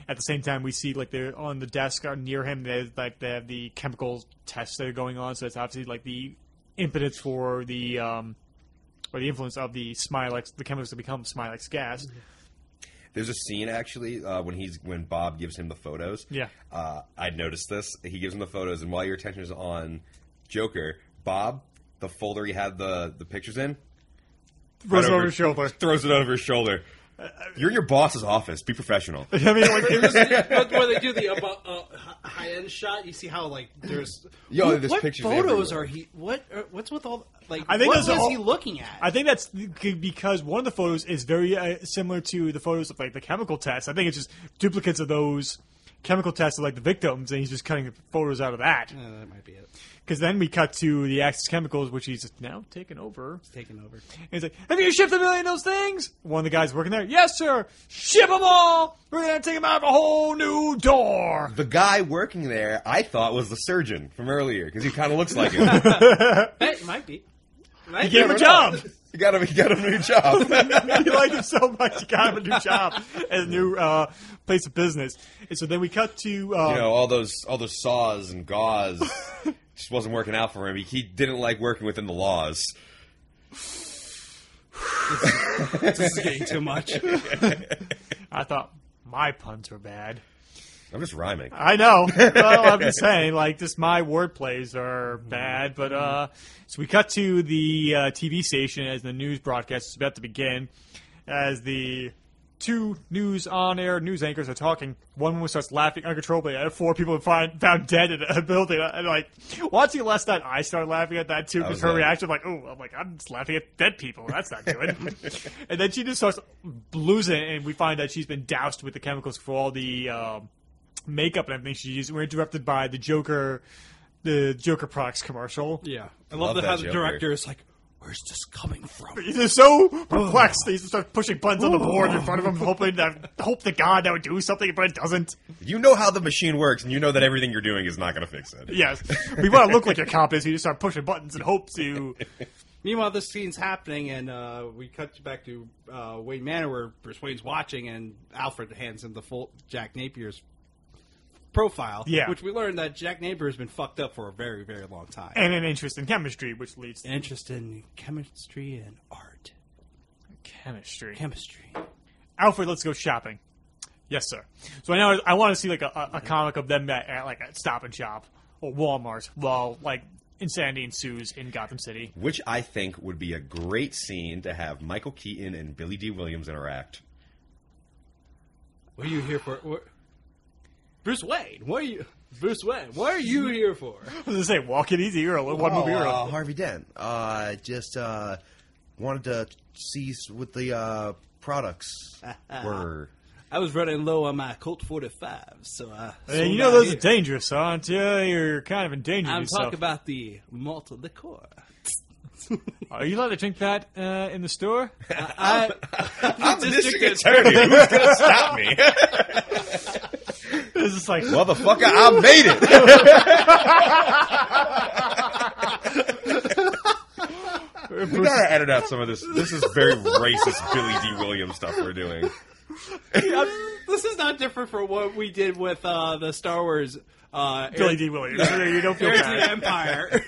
H: at the same time we see like they're on the desk or near him. They like they have the chemical tests that are going on, so it's obviously like the impotence for the um, or the influence of the Smilex, the chemicals that become Smilex gas.
I: There's a scene actually uh, when he's when Bob gives him the photos.
H: Yeah.
I: uh, I noticed this. He gives him the photos, and while your attention is on Joker, Bob, the folder he had the the pictures in,
H: Throws
I: right
H: it over his shoulder.
I: Throws it over his shoulder. You're in your boss's office. Be
H: [LAUGHS]
I: professional.
H: I mean, like,
K: But this- but where they do the abo- uh, high end shot, you see how like there's
I: Yo,
K: What-
I: there's
K: what
I: pictures
K: photos
I: everywhere.
K: are he what are, what's with all like
H: I think
K: what
H: those
K: was
H: are all-
K: he looking at?
H: I think that's c- because one of the photos is very uh, similar to the photos of like the chemical tests. I think it's just duplicates of those chemical tested like the victims, and he's just cutting the photos out of that.
K: Uh, that might be it.
H: Because then we cut to the Axis Chemicals, which he's now taken over. He's
K: taken over.
H: And he's like, Have you shipped a million of those things? One of the guys working there, Yes, sir. Ship them all. We're going to take them out of a whole new door.
I: [LAUGHS] The guy working there, I thought was the surgeon from earlier because he kind of looks
H: [LAUGHS]
I: like him.
K: It might be. Might
H: You gave him a job. [LAUGHS]
I: You got him. You got him a new job. [LAUGHS]
H: you like him so much, you got him a new job and a new uh, place of business. And so then we cut to um,
I: you know all those all those saws
H: [LAUGHS]
I: and gauze just wasn't working out for him. He, he didn't like working within the laws.
K: this is getting too much.
H: I thought my puns were bad.
I: I'm just rhyming.
H: I know. Well, I'm just saying, like, just my word plays are bad. But uh, so we cut to the uh, TV station as the news broadcast is about to begin, as the two news on-air news anchors are talking. One woman starts laughing uncontrollably at four people find, found dead in a building. And like watching last night, I started laughing at that too
I: I
H: because
I: was
H: her reaction,
I: laughing.
H: like, oh, I'm like, I'm just laughing at dead people. That's not
K: [LAUGHS]
H: good. and then she just starts losing, it, and we find that she's been doused with the chemicals for all the. Um, makeup and everything she used. We're interrupted by the Joker, the Joker products commercial. [LAUGHS]
K: Yeah, I
H: Love
K: love, that
H: that
K: how the
H: Joker.
K: director is like, "Where's this coming from?"
H: He's just so perplexed. that He just starts pushing buttons on the board in front of
K: [LAUGHS]
H: him, hoping that hope to God that would do something, but it doesn't.
I: You know how the machine works, and you know that everything you're doing is not going to fix it.
H: Yes, we want to look like a cop is. You just start pushing buttons and hope to.
K: Meanwhile, this scene's happening, and uh, we cut back to uh, Wayne Manor, where Bruce Wayne's watching, and Alfred hands him the full Jack Napier's profile.
H: Yeah.
K: which we learned that Jack Napier has been fucked up for a very, very long time.
H: And an interest in chemistry, which leads to
K: interest in chemistry and art.
H: Chemistry.
K: Chemistry.
H: Alfred, let's go shopping. Yes, sir. So I know I want to see like a, a comic of them at, at like a Stop and Shop or Walmart while like insanity ensues in Gotham City. [LAUGHS]
I: Which I think would be a great scene to have Michael Keaton and Billy D. Williams interact.
K: What are you here for? What? Bruce Wayne, what are you? Bruce Wayne, what are you here for?
H: I was gonna say, walk it easy, Earl. One
N: oh,
H: movie,
N: uh,
H: Earl.
N: Harvey Dent. Uh, just uh, wanted to see s- what the uh,
I: [LAUGHS]
N: products were.
K: I was running low on my Colt 45, so I.
H: Hey,
K: sold
H: you know
K: out
H: those
K: here.
H: are dangerous, aren't you? You're kind of endangering
K: I'm
H: yourself.
K: talking about the malt liqueur.
H: Are you allowed to drink that uh, in the store?
K: [LAUGHS] I,
I: I'm the district attorney. Who's gonna [LAUGHS]
H: [LAUGHS]
I: stop me? [LAUGHS]
H: This is like
I: Motherfucker, I made [LAUGHS] it. we gotta edit out some of this. This is very racist Billy D. Williams stuff we're doing.
K: I'm- this is not different from what we did with uh, the Star Wars. Uh,
H: Billy D. Williams. You don't feel
K: Heirs to
H: bad.
K: the Empire.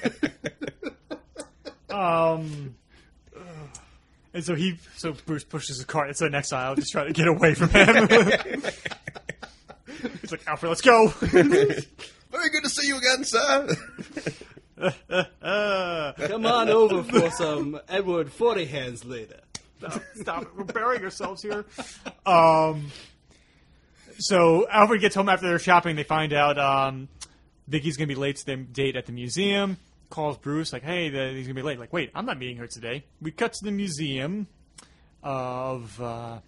H: Um. And so he, so Bruce pushes the cart. It's an exile, just trying to get away from him. He's like, Alfred, let's go.
I: Very good to see you again, sir.
K: Come on over for some Edward Forty Hands later.
H: Stop, stop it. We're burying ourselves here. Um, so Alfred gets home after they're shopping. They find out um, Vicky's going to be late to their date at the museum. Calls Bruce, like, hey, the, he's going to be late. Like, wait, I'm not meeting her today. We cut to the museum of, uh,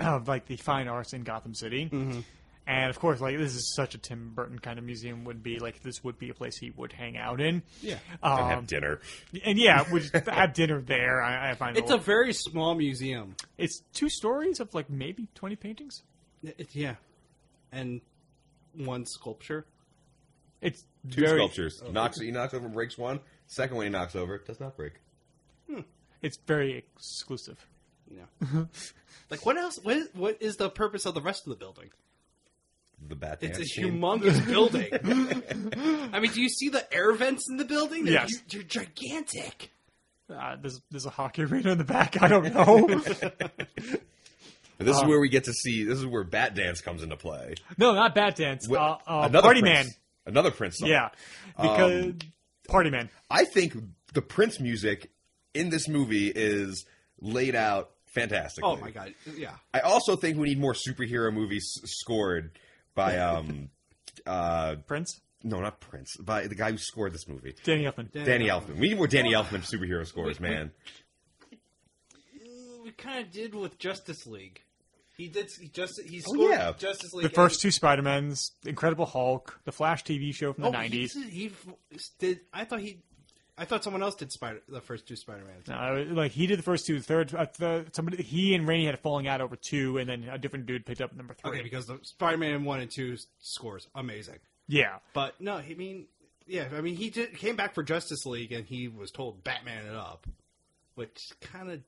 H: of like, the fine arts in Gotham City.
K: Mm-hmm.
H: And of course, like this is such a Tim Burton kind of museum would be like this would be a place he would hang out in.
K: Yeah.
I: and
H: Um,
I: have dinner.
H: and yeah, we
K: [LAUGHS]
H: just have dinner there. I, I find
K: It's a very small museum.
H: it's two stories of like maybe twenty paintings.
K: It- yeah, and one sculpture.
H: It's
I: Two
H: very Oh.
I: sculptures. Knocks. He knocks over, breaks one. Second one he knocks over does not break.
H: it's very exclusive.
K: Yeah. like what else? What is, what is the purpose of the rest of the building?
I: The bat. dance
K: It's a
I: scene.
H: [LAUGHS]
K: humongous building. I mean, do you see the air vents in the building? They're
H: Yes.
K: hu- they're gigantic.
H: Uh, there's there's a hockey [LAUGHS] arena in the back. I don't
I: [LAUGHS]
H: know.
I: This is
H: Uh,
I: where we get to see. This is where bat dance comes into play.
H: no, not Bat Dance.
I: Wh-
H: uh, uh, Party
I: Prince-
H: Man.
I: Another Prince song.
H: Yeah, because
I: Um,
H: Party Man.
I: I think the Prince music in this movie is laid out fantastically.
K: Oh my god! Yeah,
I: I also think we need more superhero movies s- scored
H: [LAUGHS]
I: by um uh
H: Prince.
I: No, not Prince. By the guy who scored this movie,
H: Danny Elfman.
I: Danny, Elfman. We need more Danny Elfman superhero scores, man.
K: we kind of did with Justice League.
O: He did. He just he
H: Oh,
O: scored
H: yeah.
O: Justice League.
H: The first two Spider-Mens, Incredible Hulk, the Flash TV show from the
K: Oh, he,
H: 90s.
K: did- he f- did. I thought he. I thought someone else did Spider the first two Spider Mans.
H: No, I was- Uh, like he did the first two, the third, uh, the, somebody he and Rainey had a falling out over two, and then a different dude picked up number three.
K: Okay, because the Spider Man one and two s- scores amazing.
H: Yeah.
K: But no, I mean, yeah, I mean, he did, came back for Justice League and he was told Batman it up, which kind of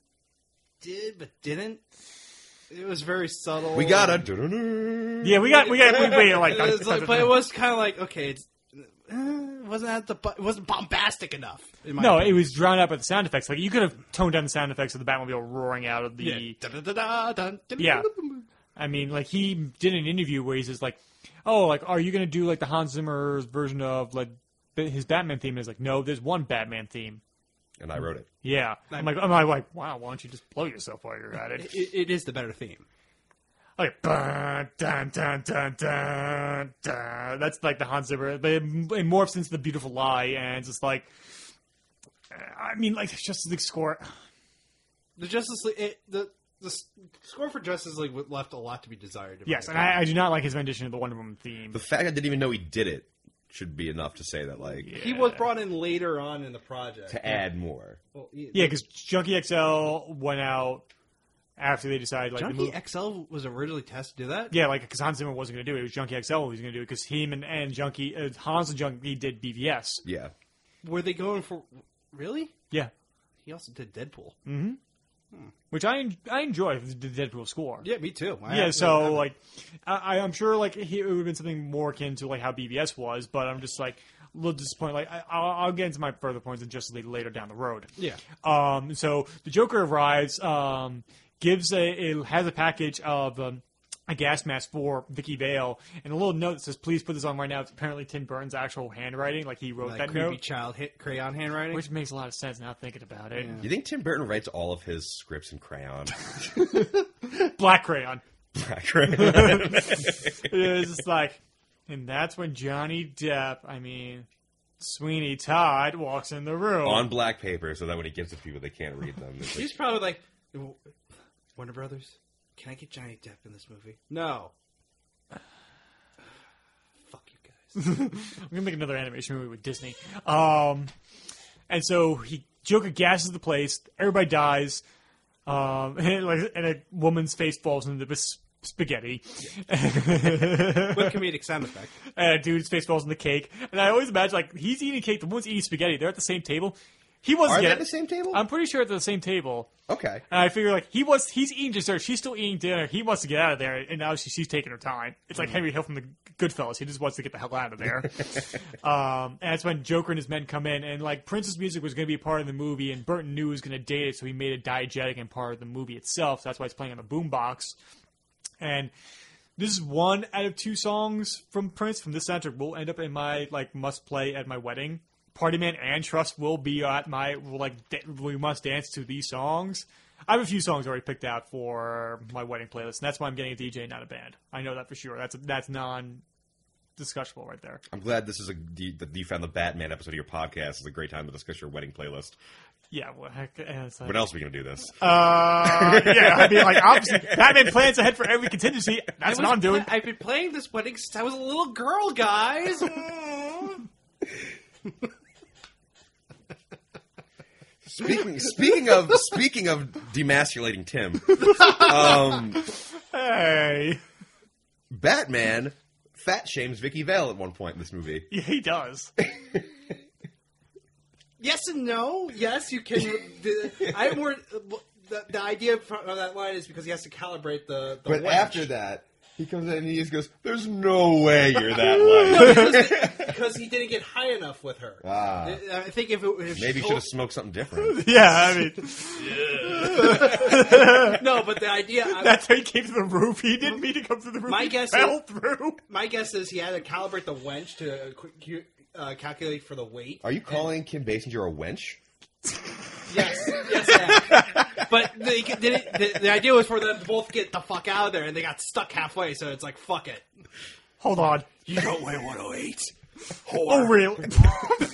K: did but didn't. It was very subtle.
I: We got
K: it.
I: a.
H: Yeah, we got we got we
K: [LAUGHS]
H: waited like, [LAUGHS]
K: It was like- but it was kind of like okay, it's, uh, wasn't that the bu- it wasn't bombastic enough? in my
H: no,
K: opinion.
H: it was drowned out by the sound effects. Like you could have toned down the sound effects of the Batmobile roaring out of the
K: Yeah. Da-da-da-da, dun, dun,
H: Yeah.
K: dun, dun, dun.
H: I mean, like he did an interview where he's just like, "Oh, like are you gonna do like the Hans Zimmer's version of like b- his Batman theme?" And he's like, "No, there's one Batman theme."
I: And I wrote it.
H: Yeah, I'm like, I'm like, wow, why don't you just blow yourself while you're at it?
K: [LAUGHS] It- it is the better theme.
H: Like, dun, dun, dun, dun, dun, dun. that's like the Hans Zimmer, but it, it morphs into the Beautiful Lie, and it's just like, I mean, like Justice League score.
K: The Justice League, it, the the s- score for Justice League w- left a lot to be desired. in my
H: Yes, and
K: opinion.
H: I, I do not like his rendition of the Wonder Woman theme.
I: The fact I didn't even know he did it should be enough to say that, like,
K: he was brought in later on in the project
I: to add more.
K: Well, yeah,
H: Yeah, because Junkie XL went out after they decided like the
K: Junkie
H: move.
K: XL was originally tested to do that.
H: Yeah, like because Hans Zimmer wasn't going to do it. It was Junkie XL who was going to do it because him and, and Junkie uh, Hans and Junkie did BVS.
I: Yeah.
K: Were they going for really?
H: Yeah.
K: He also did Deadpool.
H: Mm-hmm. Which I en- I enjoy the Deadpool score.
K: Yeah, me too. I
H: yeah,
K: have-
H: so like I, I'm sure like he, it would have been something more akin to like how BVS was, but I'm just like a little disappointed. Like I, I'll, I'll get into my further points in Justice League later down the road.
K: Yeah.
H: Um, so the Joker arrives, um, gives a, a has a package of um, a gas mask for Vicky Vale, and a little note that says, "Please put this on right now." It's apparently Tim Burns' actual handwriting, like he wrote
K: Like
H: that
K: creepy
H: note,
K: child hit crayon handwriting,
H: which makes a lot of sense now thinking about it.
I: You think Tim Burton writes all of his scripts in crayon?
H: Black crayon.
I: [LAUGHS] Black crayon.
H: it was just like, and that's when Johnny Depp, I mean, Sweeney Todd walks in the room.
I: [LAUGHS] on black paper, so that when he gives it to people, they can't read them. It's
K: He's
I: like,
K: probably like "W- Warner Brothers. Can I get Johnny Depp in this movie? No. [SIGHS]
H: I'm gonna make another animation movie with Disney. Um, and so he Joker gasses the place. Everybody dies. Um, [LAUGHS] and, like, and a woman's face falls into the sp- spaghetti. [LAUGHS]
K: With comedic sound effect.
H: and a dude's face falls in the cake. And I always imagine like he's eating cake, the woman's eating spaghetti. They're at the same table. He wasn't
I: Are they
H: yet-
I: at the same table?
H: I'm pretty sure they're at the same table.
I: Okay.
H: And I figure like he was he's eating dessert, she's still eating dinner. He wants to get out of there, and obviously she's taking her time. It's like
I: Mm.
H: Henry Hill from the Goodfellas. He just wants to get the hell out of there. um, and that's when Joker and his men come in, and like Prince's music was going to be part of the movie, and Burton knew he was going to date it, so he made it diegetic and part of the movie itself. that's why it's playing on the boombox. And this is one out of two songs from Prince from this soundtrack will end up in my like must play at my wedding. Party Man and Trust will be at my will, like da- we must dance to these songs. I have a few songs already picked out for my wedding playlist, and that's why I'm getting a DJ, not a band. I know that for sure. That's that's non-discussable right there.
I: I'm glad this is a you- that you found the Batman episode of your podcast. It's a great time to discuss your wedding playlist.
H: Yeah. Well, heck, and it's like-
I: When else are we gonna do this?
H: Uh, yeah. I mean, like obviously, Batman plans ahead for every contingency. That's
K: I
H: what
K: was
H: I'm doing.
K: pla- I've been playing this wedding since I was a little girl,
H: [LAUGHS]
K: guys. Mm.
I: Speaking speaking of speaking of demasculating Tim, um,
H: hey,
I: Batman fat shames Vicky Vale at one point in this movie.
H: Yeah, he does.
K: yes and no. Yes, you can. uh, The, I have more. The, the idea of that line is because he has to calibrate the. the
I: But
K: wedge. [LAUGHS]
I: after that, he comes in and he just goes, "There's no way you're [LAUGHS] that way."
K: because he didn't get high enough with her.
I: Ah.
K: I I think if it if
I: Maybe
K: she
I: you should have smoked something different.
H: Yeah, I mean,
K: no, but
I: [LAUGHS]
K: the idea I,
H: that's how he came to the roof. He didn't mean to come through the roof.
K: my
H: He
K: guess
H: fell
K: is,
H: through.
K: My guess is he had to calibrate the wench to uh, quick- cu- uh, calculate for the weight.
I: Are you calling Kim Basinger a wench? [LAUGHS]
K: Yes, yes, yeah. but they, c- they, didn't- the, the idea was for them to both get the fuck out of there, and they got stuck halfway. So it's like, fuck it.
H: Hold on.
J: You
K: oh
J: don't weigh 108.
H: [LAUGHS] Oh, really?
J: oh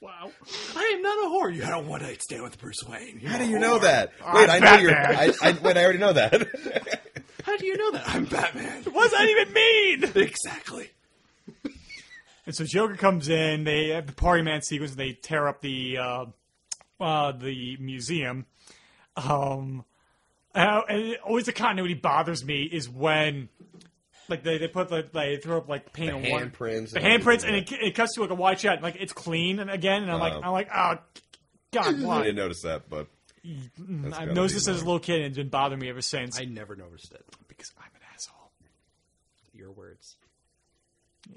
H: Wow.
J: I am not a whore. You had a one night stand with Bruce Wayne. You're
I: How do
J: a
I: you
J: whore.
I: know that?
J: Oh,
I: wait, I
J: I'm
I: know you're. I,
J: Batman.
I: I, wait, I already know that. [LAUGHS]
J: How do you know that? I'm
K: [LAUGHS]
J: Batman.
H: What does that even mean?
J: Exactly.
H: And so Joker comes in. They have the party man sequence. And they tear up the uh, uh, the museum. Um, uh, and always the continuity bothers me is when like they, they put like they throw up like paint
I: The
H: on one
I: handprints
H: the
I: and
H: handprints, and it, it cuts to like a wide shot. Like it's clean and again, and I'm like
I: Um,
H: I'm like oh
I: [LAUGHS]
H: god,
I: I
H: why? Mm,
I: didn't notice that, but that's
H: I've
I: gotta
H: noticed
I: be
H: this as a
I: mine.
H: little kid, and it's been bothering me ever since.
K: I never noticed it.
H: Because I'm an asshole.
K: Your words.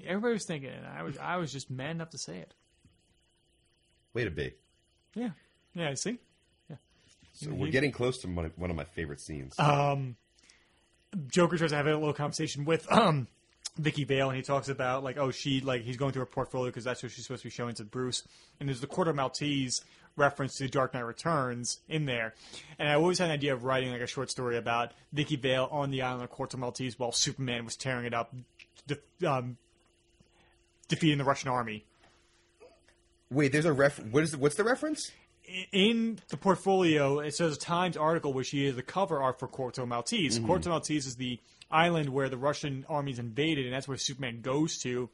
H: Everybody was thinking, it, and I was I was just man enough to say it.
I: Way to be.
H: Yeah, yeah. See, yeah.
I: So
H: You-
I: we're
H: you-
I: getting close to my, one of my favorite scenes.
H: Um, Joker tries to have a little conversation with um, Vicky Vale, and he talks about like, oh, she like he's going through her portfolio because that's what she's supposed to be showing to Bruce. And there's the Quarter Maltese reference to Dark Knight Returns in there. And I always had an idea of writing like a short story about Vicky Vale on the island of Quarter Maltese while Superman was tearing it up, de- um, defeating the Russian army.
I: Wait, there's a ref. What is? What's the reference?
H: in the portfolio, it says a Times article where she is the cover art for Corto Maltese.
I: Mhm.
H: Corto Maltese is the island where the Russian armies invaded, and that's where Superman goes to.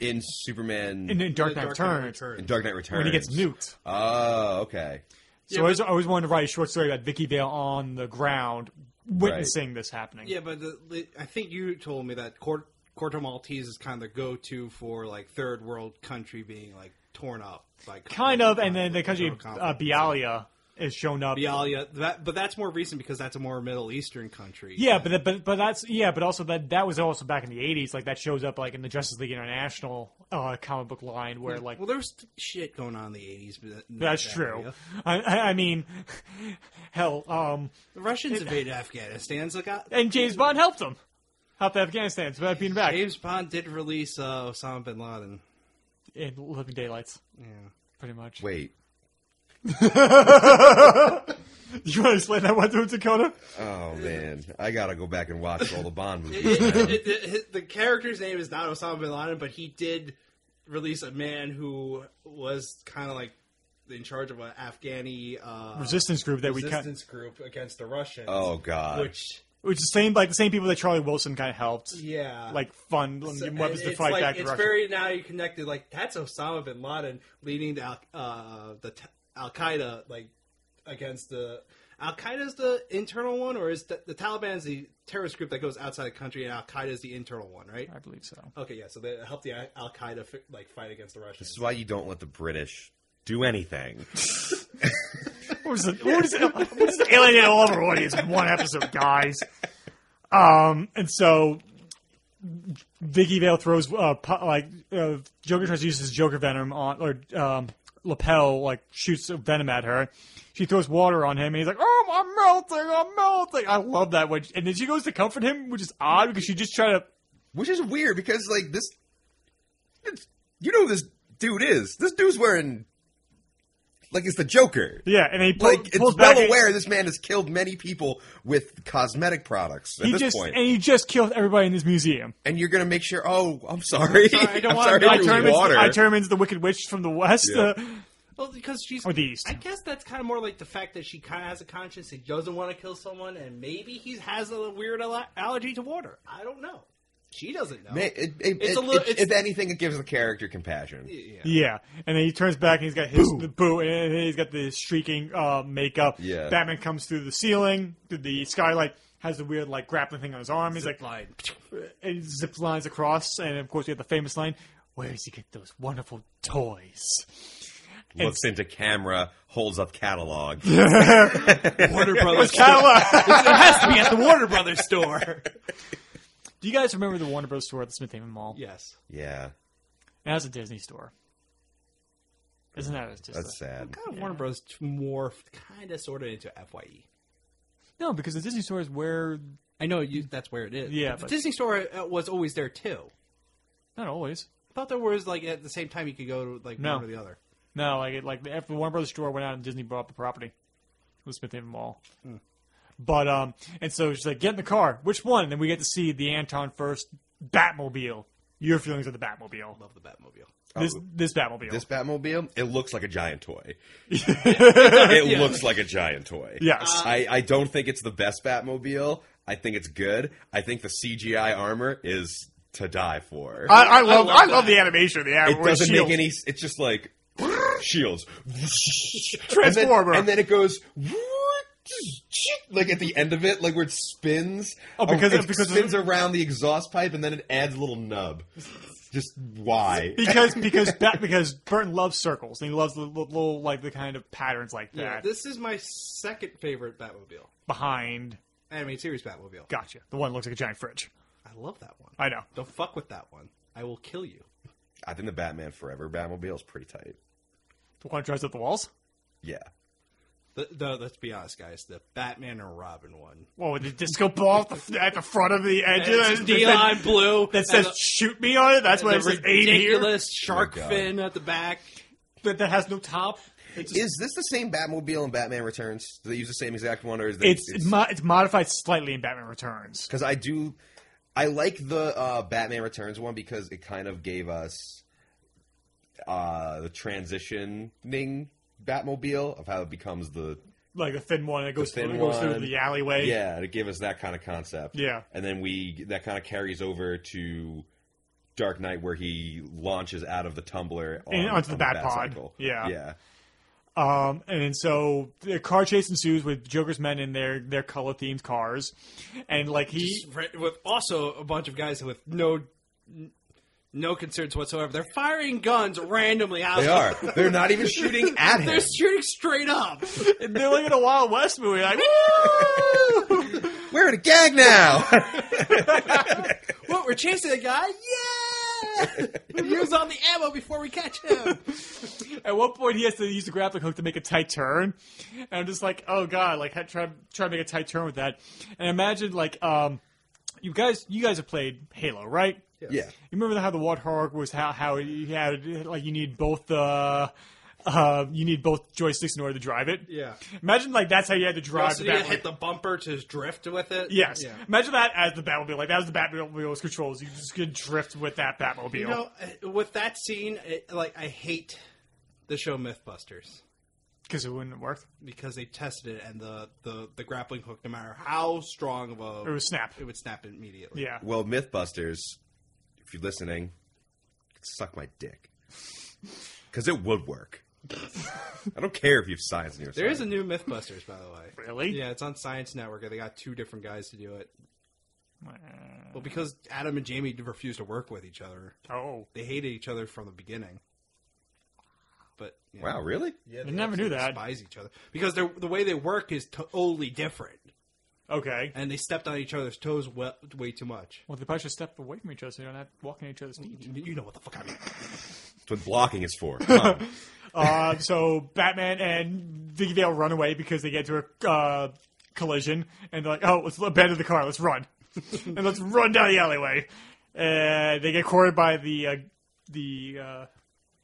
I: In Superman.
H: In- in Dark Knight Dark Knight Returns. Returns.
I: In Dark Knight Returns.
H: When he gets nuked.
I: Oh, okay.
H: So I, always, I always wanted to write a short story about Vicky Vale on the ground witnessing this happening.
K: Yeah, but the, the, I think you told me that Cort- Corto Maltese is kind of the go-to for like third world country being like torn up, like
H: Kind of, and then the country
K: Total
H: uh,
K: conflict.
H: Bialia is shown up.
K: Bialia. That, but that's more recent because that's a more Middle Eastern country.
H: Yeah, but but but that's yeah, but also that that was also back in the '80s. Like that shows up like in the Justice League International uh, comic book line where like
K: well, there's shit going on in the '80s. But that-
H: That's
K: that
H: true.
K: area.
H: I, I I mean, [LAUGHS] hell, um,
K: The Russians invaded Afghanistan. So got
H: and James Bond helped them. Helped Afghanistan. So being back
K: James Bond did release uh, Osama bin Laden.
H: in Living Daylights.
K: Yeah,
H: pretty much.
I: Wait.
H: [LAUGHS] you want to explain that one to Dakota?
I: Oh man, I gotta go back and watch all the
H: [LAUGHS]
I: Bond movies.
K: [LAUGHS]
I: man.
K: It- it- it- the character's name is not Osama bin Laden, but he did release a man who was kind of like in charge of an Afghani uh,
H: Resistance group that we cut-
K: resistance group against the Russians.
I: Oh, God.
K: Which
H: Which is same like the same people that Charlie Wilson kind of helped.
K: Yeah.
H: like fun and
K: so-
H: give weapons
K: and
H: to
K: it's
H: fight
K: like,
H: back to
K: It's
H: Russia.
K: very now you connected. Like that's Osama bin Laden leading the Al- uh, the t- Al Qaeda like against the Al Qaeda's the internal one, or is the, the Taliban's the terrorist group that goes outside the country, and Al Qaeda's the internal one, right? I
H: believe so.
K: Okay, yeah. So they help the Al Qaeda fi- like fight against the Russians.
I: This is why you don't let the British do anything.
H: What was the what is it? What is the alien all over audience in one episode, guys? Um, and so Vicky Vale throws uh, pu- like uh, Joker tries to use his Joker venom on or um, lapel like shoots venom at her. She throws water on him, and he's like, "Oh, I'm melting! I'm melting!" I love that one. And then she goes to comfort him, which is odd because she just tried to.
I: Which is weird because like this, it's- you know who this dude is. This dude's wearing like it's the Joker.
H: Yeah, and he pull,
I: Like it's
H: pulls
I: well
H: back and-
I: aware this man has killed many people with cosmetic products at
H: He
I: this
H: just
I: point.
H: and he just killed everybody in this museum.
I: And you're gonna make sure. Oh, I'm sorry.
H: Sorry, I don't
I: [LAUGHS] I'm
H: want
I: sorry
H: to. I
I: it was
H: turn, into,
I: water.
H: I turn into the Wicked Witch from the West.
I: Yeah.
H: Uh,
K: Well, because she's
H: Or the East.
K: I guess that's kind of more like the fact that she kind of has a conscience and doesn't want to kill someone, and maybe he has a weird al- allergy to water. I don't know. She doesn't know.
I: Ma- it- it-
K: It's
I: it-
K: a little-
I: it- if anything, it gives the character compassion.
K: Yeah.
H: Yeah, and then he turns back and he's got his the boo, and he's got the streaking uh, makeup.
I: Yeah.
H: Batman comes through the ceiling, through the skylight, has the weird like grappling thing on his arm. He's like
K: line,
H: and zip lines across, and of course we have the famous line: "Where does he get those wonderful toys?"
I: Looks into camera, holds
H: [LAUGHS]
I: up catalog.
H: Warner Brothers. It has to be at the Warner
K: Brothers store.
H: [LAUGHS] Do you guys remember the Warner Brothers store at the Smith Haven Mall?
K: Yes,
I: Yeah,
H: now it's a Disney store. Isn't that just
I: that's sad.
K: kind of Warner Bros. morphed kind of sort of into Fye.
H: No, because the Disney store is where
K: I know you. That's where it is.
H: Yeah,
K: the
H: but-
K: Disney store uh, was always there too.
H: Not always.
K: I thought there was like at the same time you could go to like
H: No.
K: one or the other.
H: No, like it, like after Warner Brothers store went out and Disney bought up the property, it was Smith Haven Mall. But um, and so she's like, "Get in the car." Which one? And then we get to see the Anton first Batmobile Your feelings of the Batmobile. Love
K: the Batmobile.
H: This Oh. this Batmobile.
I: This Batmobile, it looks like a
H: [LAUGHS]
I: giant toy. it
H: Yeah.
I: looks like a giant toy.
H: Yes.
I: I, I don't think it's the best Batmobile. I think it's good. I think the CGI armor is to die for.
H: I, I love I love, the animation of the
I: it
H: animal.
I: doesn't
H: shield.
I: make any. s- It's just like [LAUGHS] shields,
H: Transformer.
I: and then, and then it goes [LAUGHS] like at the end of it, like where it spins.
H: Oh, because-
I: it
H: because-
I: spins around the exhaust pipe, and then it adds a little nub. Just why?
H: [LAUGHS] because because that because Burton loves circles and he loves the little, little like the kind of patterns like that
K: Yeah, this is my second favorite Batmobile.
H: behind.
K: Animated series Batmobile.
H: Gotcha. The one that looks like a giant fridge.
K: I love that one.
H: I know.
K: Don't fuck with that one. I will kill you.
I: I think the Batman Forever Batmobile is pretty tight.
H: The one that drives up the walls.
I: Yeah.
K: The, the, let's be honest, guys. The Batman and Robin one.
H: Whoa, with the disco ball at the, at the front of the engine.
K: And it's
H: that
K: neon
H: said-
K: blue.
H: That says
K: And the-
H: "shoot me" on it. That's why
K: the
H: it says eight here.
K: ridiculous shark
I: Oh my God.
K: fin at the back.
H: That, that has no top.
I: Is this the same Batmobile in Batman Returns? Do they use the same exact one, or is they,
H: It's it's, mo- it's modified slightly in Batman Returns.
I: Because I do, I like the uh, Batman Returns one because it kind of gave us uh, the transitioning Batmobile of how it becomes the
H: Like the thin one that goes,
I: the
H: through,
I: thin
H: it goes through
I: one.
H: the alleyway.
I: Yeah, it gave us that kind of concept.
H: Yeah.
I: and then we that kind of carries over to Dark Knight where he launches out of the tumbler on,
H: And onto the
I: on
H: Bat Pod.
I: Batcycle.
H: Yeah.
I: yeah.
H: Um, and so the car chase ensues with Joker's men in their their color themed cars, and like he
K: Just re- with also a bunch of guys with no n- no concerns whatsoever. They're firing guns randomly out.
I: They are. They're not even shooting
H: [LAUGHS]
I: at him.
K: They're shooting straight up.
H: they're like in a Wild West movie,
K: [LAUGHS]
H: like
I: we're in a
H: [LAUGHS]
I: gag now.
K: what? We're chasing a guy? [LAUGHS] Yeah. Use on the ammo before we catch him.
H: At one point, he has to use the grappling hook to make a tight turn, and I'm just like, oh god, like had- try try to make a tight turn with that. And imagine like, um, you guys, you guys have played Halo, right?
I: Yeah.
H: You remember how the Warthog was how how you had like you need both the. Uh, you need both joysticks in order to drive it.
K: Yeah.
H: Imagine like that's how you had to
K: You
H: drive
K: also
H: the
K: need to
H: Batmobile.
K: hit the bumper to drift with it.
H: Yes.
K: Yeah.
H: Imagine that as the Batmobile. Like that was the Batmobile's controls. You just could drift with that Batmobile.
K: You know, uh, with that scene, it, like I hate the show MythBusters.
H: Because it wouldn't have worked.
K: Because they tested it, and the, the, the grappling hook, no matter how strong of a
H: It would snap.
K: it would snap immediately.
I: Well, Mythbusters, if you're listening, suck my dick. Because it would work. I don't care if you have science in your
K: There
I: side.
K: is a new MythBusters, by the way.
H: Really?
K: Yeah, it's on Science Network, and they got two different guys to do it. Well, because Adam and Jamie refused to work with each other.
H: Oh,
K: they hated each other from the beginning. But yeah.
I: Wow, really?
K: Yeah,
H: I never knew
K: absolutely
H: that.
K: Despise each other because they're- the way they work is totally different.
H: Okay.
K: And they stepped on each other's toes we- way too much.
H: Well, they probably should step away from each other so they don't have walking on each other's feet.
K: You know what the fuck I mean.
I: That's what blocking is for. Come on.
H: [LAUGHS] uh, so Batman and Vicky Vale run away because they get to a uh, collision, and they're like, "Oh, let's abandon the car. Let's run, and let's run down the alleyway." Uh, they get cornered by the uh, the uh,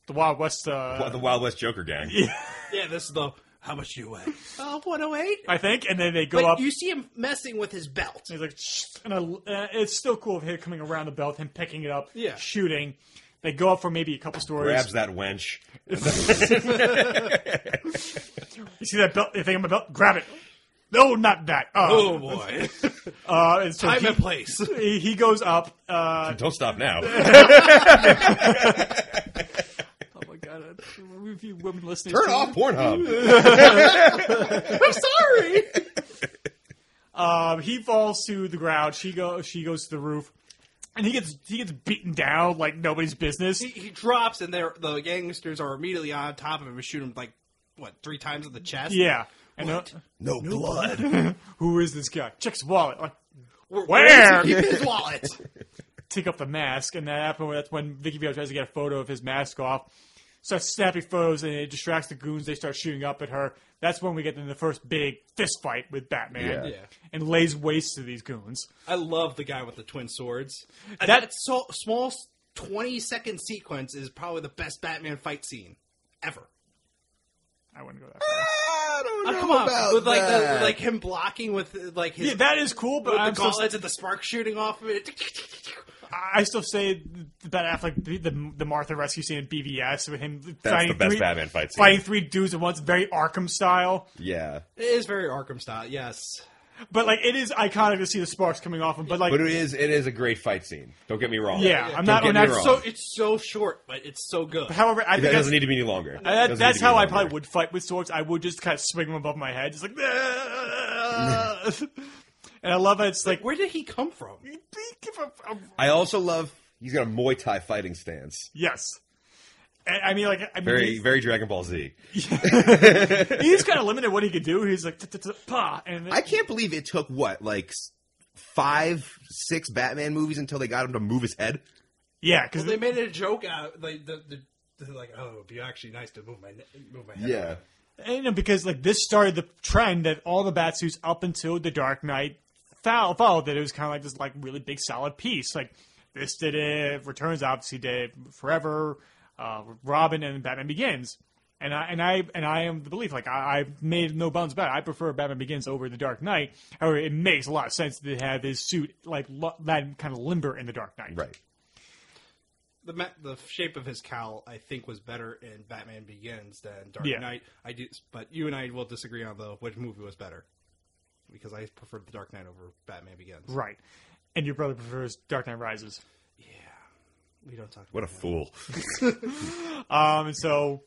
H: the Wild West. Uh,
I: the Wild West Joker gang.
K: Yeah, this is the how much you weigh? Oh, 108.
H: I think, and then they go
K: But
H: up.
K: you see him messing with his belt.
H: He's like, "Shh," and I, uh, it's still cool of him coming around the belt, him picking it up,
K: Yeah.
H: shooting. They go up for maybe a couple stories.
I: Grabs that wench.
H: You see that belt? You think I'm a belt? Grab it. No, not that. Uh,
K: Oh, [LAUGHS] boy.
H: Uh, and so
K: Time
H: he-
K: and [LAUGHS] place.
H: He, he goes up. Uh,
I: don't stop
H: [LAUGHS]
I: now.
H: oh my god! uh, If you women listening,
I: Turn
H: to-
I: off Pornhub.
H: I'm sorry. Um, he falls to the ground. She goes. She goes to the roof, and he gets he gets beaten down like nobody's business.
K: He, he drops, and they're- the gangsters are immediately on top of him and shoot him like what three times in the chest.
H: Yeah. And uh,
K: What?
H: no, blood. Who is this guy? Checks wallet. Like,
K: Where-
H: where?
K: where does he keep his wallet?
H: Take up the mask, and that happened. That's when Vicky Vale tries to get a photo of his mask off. Starts snapping photos, and it distracts the goons. They start shooting up at her. That's when we get into the first big fist fight with Batman,
K: Yeah. Yeah.
H: and lays waste to these goons.
K: I love the guy with the twin swords. And that
H: That-
K: so, small twenty second sequence is probably the best Batman fight scene ever.
H: I wouldn't go that
K: far.
I: I
H: Ah,
I: don't
K: come on,
I: about
K: with like
I: that.
K: The, like him blocking with like his
H: Yeah, that is cool, but
K: with
H: I'm
K: the
H: so-
K: gauntlets and the spark shooting off of it.
H: I still say the Ben Affleck, the, the, the Martha rescue scene in BVS with him
I: the
H: fighting
I: best
H: three,
I: Batman fight scene.
H: fighting three dudes at once, very Arkham style.
I: Yeah.
K: It is very Arkham style, yes.
H: But like, it is iconic to see the sparks coming off him. But like,
I: but it is it is a great fight scene. Don't get me wrong.
H: Yeah, I'm
I: Don't
H: not-
I: Get
H: I'm
I: me
H: not
I: wrong.
K: So it's so short, but it's so good.
H: however, I
I: That
H: think that's-
I: doesn't need to be any longer.
H: Uh, that-
I: Doesn't need
H: that's
I: to be any
H: how I
I: longer.
H: probably would fight with swords. I would just kind of swing them above my head, just like. [LAUGHS] and I love it. It's like,
K: where did he come from?
I: I also love. He's got a Muay Thai fighting stance.
H: Yes. And, I mean, like, I mean,
I: Very very Dragon Ball Z.
H: he's, he's kind of limited what he could do. He's like, "T-t-t-t-" pa, and
N: I can't believe it took what like s- five, six Batman movies until they got him to move his head.
H: Yeah,
K: Well, they made it a joke out, like the, the, they're like, oh, it'd be actually nice to move my ne- move my head.
H: And, you know, because like this started the trend that all the bat suits up until the Dark Knight fol- followed. That it was kind of like this like really big solid piece. Like this did it. Returns obviously did it, Forever, uh, Robin, and Batman Begins. And I and I and I am the belief like I, I've made no bounds about it. I prefer Batman Begins over the Dark Knight. However, it makes a lot of sense to have his suit like lo- that kind of limber in the Dark Knight.
I: Right.
K: The ma- the shape of his cowl, I think, was better in Batman Begins than Dark
H: Yeah.
K: Knight. I do, but you and I will disagree on though which movie was better, because I preferred the Dark Knight over Batman Begins.
H: Right. And your brother prefers Dark Knight Rises.
K: We don't talk.
I: What a [LAUGHS] fool.
H: um, and so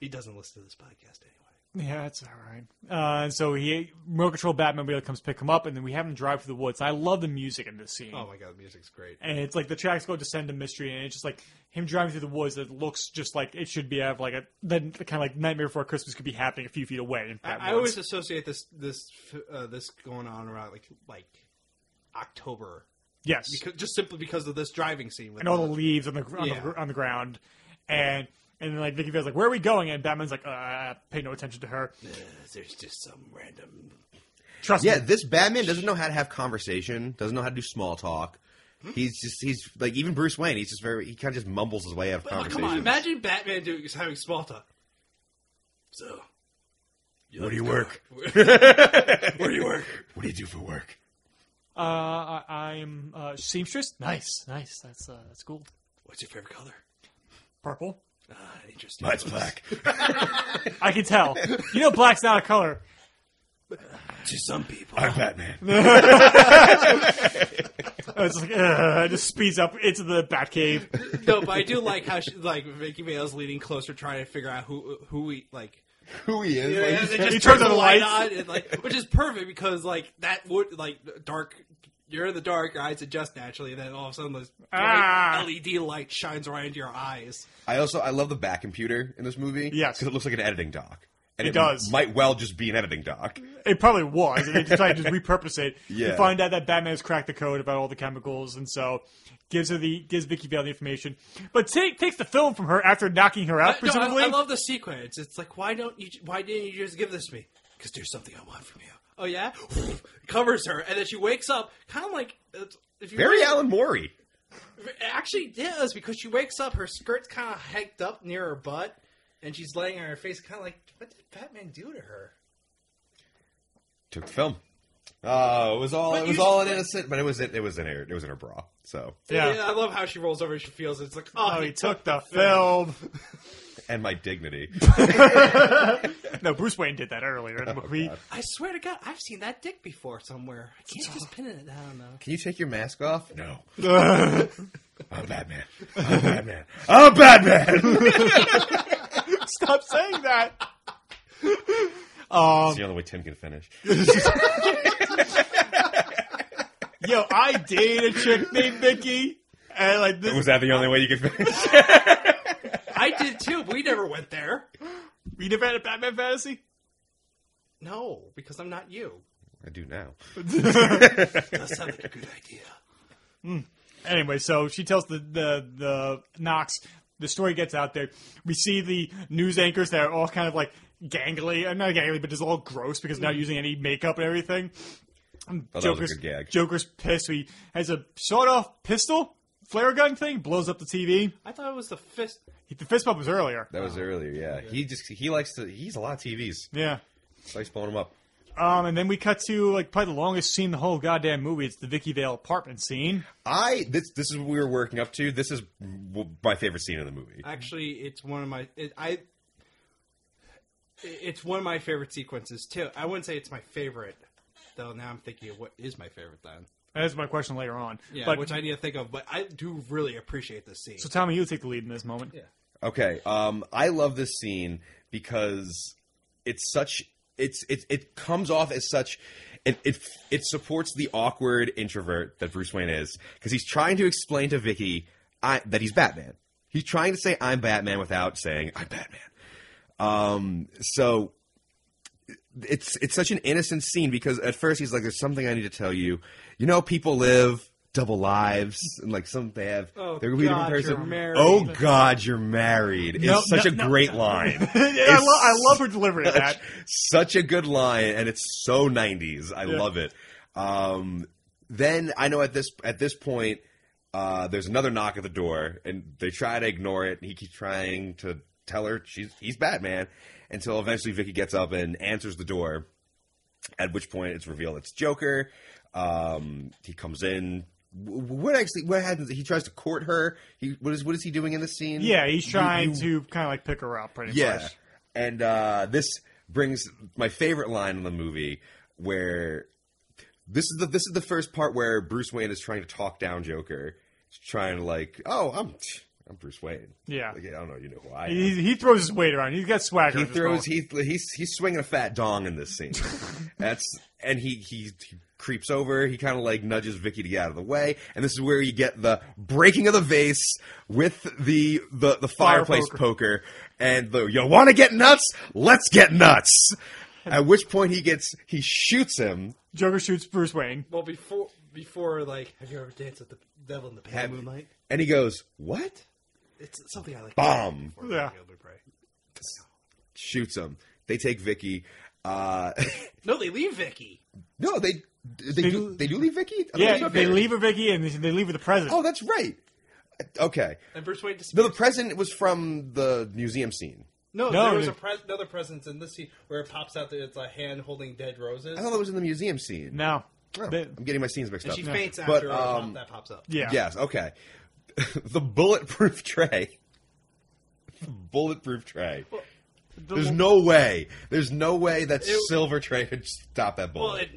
K: He doesn't listen to this podcast anyway.
H: Yeah, that's all right. Uh, and so he, remote control Batman wheel comes pick him up, and then we have him drive through the woods. I love the music in this scene.
K: Oh my god, the music's great.
H: And it's like the tracks go descend to mystery, and it's just like him driving through the woods that looks just like it should be have like a then kind of like Nightmare Before Christmas could be happening a few feet away. In Batman
K: I, I always associate this this uh, this going on around like like October.
H: Yes.
K: because, just simply because of this driving scene. With
H: and all the leaves on the gr- on,
K: Yeah.
H: the, gr- on the ground, and and then like Vicky Vale's like, "Where are we going?" And Batman's like, uh, "Pay no attention to her."
K: Uh, there's just some random.
H: Trust
N: yeah,
H: me.
N: this Batman doesn't know how to have conversation. Doesn't know how to do small talk. He's just he's like even Bruce Wayne. He's just very he kind of just mumbles his way out of
K: Oh,
N: conversation.
K: come on! Imagine Batman doing having small talk. So,
N: Where do you work?
K: Where do you work?
N: What do you do for work?
H: Uh, I, I'm uh, seamstress. Nice, nice. That's uh, that's cool.
K: What's your favorite color?
H: Purple.
K: Uh, interesting.
N: Mine's black.
H: I can tell. You know, black's not a color.
K: to some people,
H: I'm
N: Batman.
H: [LAUGHS] it's like uh, it just speeds up into the Batcave.
K: no, but I do like how she, like Vicky Vale's leaning closer, trying to figure out who who we like.
I: [LAUGHS] Who he is?
K: Yeah,
I: like-
K: and they
I: He turns
K: just turn the
I: on the
K: light
I: lights.
K: on, and, like, which is perfect because like that would like dark. You're in the dark, your eyes adjust naturally, and then all of a sudden this
H: Ah.
K: bright LED light shines right into your eyes.
I: I also I love the back computer in this movie. Yes, because it looks like an editing doc. And
H: It does.
I: Might well just be an editing doc.
K: Mm-hmm.
H: It probably was. And they decided to repurpose it.
I: Yeah.
H: You find out that Batman's cracked the code about all the chemicals, and so gives her the gives Vicky Vale the information, but take, takes the film from her after knocking her out.
K: No, I,
H: presumably,
K: I love the sequence. It's like why don't you? Why didn't you just give this to me? Because there's something I want from you. Oh yeah, [LAUGHS] covers her, and then she wakes up, kind of like it's- if you
I: Very
K: really-
I: Alan Morey.
K: It actually does because she wakes up, her skirt's kind of hiked up near her butt, and she's laying on her face, kind of like, what did Batman do to her?
I: took the film. Uh, it was all
K: But
I: it was
K: you-
I: all an innocent, but it was in, it was in her it was in her bra. So
K: I love how she rolls over. and She feels it. it's like, oh,
H: Oh, he took the film.
I: and my dignity.
H: no, Bruce Wayne did that earlier. in the movie. [LAUGHS]
K: I swear to God, I've seen that dick before somewhere. I can't just pin it. I don't know.
I: Can you take your mask off? No. I'm Batman.
F: I'm Batman.
I: I'm Batman.
H: Stop saying that. Um,
I: It's the only way Tim can finish. [LAUGHS]
H: Yo, I dated a chick named Vicky, and like this
I: Was that the only way you could finish? [LAUGHS]
K: I did too. but We never went there.
H: We never had a Batman fantasy.
K: No, because I'm not you.
I: I do now.
K: [LAUGHS] that sounds like a good idea.
H: Mm. Anyway, so she tells the the the Knox. The story gets out there. We see the news anchors that are all kind of like gangly, uh, not gangly, but just all gross because they're not using any makeup and everything.
I: Mm-hmm. that was a
H: Joker's
I: good gag.
H: Joker's pissed. So he has a sawed-off pistol, flare gun thing, blows up the TV.
K: I thought it was the fist.
H: The fist bump was earlier.
I: That was earlier. Yeah. He just he likes to. He's a lot of TVs.
H: Yeah.
I: He likes blowing them up.
H: Um, and then we cut to like probably the longest scene in the whole goddamn movie. It's the Vicky Vale apartment scene.
I: I this this is what we were working up to. This is w- my favorite scene in the movie.
K: Actually, it's one of my it, I. It's one of my favorite sequences too. I wouldn't say it's my favorite, though. Now I'm thinking of what is my favorite then.
H: That's my question later on.
K: Yeah,
H: But-
K: which I need to think of. But I do really appreciate this scene.
H: So Tommy, you take the lead in this moment.
K: Yeah.
I: Okay, um, I love this scene because it's such it's it it comes off as such. It, it it supports the awkward introvert that Bruce Wayne is because he's trying to explain to Vicky I, that he's Batman. He's trying to say I'm Batman without saying I'm Batman. Um, so it's it's such an innocent scene because at first he's like, "There's something I need to tell you." You know, people live double lives, and like some they have.
K: Oh,
I: they're gonna be a
K: God,
I: different person.
K: you're married.
I: Oh God, you're married. It's
H: No,
I: such
H: no,
I: a
H: no. [LAUGHS]
I: great line.
H: I, lo- I love her delivery of
I: such, [LAUGHS]
H: that.
I: such a good line, and it's so '90s. I
H: Yeah.
I: love it. Um, then I know at this at this point, uh, there's another knock at the door, and they try to ignore it, and he keeps trying to tell her she's he's Batman, until eventually Vicky gets up and answers the door. At which point, it's revealed it's Joker. Um, he comes in. W- What actually? What happens? He tries to court her. He what is what is he doing in this scene?
H: Yeah, he's
I: You-
H: trying to
I: you-
H: kind of like pick her up, pretty
I: yeah.
H: much.
I: And uh, this brings my favorite line in the movie where this is the this is the first part where Bruce Wayne is trying to talk down Joker. He's trying to like, "Oh, I'm I'm Bruce Wayne."
H: Yeah.
I: Like, I don't know, you know who I am.
H: He, he throws his weight around. He's got swagger.
I: He
H: in this role.
I: throws he he's he's swinging a fat dong in
H: [LAUGHS]
I: this scene. That's and he he, he creeps over. He kind of like nudges Vicky to get out of the way, and this is where you get the breaking of the vase with the the the
H: Fire
I: fireplace poker. and the you want to get nuts? Let's get
H: [LAUGHS]
I: nuts. At which point he gets he shoots him.
H: Joker shoots Bruce Wayne.
K: Well, before before like, have you ever danced with the devil in the pale
I: Have-
K: moonlight?
I: and he goes what?
K: It's something I like.
I: Bomb.
H: Yeah.
I: Shoots him. They take Vicky. Uh, [LAUGHS]
K: No, they leave Vicky.
I: no, they they, do they do leave Vicky. I don't
H: Yeah,
I: think-
H: they leave her Vicky and they- they leave her the president.
I: Oh, that's right. Okay.
K: And Bruce Wayne
I: No, the president was from the museum scene.
K: No,
I: No,
K: there was
I: they-
K: a pres another presence in this scene where it pops out that it's a hand holding dead roses.
I: I thought that was in the museum scene. Oh,
H: No.
I: I'm getting my scenes mixed
K: And
I: up.
K: she faints
I: But,
K: after a pop
I: um,
K: that pops up.
I: Yes, okay. [LAUGHS] the bulletproof tray. [LAUGHS] The bulletproof tray. There's no way. There's no way that
K: It-
I: silver tray could stop that bullet.
K: Well, it,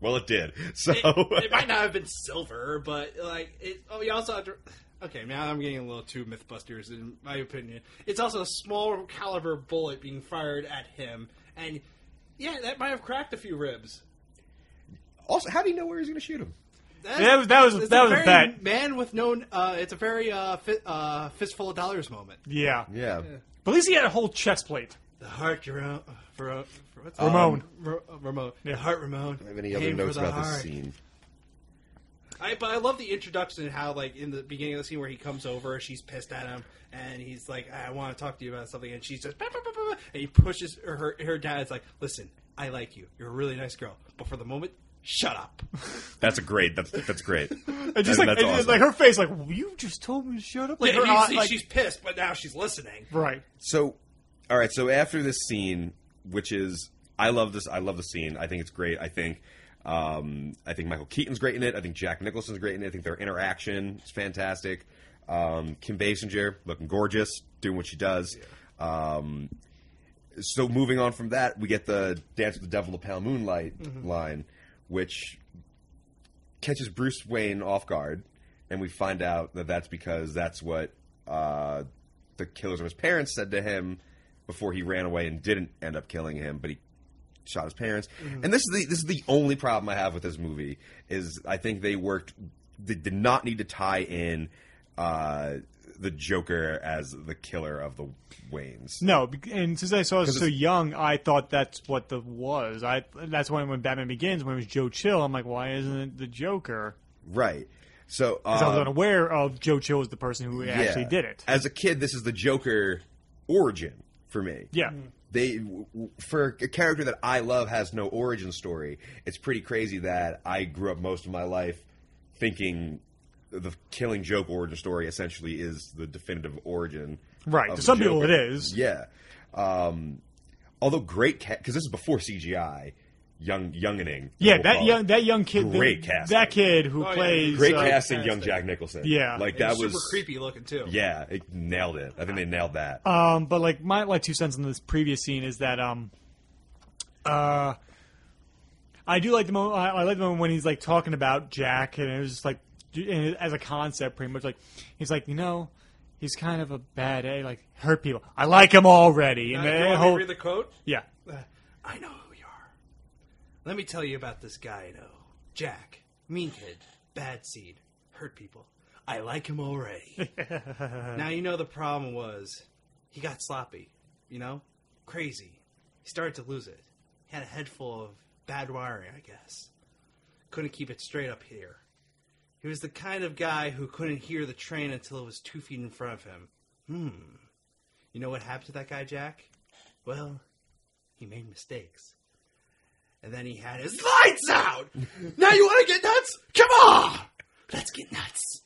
I: Well, it did.
H: [LAUGHS]
I: So
K: it, it
H: uh,
K: might not have been silver, but like it. Oh, you also have to. Okay, now I'm getting a little too MythBusters in my opinion. It's also a small caliber bullet being fired at him, and yeah, that might have cracked a few ribs.
I: [LAUGHS] Also, how do you know where he's going to shoot him?
K: That's-
H: That was- that was-
K: it's
H: that
K: a
H: was
K: very
H: bad.
K: Man with no, uh, it's a very uh, fi- uh, fistful of dollars moment.
H: Yeah.
I: Yeah.
H: But at least he had a whole chest plate.
K: The heart, your own, for, uh, for what's
H: Ramon.
K: Um, Ra- uh, Ramon. The heart, Ramon.
I: Do you have any other
K: Aim for
I: notes
K: the
I: about
K: heart.
I: this scene?
K: I, but I love the introduction and how, like, in the beginning of the scene where he comes over, she's pissed at him, and he's like, "I want to talk to you about something," and she's just, "Bah, bah, bah, bah, bah," and he pushes her, her. Her dad's like, "Listen, I like you. You're a really nice girl, but for the moment, shut up." [LAUGHS]
I: That's a great. That's
H: [LAUGHS]
I: that's great.
H: And just like, and-
I: that's
H: and,
I: awesome.
H: like her face, like you just told me to shut up. Like,
K: Yeah,
H: her
K: and you
H: eye-
K: see
H: like-
K: she's pissed, but now she's listening.
H: right.
I: So, all right. So after this scene, which is, I love this. I love the scene. I think it's great. I think, um, I think Michael Keaton's great in it. I think Jack Nicholson's great in it. I think their interaction is fantastic. Um, Kim Basinger looking gorgeous, doing what she does. Um, so moving on from that, we get the Dance with the Devil to Pale Moonlight
N: Mhm.
I: line, which catches Bruce Wayne off guard, and we find out that that's because that's what uh, the killers of his parents said to him before he ran away and didn't end up killing him, but he shot his parents.
N: Mhm.
I: And this is the this is the only problem I have with this movie is I think they worked they did not need to tie in uh, the Joker as the killer of the Waynes.
H: No, bec- and since I saw it
I: 'Cause
H: so
I: it's-
H: young, I thought that's what the was. I that's when when Batman Begins, when it was Joe Chill, I'm like, why isn't it the Joker?
I: Right. So
H: Because I was
I: um,
H: unaware of Joe Chill was the person who
I: yeah.
H: actually did it.
I: As a kid, this is the Joker origin for me.
H: Yeah.
I: They w- w- for a character that I love has no origin story. It's pretty crazy that I grew up most of my life thinking the Killing Joke origin story essentially is the definitive origin.
H: Right.
I: of
H: To
I: the
H: some people,
I: Joker.
H: it is.
I: Yeah. Um, although great because this is before CGI. young youngening.
H: Yeah,
I: we'll
H: that
I: call it.
H: young that young kid,
I: Great
H: that,
I: casting.
H: that kid who plays
I: great
H: uh,
I: casting, young Jack Nicholson.
H: Yeah.
I: like
H: It
I: that
H: was
I: was
H: super
K: creepy looking, too.
I: Yeah, it nailed it. I think they nailed that.
H: Um, but like my like two cents on this previous scene is that um, uh, I do like the moment. I, I like the moment when he's like talking about Jack, and it was just like and as a concept, pretty much like he's like you know. He's kind of a bad egg, like hurt people. I like him already.
K: Now,
H: And
K: Uh, you
H: the
K: want me to
H: whole-
K: read the quote?
H: Yeah.
K: Uh, I know who you are. Let me tell you about this guy, though. Jack, mean kid, bad seed, hurt people. I like him already. now you know the problem was he got sloppy, you know, crazy. He started to lose it. He had a head full of bad wiring, I guess. Couldn't keep it straight up here. He was the kind of guy who couldn't hear the train until it was two feet in front of him. Hmm. You know what happened to that guy, Jack? Well, he made mistakes. And then he had his lights [LAUGHS] out! now you want to get nuts? Come on! Let's get nuts.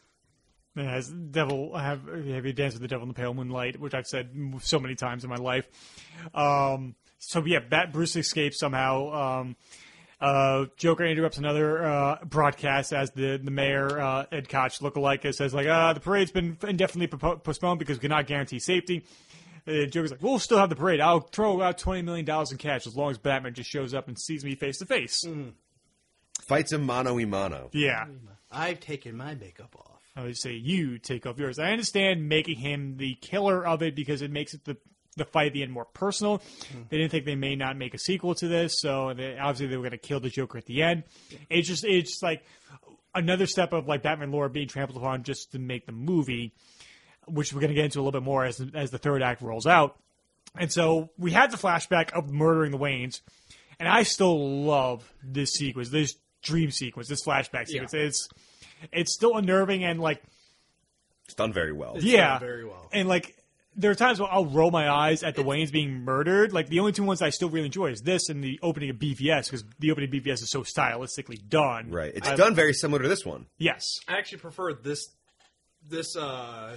H: It has devil have have you danced with the devil in the pale moonlight, which I've said m- so many times in my life. Um, so yeah, Bat Bruce escapes somehow. Um, uh, Joker interrupts another uh, broadcast as the the mayor uh, Ed Koch lookalike is- says like, uh, the parade's been indefinitely po- postponed because we cannot guarantee safety. Uh, Joker's like, we'll still have the parade. I'll throw out twenty million dollars in cash as long as Batman just shows up and sees me face to face.
I: Fights him mano a mano.
H: Yeah.
K: I've taken my makeup off.
H: I would say you take off yours. I understand making him the killer of it because it makes it the the fight at the end more personal. They didn't think they may not make a sequel to this, so they, obviously they were going to kill the Joker at the end. It's just it's just like another step of like Batman lore being trampled upon just to make the movie, which we're going to get into a little bit more as as the third act rolls out. And so we had the flashback of murdering the Waynes, and I still love this sequence, this dream sequence, this flashback
K: Yeah.
H: sequence. It's it's still unnerving and like
I: It's done very well.
K: It's
H: yeah,
K: done very well.
H: And like there are times where I'll roll my eyes at the Waynes being murdered. Like the only two ones I still really enjoy is this and the opening of BVS because the opening of BVS is so stylistically done.
I: Right, it's
H: I-
I: done very similar to this one.
H: Yes.
K: I actually prefer this this uh,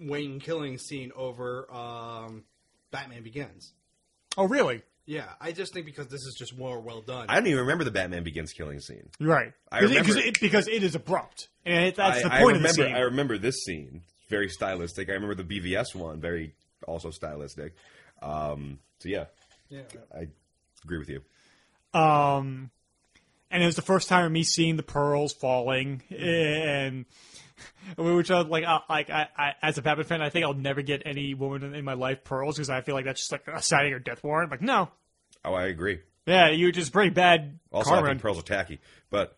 K: Wayne killing scene over um, Batman Begins.
H: Oh, really?
K: Yeah, I just think because this is just more well done.
I: I don't even remember the Batman Begins killing scene.
H: Right.
I: I
H: Because it-
I: remember-
H: 'cause it, because it is abrupt, and it, that's
I: I,
H: the
I: I
H: point of
I: remember,
H: the scene.
I: I remember this scene. It's very stylistic. I remember the BVS one. Very also stylistic. Um, so yeah,
K: Yeah.
I: I agree with you.
H: Um, and it was the first time of me seeing the pearls falling, and [LAUGHS] which I was like, I, like I, I, as a Batman fan, I think I'll never get any woman in- in my life pearls because I feel like that's just like signing her death warrant. Like, no,
I: Oh, I agree.
H: yeah, you were just pretty bad
I: Also, I
H: karma.
I: think pearls are tacky, but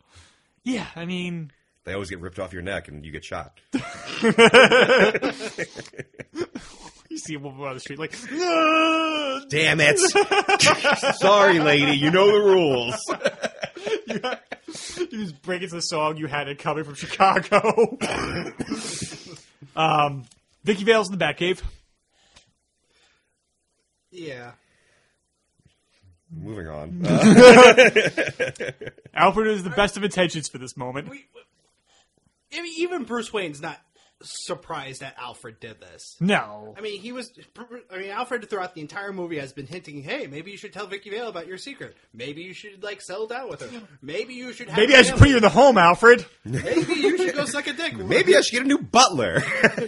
H: yeah, I mean,
I: they always get ripped off your neck and you get shot.
H: you see a woman on the street, like, [LAUGHS] "No!"
I: Damn it! [LAUGHS] Sorry, lady. You know the rules.
H: you just break into the song you had it coming from Chicago. [LAUGHS] um, Vicky Vale's in the Batcave.
K: Yeah.
I: Moving on. Uh,
H: Alfred is the best of intentions for this moment.
K: I mean, even Bruce Wayne's not surprised that Alfred did this.
H: No.
K: I mean, he was. I mean, Alfred throughout the entire movie has been hinting, "Hey, maybe you should tell Vicky Vale about your secret. Maybe you should like settle down with her. Maybe you should. Have
H: Maybe I should put you in the home, Alfred.
K: Maybe you should go suck a dick.
H: [LAUGHS]
I: Maybe I should get a new butler. [LAUGHS]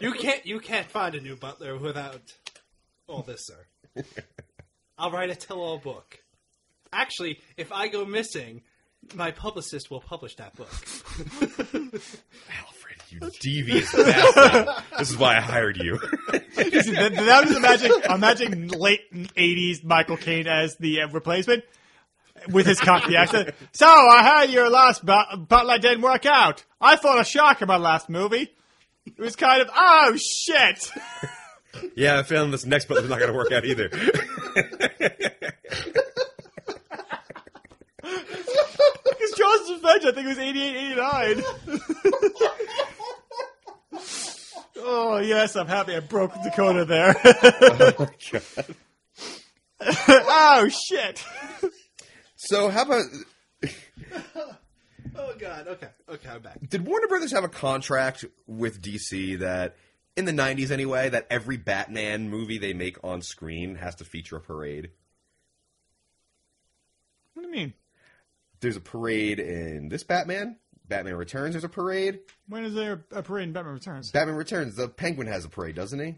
K: You can't. You can't find a new butler without all this, sir.
H: [LAUGHS]
K: I'll write a tell-all book. Actually, if I go missing, my publicist will publish that
H: [LAUGHS]
K: book.
I: you devious bastard. This is why I hired you. [LAUGHS]
H: You see, that, that was imagine, imagine late 80s Michael Caine as the uh, replacement with his cocky accent. So, I heard your last bu- butler didn't work out. I thought a shock in my last movie. It was kind of, oh, shit.
I: Yeah, I found this next butler's not going to work out either. [LAUGHS]
H: Because Jaws' Revenge, I think, was 88, 89. oh, yes, I'm happy I broke Dakota there. [LAUGHS] oh, shit.
I: So, how about
K: oh God. Okay. Okay. I'm back.
I: did Warner Brothers have a contract with DC that in the 90s anyway that every Batman movie they make on screen has to feature a parade?
H: you mean?
I: There's a parade in this Batman. Batman Returns. There's a parade.
H: When is there a parade in Batman Returns?
I: Batman Returns. The Penguin has a parade, doesn't he?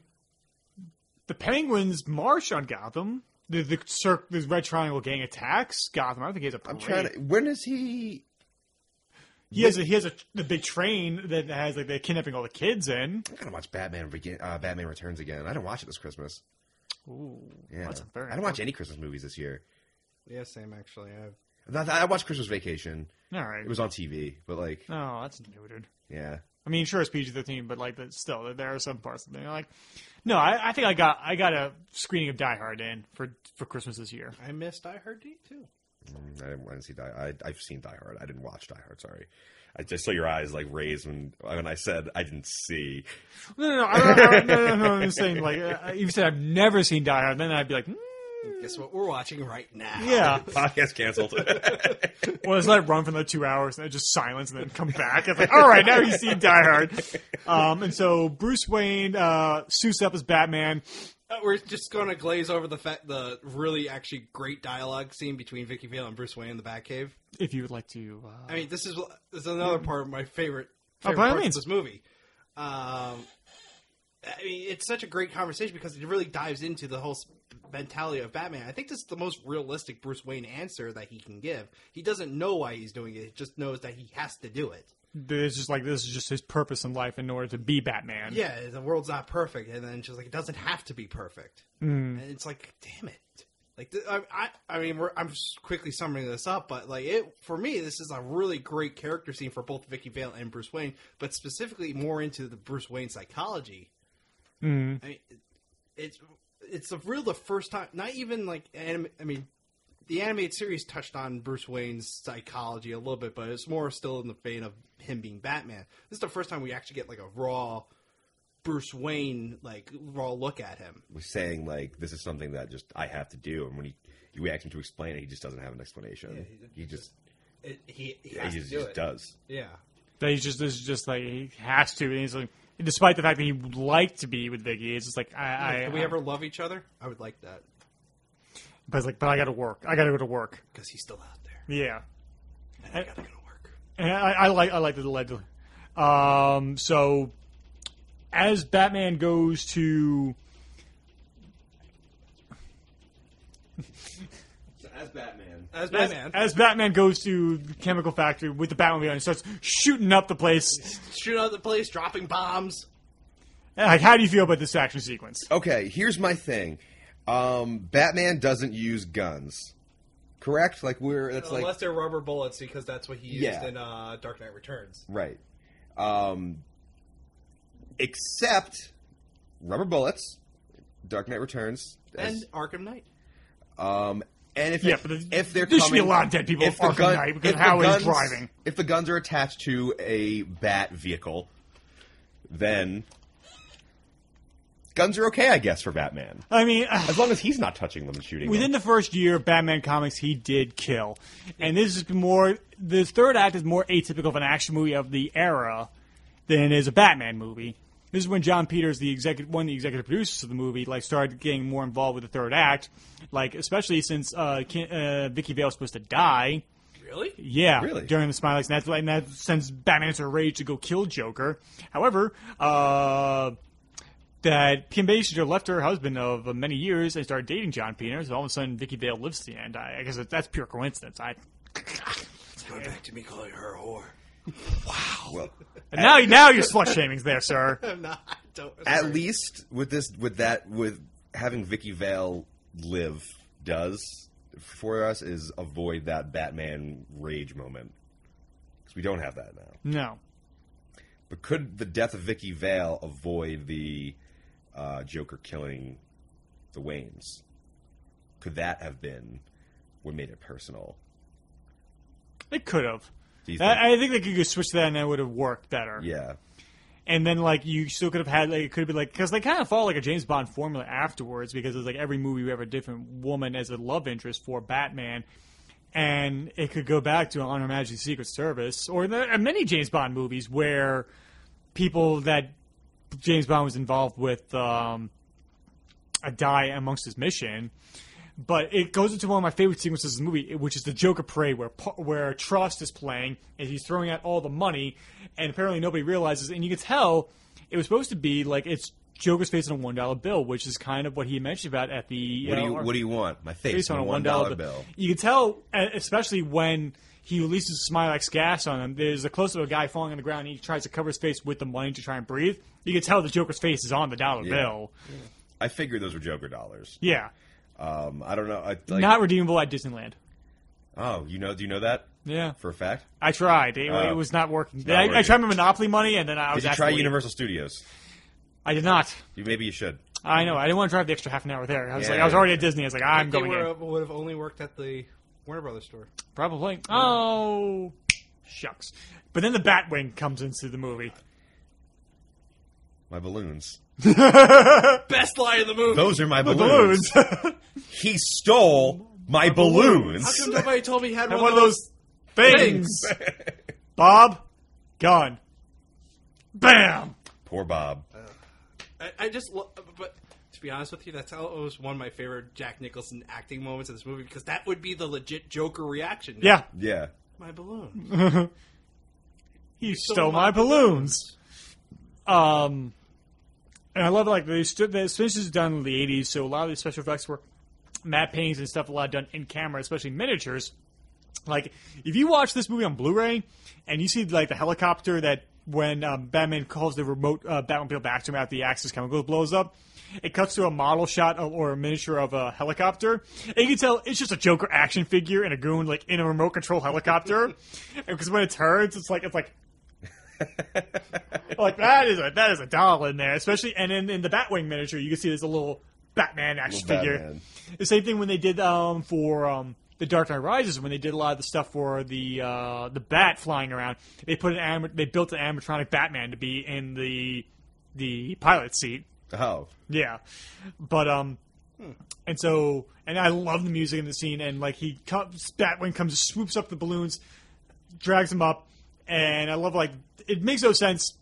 H: The Penguins march on Gotham. The the, cir- the Red Triangle Gang attacks Gotham. I don't think he has a parade.
I: I'm trying to. When is he?
H: He has a, he has a the big train that has like they're kidnapping all the kids in.
I: I gotta watch Batman begin, uh, Batman Returns again. I didn't watch it this Christmas.
H: Ooh,
I: Yeah,
H: that's a
I: I
H: burn.
I: didn't watch any Christmas movies this year.
K: Yeah, same actually. I,
I: Not that- I watched Christmas Vacation.
H: All right.
I: It was on TV, but like,
H: No, that's neutered.
I: yeah,
H: I mean, sure, it's PG thirteen, but like, but still, there- there are some parts of it. Like, no, I, I think I got I got a screening of Die Hard in for for Christmas this year.
K: I missed I Heard D too.
I: Mm, I didn't, I didn't see Die. I, I've seen Die Hard. I didn't watch Die Hard. Sorry, I just saw your eyes like raised when when I said I didn't see.
H: No, no, no, I, I, I, no, no, no, I'm just saying. Like, uh, you said I've never seen Die Hard, then I'd be like, mm,
K: Guess what we're watching right now?
H: yeah.
I: Podcast
K: [LAUGHS]
I: canceled. [LAUGHS]
H: Well, let's let it run for another two hours and then just silence and then come back. It's like, all right, now you see Die Hard. Um, and so Bruce Wayne uh, suits up as Batman.
K: Uh, we're just going to glaze over the fact the really actually great dialogue scene between Vicky Vale and Bruce Wayne in the Batcave.
H: If you would like to, uh,
K: I mean, this is this is another part of my favorite,
H: Oh,
K: favorite
H: by all
K: parts
H: means.
K: of this movie. Um, I mean, it's such a great conversation because it really dives into the whole s- mentality of Batman. I think this is the most realistic Bruce Wayne answer that he can give. He doesn't know why he's doing it; he just knows that he has to do it.
H: this is like this is just his purpose in life in order to be Batman.
K: Yeah, the world's not perfect, and then she's like, it doesn't have to be perfect.
H: Mm.
K: And it's like, damn it. Like, th- I, I, I mean, we're, I'm just quickly summing this up, but like, it for me, this is a really great character scene for both Vicky Vale and Bruce Wayne, but specifically more into the Bruce Wayne psychology.
H: Mm.
K: I mean, it- it's it's a real the first time, not even like, anim, I mean, the animated series touched on Bruce Wayne's psychology a little bit, but it's more still in the vein of him being Batman. This is the first time we actually get like a raw Bruce Wayne, like raw look at him.
I: was saying like this is something that just I have to do, and when he you ask him to explain it, he just doesn't have an explanation. he, just
K: It, he he
I: yeah,
K: has
I: he
K: to
I: just,
K: do
I: just
K: it.
I: does.
K: Yeah.
H: That he's just this is just like he has to. And he's like, despite the fact that he would like to be with Vicky, it's just like I. I
K: Can we
H: I-
K: ever love each other? I would like that
H: But it's like, but I got to work. I got to go to work.
K: because he's still out there.
H: Yeah.
K: I gotta go to work.
H: And I, I like I like the lead. Um, so as Batman goes to
I: as Batman,
K: As Batman,
H: as Batman goes to the chemical factory with the Batmobile and starts shooting up the place.
K: shooting out the place, dropping bombs.
H: Like, how do you feel about this action sequence?
I: Okay, here's my thing. Um, Batman doesn't use guns, correct? Like we're that's
K: Unless
I: like
K: they're rubber bullets, because that's what he used
I: Yeah.
K: in uh, Dark Knight Returns.
I: right. Um, except rubber bullets, Dark Knight Returns, as-
K: And Arkham Knight.
I: Um, and if
H: Yeah,
I: it-
H: but there's-
I: if they're
H: there should
I: coming,
H: be a lot of dead people
I: if
H: in
I: the
H: Arkham
I: gun-
H: Knight because
I: if
H: how
I: the
H: he's
I: guns-
H: driving.
I: If the guns are attached to a bat vehicle, then guns are okay, I guess, for Batman.
H: I mean,
I: As long as he's not touching them and shooting
H: within
I: them.
H: the first year of Batman comics, he did kill, and this is more. The third act is more atypical of an action movie of the era than it is a Batman movie. This is when John Peters, the executive, one of the executive producers of the movie, like started getting more involved with the third act, like especially since uh, Ken, uh, Vicky Vale's supposed to die.
K: Really?
H: Yeah,
I: Really?
H: During the Smilex, and that's why- and that sends Batman into a rage to go kill Joker. However, uh, that Kim Basinger left her husband of uh, many years and started dating John Peters, and all of a sudden Vicky Vale lives to the end. I, I guess that's pure coincidence. I
J: Going back to me calling her a whore.
I: Well,
H: and now now your slut shaming's there, sir.
K: I'm not. I don't.
I: at
K: sorry.
I: least with this, with that, with having Vicky Vale live does for us is avoid that Batman rage moment because we don't have that now.
H: No,
I: But could the death of Vicky Vale avoid the uh, Joker killing the Waynes? Could that have been what made it personal?
H: they could have.
I: Do you think-
H: I, I think they could have switched that, and that would have worked better.
I: yeah,
H: and then like you still could have had like it could have been like because they kind of follow like a James Bond formula afterwards because it's like every movie we have a different woman as a love interest for Batman, and it could go back to on Her Majesty's Secret Service or the, uh, many James Bond movies where people that James Bond was involved with um, uh, die amongst his mission. But it goes into one of my favorite sequences in the movie, which is the Joker parade, where Pa- where Trust is playing and he's throwing out all the money, and apparently nobody realizes. And you can tell it was supposed to be like it's Joker's face on a one dollar bill, which is kind of what he mentioned about at the.
N: What do you
H: uh,
N: What do you want? My face,
H: Based
N: on a one dollar bill.
H: You can tell, uh, especially when he releases Smilax gas on him. There's a close up of a guy falling on the ground, and he tries to cover his face with the money to try and breathe. You can tell the Joker's face is on the dollar
N: Yeah.
H: bill.
N: I figured those were Joker dollars.
H: Yeah,
N: Um, I don't know. I, like,
H: not redeemable at Disneyland.
N: oh, you know? Do you know that?
H: Yeah.
N: For a fact.
H: I tried. It,
N: Oh.
H: it was not working.
N: Not
H: I, I
N: working.
H: tried my Monopoly money, and then I was
N: Did you
H: actually.
N: try Universal Studios?
H: I did not.
N: You, maybe you should.
H: I know. I didn't want to drive the extra half an hour there. I was
N: Yeah.
H: like, I was already at Disney. I was like, I'm
K: They
H: going
K: were-
H: in.
K: would have only worked at the Warner Brothers store.
H: Probably. Oh, shucks. But then the Batwing comes into the movie.
N: My balloons.
K: Best lie in the movie.
N: Those are my balloons. he stole my
K: How
N: balloons.
K: come nobody told me he had
H: And one
K: one,
H: of those things. Bob, gone. Bam.
N: [LAUGHS] Poor Bob.
K: I, I just, lo- but to be honest with you, that's always one of my favorite Jack Nicholson acting moments in this movie because that would be the legit Joker reaction.
H: Yeah.
N: Yeah.
K: My balloon.
H: he stole my balloons. Um, and I love like they stood. The Sphinx is done in the '80s, so a lot of these special effects were matte paintings and stuff. A lot done in camera, especially miniatures. Like if you watch this movie on Blu-ray and you see like the helicopter that when um, Batman calls the remote uh, Batmobile back to him after the Axis chemicals blows up, it cuts to a model shot of, or a miniature of a helicopter, and you can tell it's just a Joker action figure and a goon like in a remote control helicopter. [LAUGHS] Because when it turns, it's like it's like [LAUGHS] like that is a that is a doll in there, especially and in, in the Batwing miniature, you can see there's a little Batman action
N: Little
H: figure.
N: Batman.
H: The same thing when they did um, for um, the Dark Knight Rises, when they did a lot of the stuff for the uh, the bat flying around, they put an am- they built an animatronic Batman to be in the the pilot seat.
N: Oh.
H: Yeah, but um, and so and I love the music in the scene, and like he comes, Batwing comes, swoops up the balloons, drags him up, and I love like it makes no sense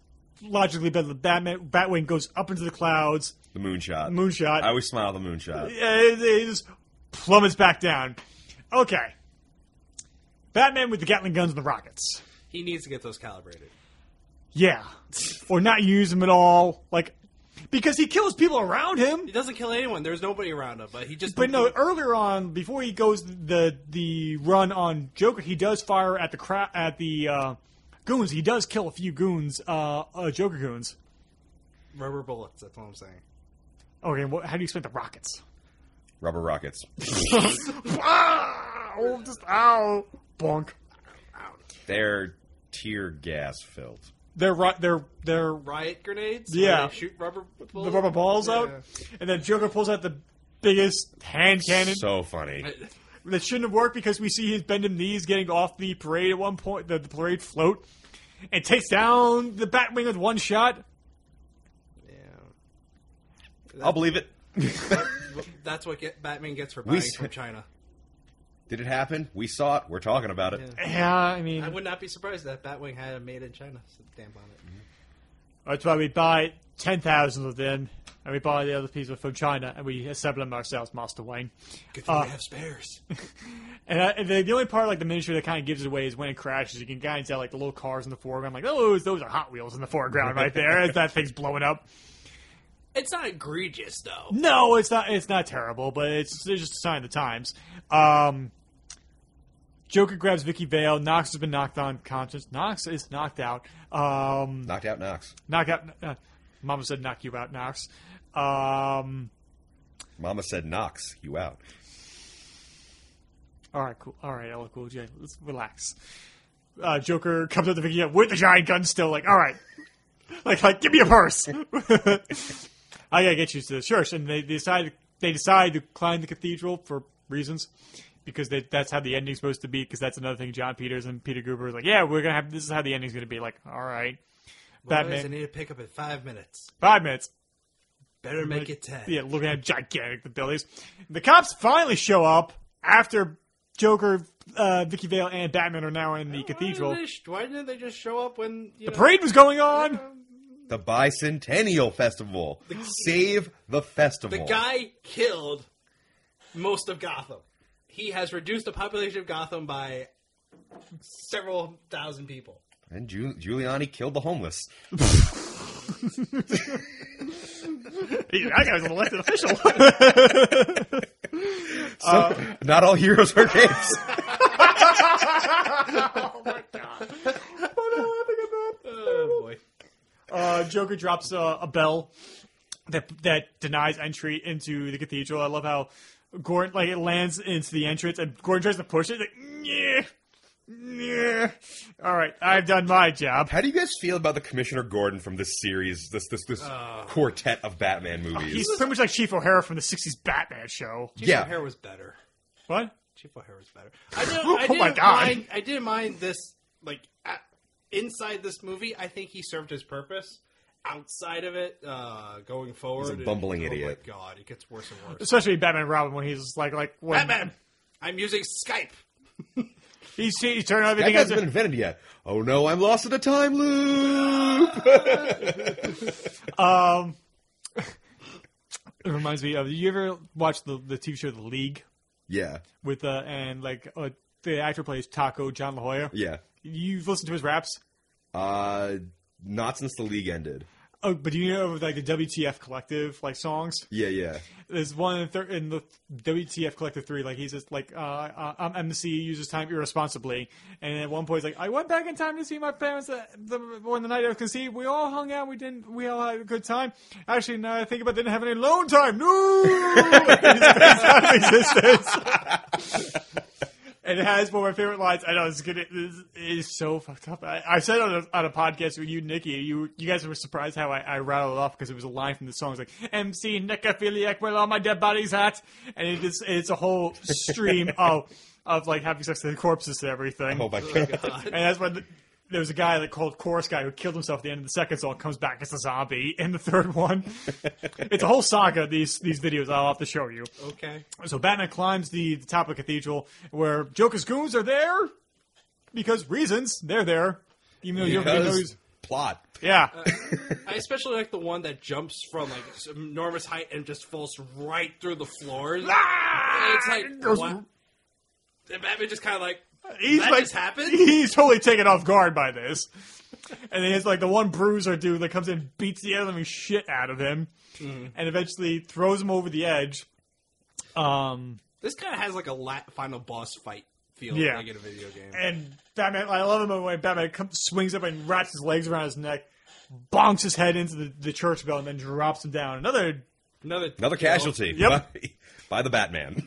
H: logically, but the Batman Batwing goes up into the clouds,
N: The moonshot.
H: Moonshot.
N: I always smile at the moonshot.
H: yeah, it, it just plummets back down. Okay, Batman with the Gatling guns and the rockets.
K: He needs to get those calibrated.
H: Yeah, or not use them at all, like because he kills people around him.
K: He doesn't kill anyone. There's nobody around him, but he just.
H: But no, earlier on, before he goes the the run on Joker, he does fire at the cra- at the uh, goons. He does kill a few goons, uh, uh, Joker goons.
K: rubber bullets. That's all I'm saying.
H: Okay, what, how do you explain the rockets?
N: Rubber rockets.
H: Ah, Ow! Just ow! Bonk.
N: They're tear gas filled.
H: They're ri- they're they're
K: Riot grenades. where
H: yeah.
K: they shoot rubber.
H: the
K: Bullets.
H: rubber balls out, and then Joker pulls out the biggest hand cannon.
N: So funny.
H: that shouldn't have worked because we see his bended knees getting off the parade at one point, the, the parade float, and takes down the Batwing with one shot.
N: I'll believe it.
K: That's what get, Batman gets for
N: We
K: buying
N: s-
K: from China.
N: Did it happen? We saw it. We're talking about it.
H: Yeah, I mean,
K: I would not be surprised that Batwing had a made in China stamp on it.
H: That's why we buy 10,000 of them, and we buy the other people from China, and we assemble them ourselves, Master Wayne.
K: Good thing
H: Uh,
K: we
H: [LAUGHS]
K: have spares.
H: and I, the, the only part, like, the miniature that kind of gives it away is when it crashes. You can kind of tell, like, the little cars in the foreground. Like, oh, those, those are Hot Wheels in the foreground right there as that thing's blowing up.
K: It's not egregious though.
H: No, it's not. It's not terrible, but it's, it's just a sign of the times. Um, Joker grabs Vicky Vale. Knox has been knocked on conscience. Knox is knocked out. Um,
N: Knocked out Knox.
H: knock out. Uh, Mama said, "Knock you out, Knox." Um,
N: Mama said Knox, you out.
H: all right, cool. All right, LL Cool J, let's relax. Uh, Joker comes up to Vicky Vale with the giant gun still. Like, all right, like, like, give me a purse. [LAUGHS] I gotta get you to the church, and they, they decide they decide to climb the cathedral for reasons because they, that's how the ending's supposed to be. Because that's another thing John Peters and Peter Gruber is like, yeah, we're gonna have this is how the ending's gonna be. Like, all right,
K: Boys, I
H: Batman,
K: need to pick up in five minutes.
H: five minutes.
K: Better make
H: Like,
K: it ten.
H: Yeah, looking at gigantic the buildings. The cops finally show up after Joker, uh, Vicky Vale, and Batman are now in the
K: Why
H: cathedral.
K: didn't, they, sh- why didn't they just show up when you
H: The
K: know,
H: parade was going on.
N: The Bicentennial Festival. Save the festival.
K: The guy killed most of Gotham. He has reduced the population of Gotham by several thousand people.
I: And Giul- Giuliani killed the homeless.
H: that guy's an elected [LAUGHS] official.
I: So, not all heroes are names.
K: oh my god! Oh boy!
H: Uh, Joker drops uh, a bell that that denies entry into the cathedral. I love how Gordon like it lands into the entrance, and Gordon tries to push it. Like, yeah, yeah. All right, I've done my job.
I: How do you guys feel about the Commissioner Gordon from this series, this this this quartet of Batman movies?
H: Oh. He's pretty much like Chief O'Hara from the '60s Batman show.
K: Chief O'Hare was better.
H: What?
K: Chief O'Hare was better.
H: [LAUGHS]
K: I didn't, I
H: Oh
K: didn't
H: my God.
K: Mind, I didn't mind this. Like at, inside this movie, I think he served his purpose. Outside of it, uh, going forward,
I: He's a bumbling
K: oh
I: idiot.
K: My God, it gets worse and worse.
H: Especially Batman and Robin when he's like like when
K: Batman, I'm using Skype. [LAUGHS]
H: he's he's turning
I: That
H: everything.
I: hasn't
H: into-
I: been invented yet. Oh no, I'm lost in a time loop.
H: Um, it reminds me of you ever watch the the TV show The League
I: [LAUGHS] yeah,
H: with uh and like uh, the actor plays Taco John La Jolla.
I: yeah.
H: You've listened to his raps,
I: Uh, not since the league ended.
H: oh, but do you know of like the WTF Collective like songs? [LAUGHS]
I: Yeah, yeah.
H: There's one in, thir- in the WTF Collective three. Like he's just like uh, uh, I'm MC uses time irresponsibly, and at one point he's like, I went back in time to see my parents uh, the, on the night I was conceived. We all hung out. We didn't. We all had a good time. Actually, now that I think about, it, didn't have any alone time. No, It's out of existence. And it has one of my favorite lines. I know it's gonna it's, it's so fucked up. I, I said on a, on a podcast with you, Nikki, you you guys were surprised how I, I rattled it off because it was a line from the song. It's like MC necrophiliac, where all my dead bodies at, and it is it's a whole stream of of like having sex with corpses and everything.
I: Oh
H: [LAUGHS]
I: my God.
H: And that's when the, there was a guy that called chorus guy who killed himself at the end of the second song, comes back as a zombie in the third one. it's a whole saga. These these videos I'll have to show you.
K: Okay.
H: So Batman climbs the, the top of the cathedral where Joker's goons are there because reasons. They're there. Even
I: [LAUGHS]
H: though Joker
I: Because
H: knows.
I: plot.
H: Yeah.
K: Uh, I especially like the one that jumps from like this enormous height and just falls right through the floors. It's like
H: Ah! Goes-
K: what? And Batman just kind of like
H: He's
K: that
H: like,
K: just happened.
H: He's totally taken off guard by this. And then it's like the one bruiser dude that comes in and beats the enemy shit out of him
K: Mhm.
H: and eventually throws him over the edge. Um,
K: This kind of has like a la- final boss fight feel
H: Yeah.
K: like in a video game.
H: and Batman, I love him when Batman comes, swings up and wraps his legs around his neck, bonks his head into the, the church bell, and then drops him down. Another
K: Another
I: Another casualty
H: Yep.
I: by, [LAUGHS] by the Batman.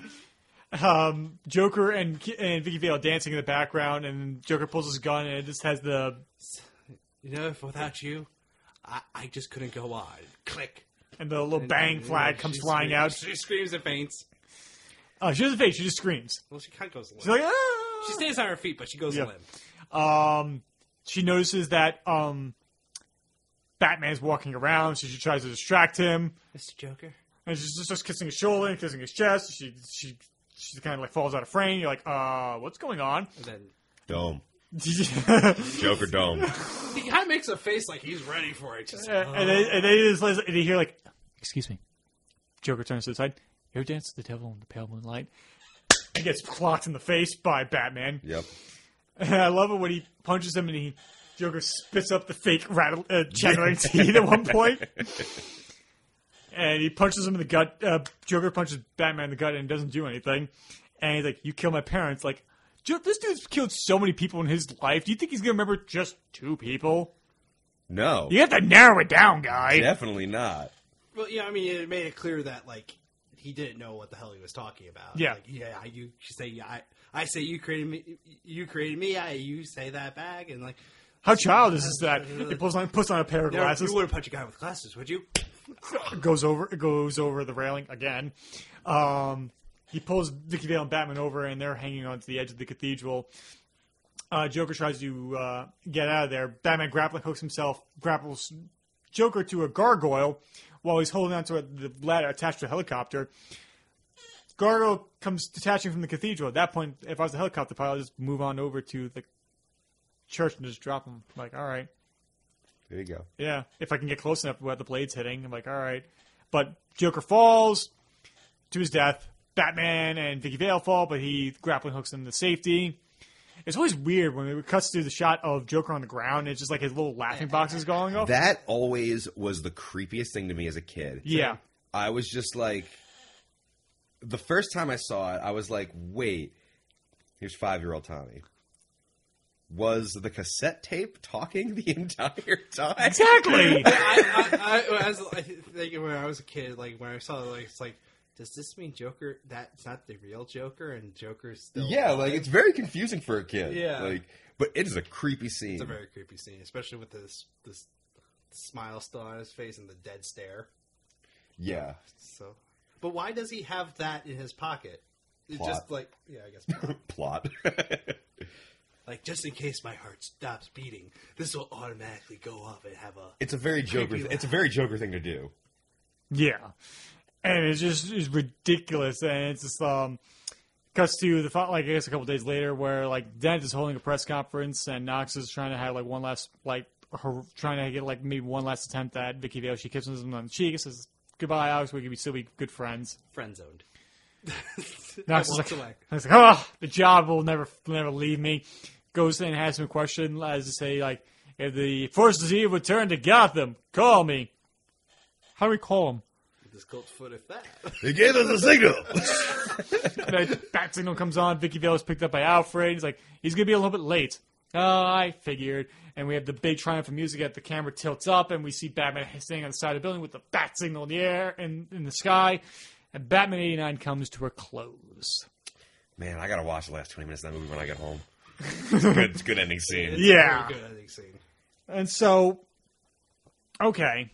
H: um, Joker and and Vicky Vale dancing in the background, and Joker pulls his gun, and it just has the
K: You know, if without you, I, I just couldn't go on. Click.
H: and the little
K: And-
H: bang
K: and,
H: flag
K: yeah,
H: comes
K: she
H: flying
K: screams-
H: out.
K: She screams and [LAUGHS] faints.
H: Uh, she doesn't faint; she just screams.
K: Well, she kind of goes limp.
H: She's like, ah!
K: She stays on her feet, but she goes
H: Yeah.
K: limp.
H: Um, she notices that um, Batman's walking around, so she tries to distract him.
K: Mr. Joker.
H: And she just starts kissing his shoulder and kissing his chest. She she she kind of like falls out of frame. You're like, uh, what's going
K: [LAUGHS]
H: on? [LAUGHS]
K: And then
I: Dome.
H: [LAUGHS]
I: Joker Dome.
K: the guy makes a face like he's ready for it. Just,
H: and then and then you just listen- and you hear like, excuse me. Joker turns to the side. You ever dance with the devil in the pale moonlight? He gets clocked in the face by Batman. [LAUGHS]
I: Yep.
H: And I love it when he punches him and he Joker spits up the fake rattle uh, chattering teeth at [LAUGHS] one point. And he punches him in the gut. Uh, Joker punches Batman in the gut and doesn't do anything. And he's like, "You kill my parents." Like, "Jo- this dude's killed so many people in his life. Do you think he's gonna remember just two people?
I: No.
H: You have to narrow it down, guy.
I: Definitely not.
K: Well, yeah, I mean, it made it clear that like he didn't know what the hell he was talking about.
H: Yeah.
K: like, yeah. You say yeah, I, I say you created me. You created me. I you say that back, and like
H: How childish is that? He pulls on puts on a pair of
K: there,
H: glasses.
K: you wouldn't punch a guy with glasses, would you?
H: [LAUGHS] goes over goes over the railing again. Um, he pulls Vicky Vale and Batman over, and they're hanging onto the edge of the cathedral. Uh, Joker tries to uh, get out of there. Batman grappling hooks himself, grapples Joker to a gargoyle while he's holding onto a, the ladder attached to a helicopter. Gargoyle comes detaching from the cathedral. At that point, if I was the helicopter pilot, I'd just move on over to the church and just drop him. Like, all right.
I: There you go.
H: Yeah, if I can get close enough without the blades hitting, I'm like, all right. But Joker falls to his death. Batman and Vicky Vale fall, but he grappling hooks them to safety. It's always weird when it cuts through the shot of Joker on the ground. And it's just like his little laughing box is going off.
I: That always was the creepiest thing to me as a kid.
H: Yeah.
I: I was just like, the first time I saw it, I was like, wait, here's five year old Tommy. Was the cassette tape talking [LAUGHS] the entire time?
H: Exactly.
K: I, I, I, as, I think when I was a kid, like when I saw it, like it's like, does this mean Joker? That's not the real Joker, and Joker's still
I: yeah, like it's very confusing for a kid.
K: Yeah.
I: Like, but it is a creepy scene.
K: It's a very creepy scene, especially with this this smile still on his face and the dead stare.
I: yeah.
K: So, but why does he have that in his pocket? It's
I: Plot.
K: just like yeah, I
H: [LAUGHS]
K: guess
I: plot. [LAUGHS]
K: like just in case my heart stops beating, this will automatically go off and have a.
I: It's a very Joker.
K: Creepy
I: It's a very Joker thing to do.
H: Yeah, and it's just it's ridiculous, and it's just um cuts to the fi- like I guess a couple days later where like Dent is holding a press conference and Knox is trying to have like one last like her trying to get like maybe one last attempt at Vicky Vale. She kisses him on the cheek, says goodbye, Alex. We can be still be good friends.
K: Friend zoned.
H: Knox
K: I
H: is like, [LAUGHS]
K: walked away.
H: Knox is like, oh, the job will never never leave me. Goes and has him a question, as to say, like, if the forces of evil return to Gotham, call me. How do we call him?
K: This cult foot if that. [LAUGHS]
I: They gave us a signal.
H: and the bat signal comes on. Vicky Vale is picked up by Alfred. He's like, he's gonna be a little bit late. Oh, I figured. And we have the big triumph of music at the camera tilts up, and we see Batman standing on the side of the building with the bat signal in the air and in the sky. And Batman eighty nine comes to a close.
I: [LAUGHS] Man, I gotta watch the last twenty minutes of that movie when I get
K: [LAUGHS]
I: home. It's a good, it's a good ending scene.
H: It's a Yeah.
K: Very good ending scene.
H: And so, okay,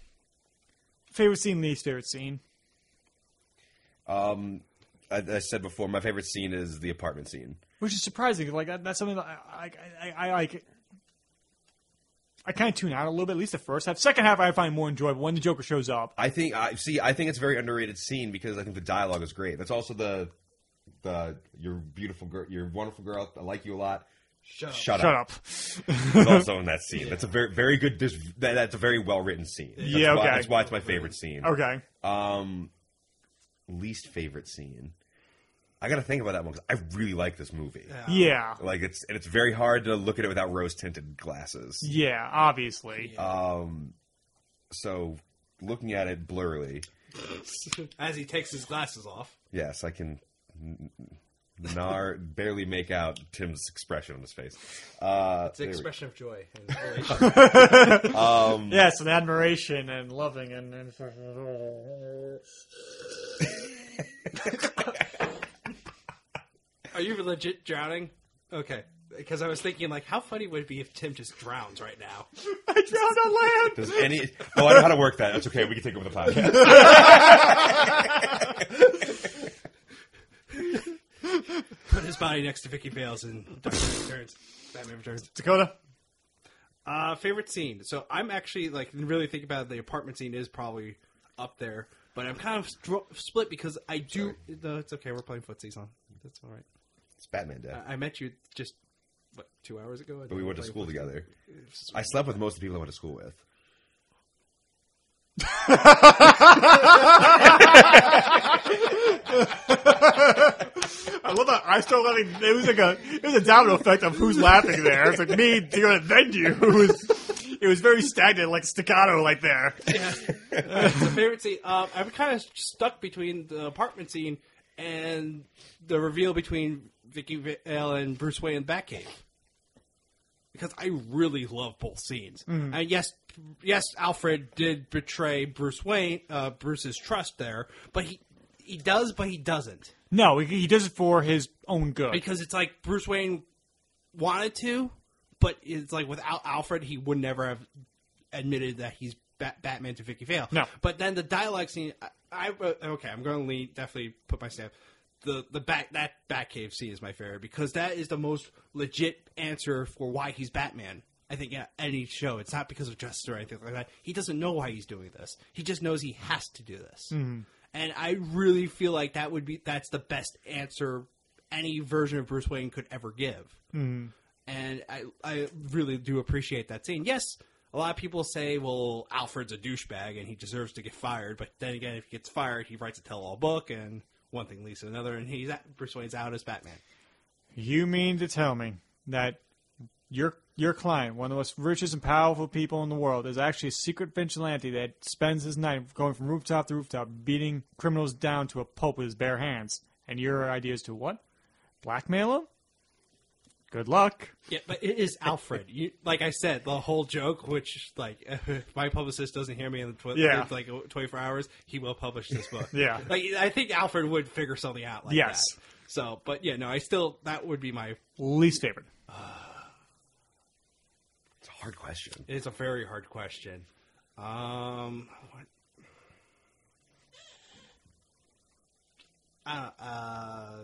H: favorite scene, least favorite scene.
I: Um, I, I said before, my favorite scene is the apartment scene.
H: which is surprising. Like that, that's something that I, I, I, I like. I kind of tune out a little bit, at least the first half. Second half, I find more enjoyable when the Joker shows up.
I: I think I see. I think it's a very underrated scene because I think the dialogue is great. That's also the the your beautiful girl, your wonderful girl. I like you a lot.
K: Shut up.
I: Shut,
H: Shut
I: up.
H: up. [LAUGHS]
I: Is also in that scene. That's a very very good. This, that, that's a very well written scene. That's
H: Yeah,
I: Why,
H: okay.
I: that's why it's my favorite scene.
H: Okay.
I: Um, least favorite scene. I got to think about that one because I really like this movie.
H: Yeah. Yeah.
I: Like it's and it's very hard to look at it without rose tinted glasses.
H: Yeah, obviously.
I: Um, so looking at it blurrily,
K: As he takes his glasses off.
I: yes, I can n- n- nar- barely make out Tim's expression on his face. Uh,
K: It's an
I: there we-
K: expression of joy.
H: [LAUGHS]
K: And
I: Um,
H: yes, and admiration and loving and. and
K: Are you legit drowning? Okay. Because I was thinking, like, how funny would it be if Tim just drowns right now?
H: [LAUGHS] I drowned on land.
K: [LAUGHS]
I: Does any? Oh, I know how to work that. That's okay. We can take over the podcast.
K: Put hhis body next to Vicky Vale's in Dark Knight Returns. Batman Returns.
H: Dakota.
K: Uh, favorite scene. So I'm actually like really think about it, the apartment scene is probably up there, but I'm kind of stro- split because I do. No, it's okay. We're playing footsies on. That's all right.
I: it's Batman Day.
K: I, I met you just what two hours ago.
I: But we went to school
K: Playing
I: together.
K: footsies.
I: I slept with most of the people I went to school with.
H: I love that. I start laughing. It was like a it was a domino effect of who's laughing there. It's like me, Dakota, then you. [LAUGHS] It was it was very stagnant, like staccato, like there.
K: Uh, it's a favorite scene. Um, I'm kind of stuck between the apartment scene and the reveal between Vicky Vale and Bruce Wayne in Batcave. Because I really love both scenes.
H: Mm-hmm.
P: Mhm.
K: And yes, yes, Alfred did betray Bruce Wayne, uh, Bruce's trust there, but he he does, but he doesn't
H: No, he, he does it for his own good.
K: because it's like Bruce Wayne wanted to, but it's like without Alfred, he would never have admitted that he's Bat- Batman to Vicky Vale.
H: No.
K: but then the dialogue scene, I, I wrote- okay, I'm going to lean definitely put my stamp. The the bat that Batcave scene is my favorite because that is the most legit answer for why he's Batman. I think at any show, it's not because of justice or anything like that. He doesn't know why he's doing this. He just knows he has to do this
H: Mhm.
K: and I really feel like that would be that's the best answer any version of Bruce Wayne could ever give.
H: Mhm.
K: And I I really do appreciate that scene. Yes, a lot of people say, well, Alfred's a douchebag and he deserves to get fired. But then again, if he gets fired, he writes a tell-all book and one thing leads to another, and he's at Bruce Wayne's out as Batman.
H: You mean to tell me that your your client, one of the most richest and powerful people in the world, is actually a secret vigilante that spends his night going from rooftop to rooftop, beating criminals down to a pulp with his bare hands, and your idea is to what? Blackmail him? Good luck.
K: Yeah, but it is Alfred. you, like I said, the whole joke, which like [LAUGHS] if my publicist doesn't hear me in the tw-
H: Yeah.
K: it's like twenty four hours, he will publish this book.
H: [LAUGHS] Yeah.
K: like I think Alfred would figure something out. Like
H: Yes.
K: That. So, but yeah, no, I still that would be my.
H: Least favorite.
I: It's a hard question.
K: It's a very hard question. Um, what? Uh, uh,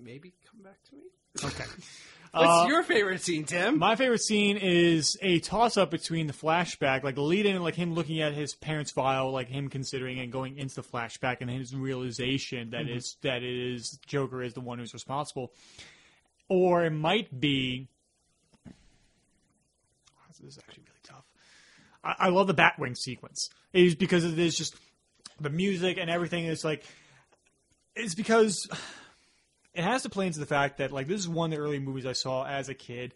K: maybe come back to me. Okay. [LAUGHS] What's
H: Uh,
K: your favorite scene, Tim?
H: My favorite scene is a toss up between the flashback, like the lead in, like him looking at his parents' file, like him considering and going into the flashback, and his realization that
K: Mhm.
H: it's- that it is Joker is the one who's responsible, or it might be. This is actually really tough. I, I love the Batwing sequence. It is because it is just the music and everything is like. It's because [SIGHS] it has to play into the fact that like this is one of the early movies I saw as a kid,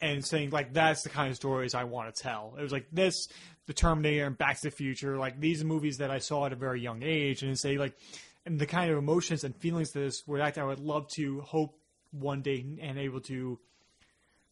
H: and saying like that's the kind of stories I want to tell. It was like this, The Terminator and Back to the Future, like these movies that I saw at a very young age, and say like and the kind of emotions and feelings that this were that I would love to hope one day and able to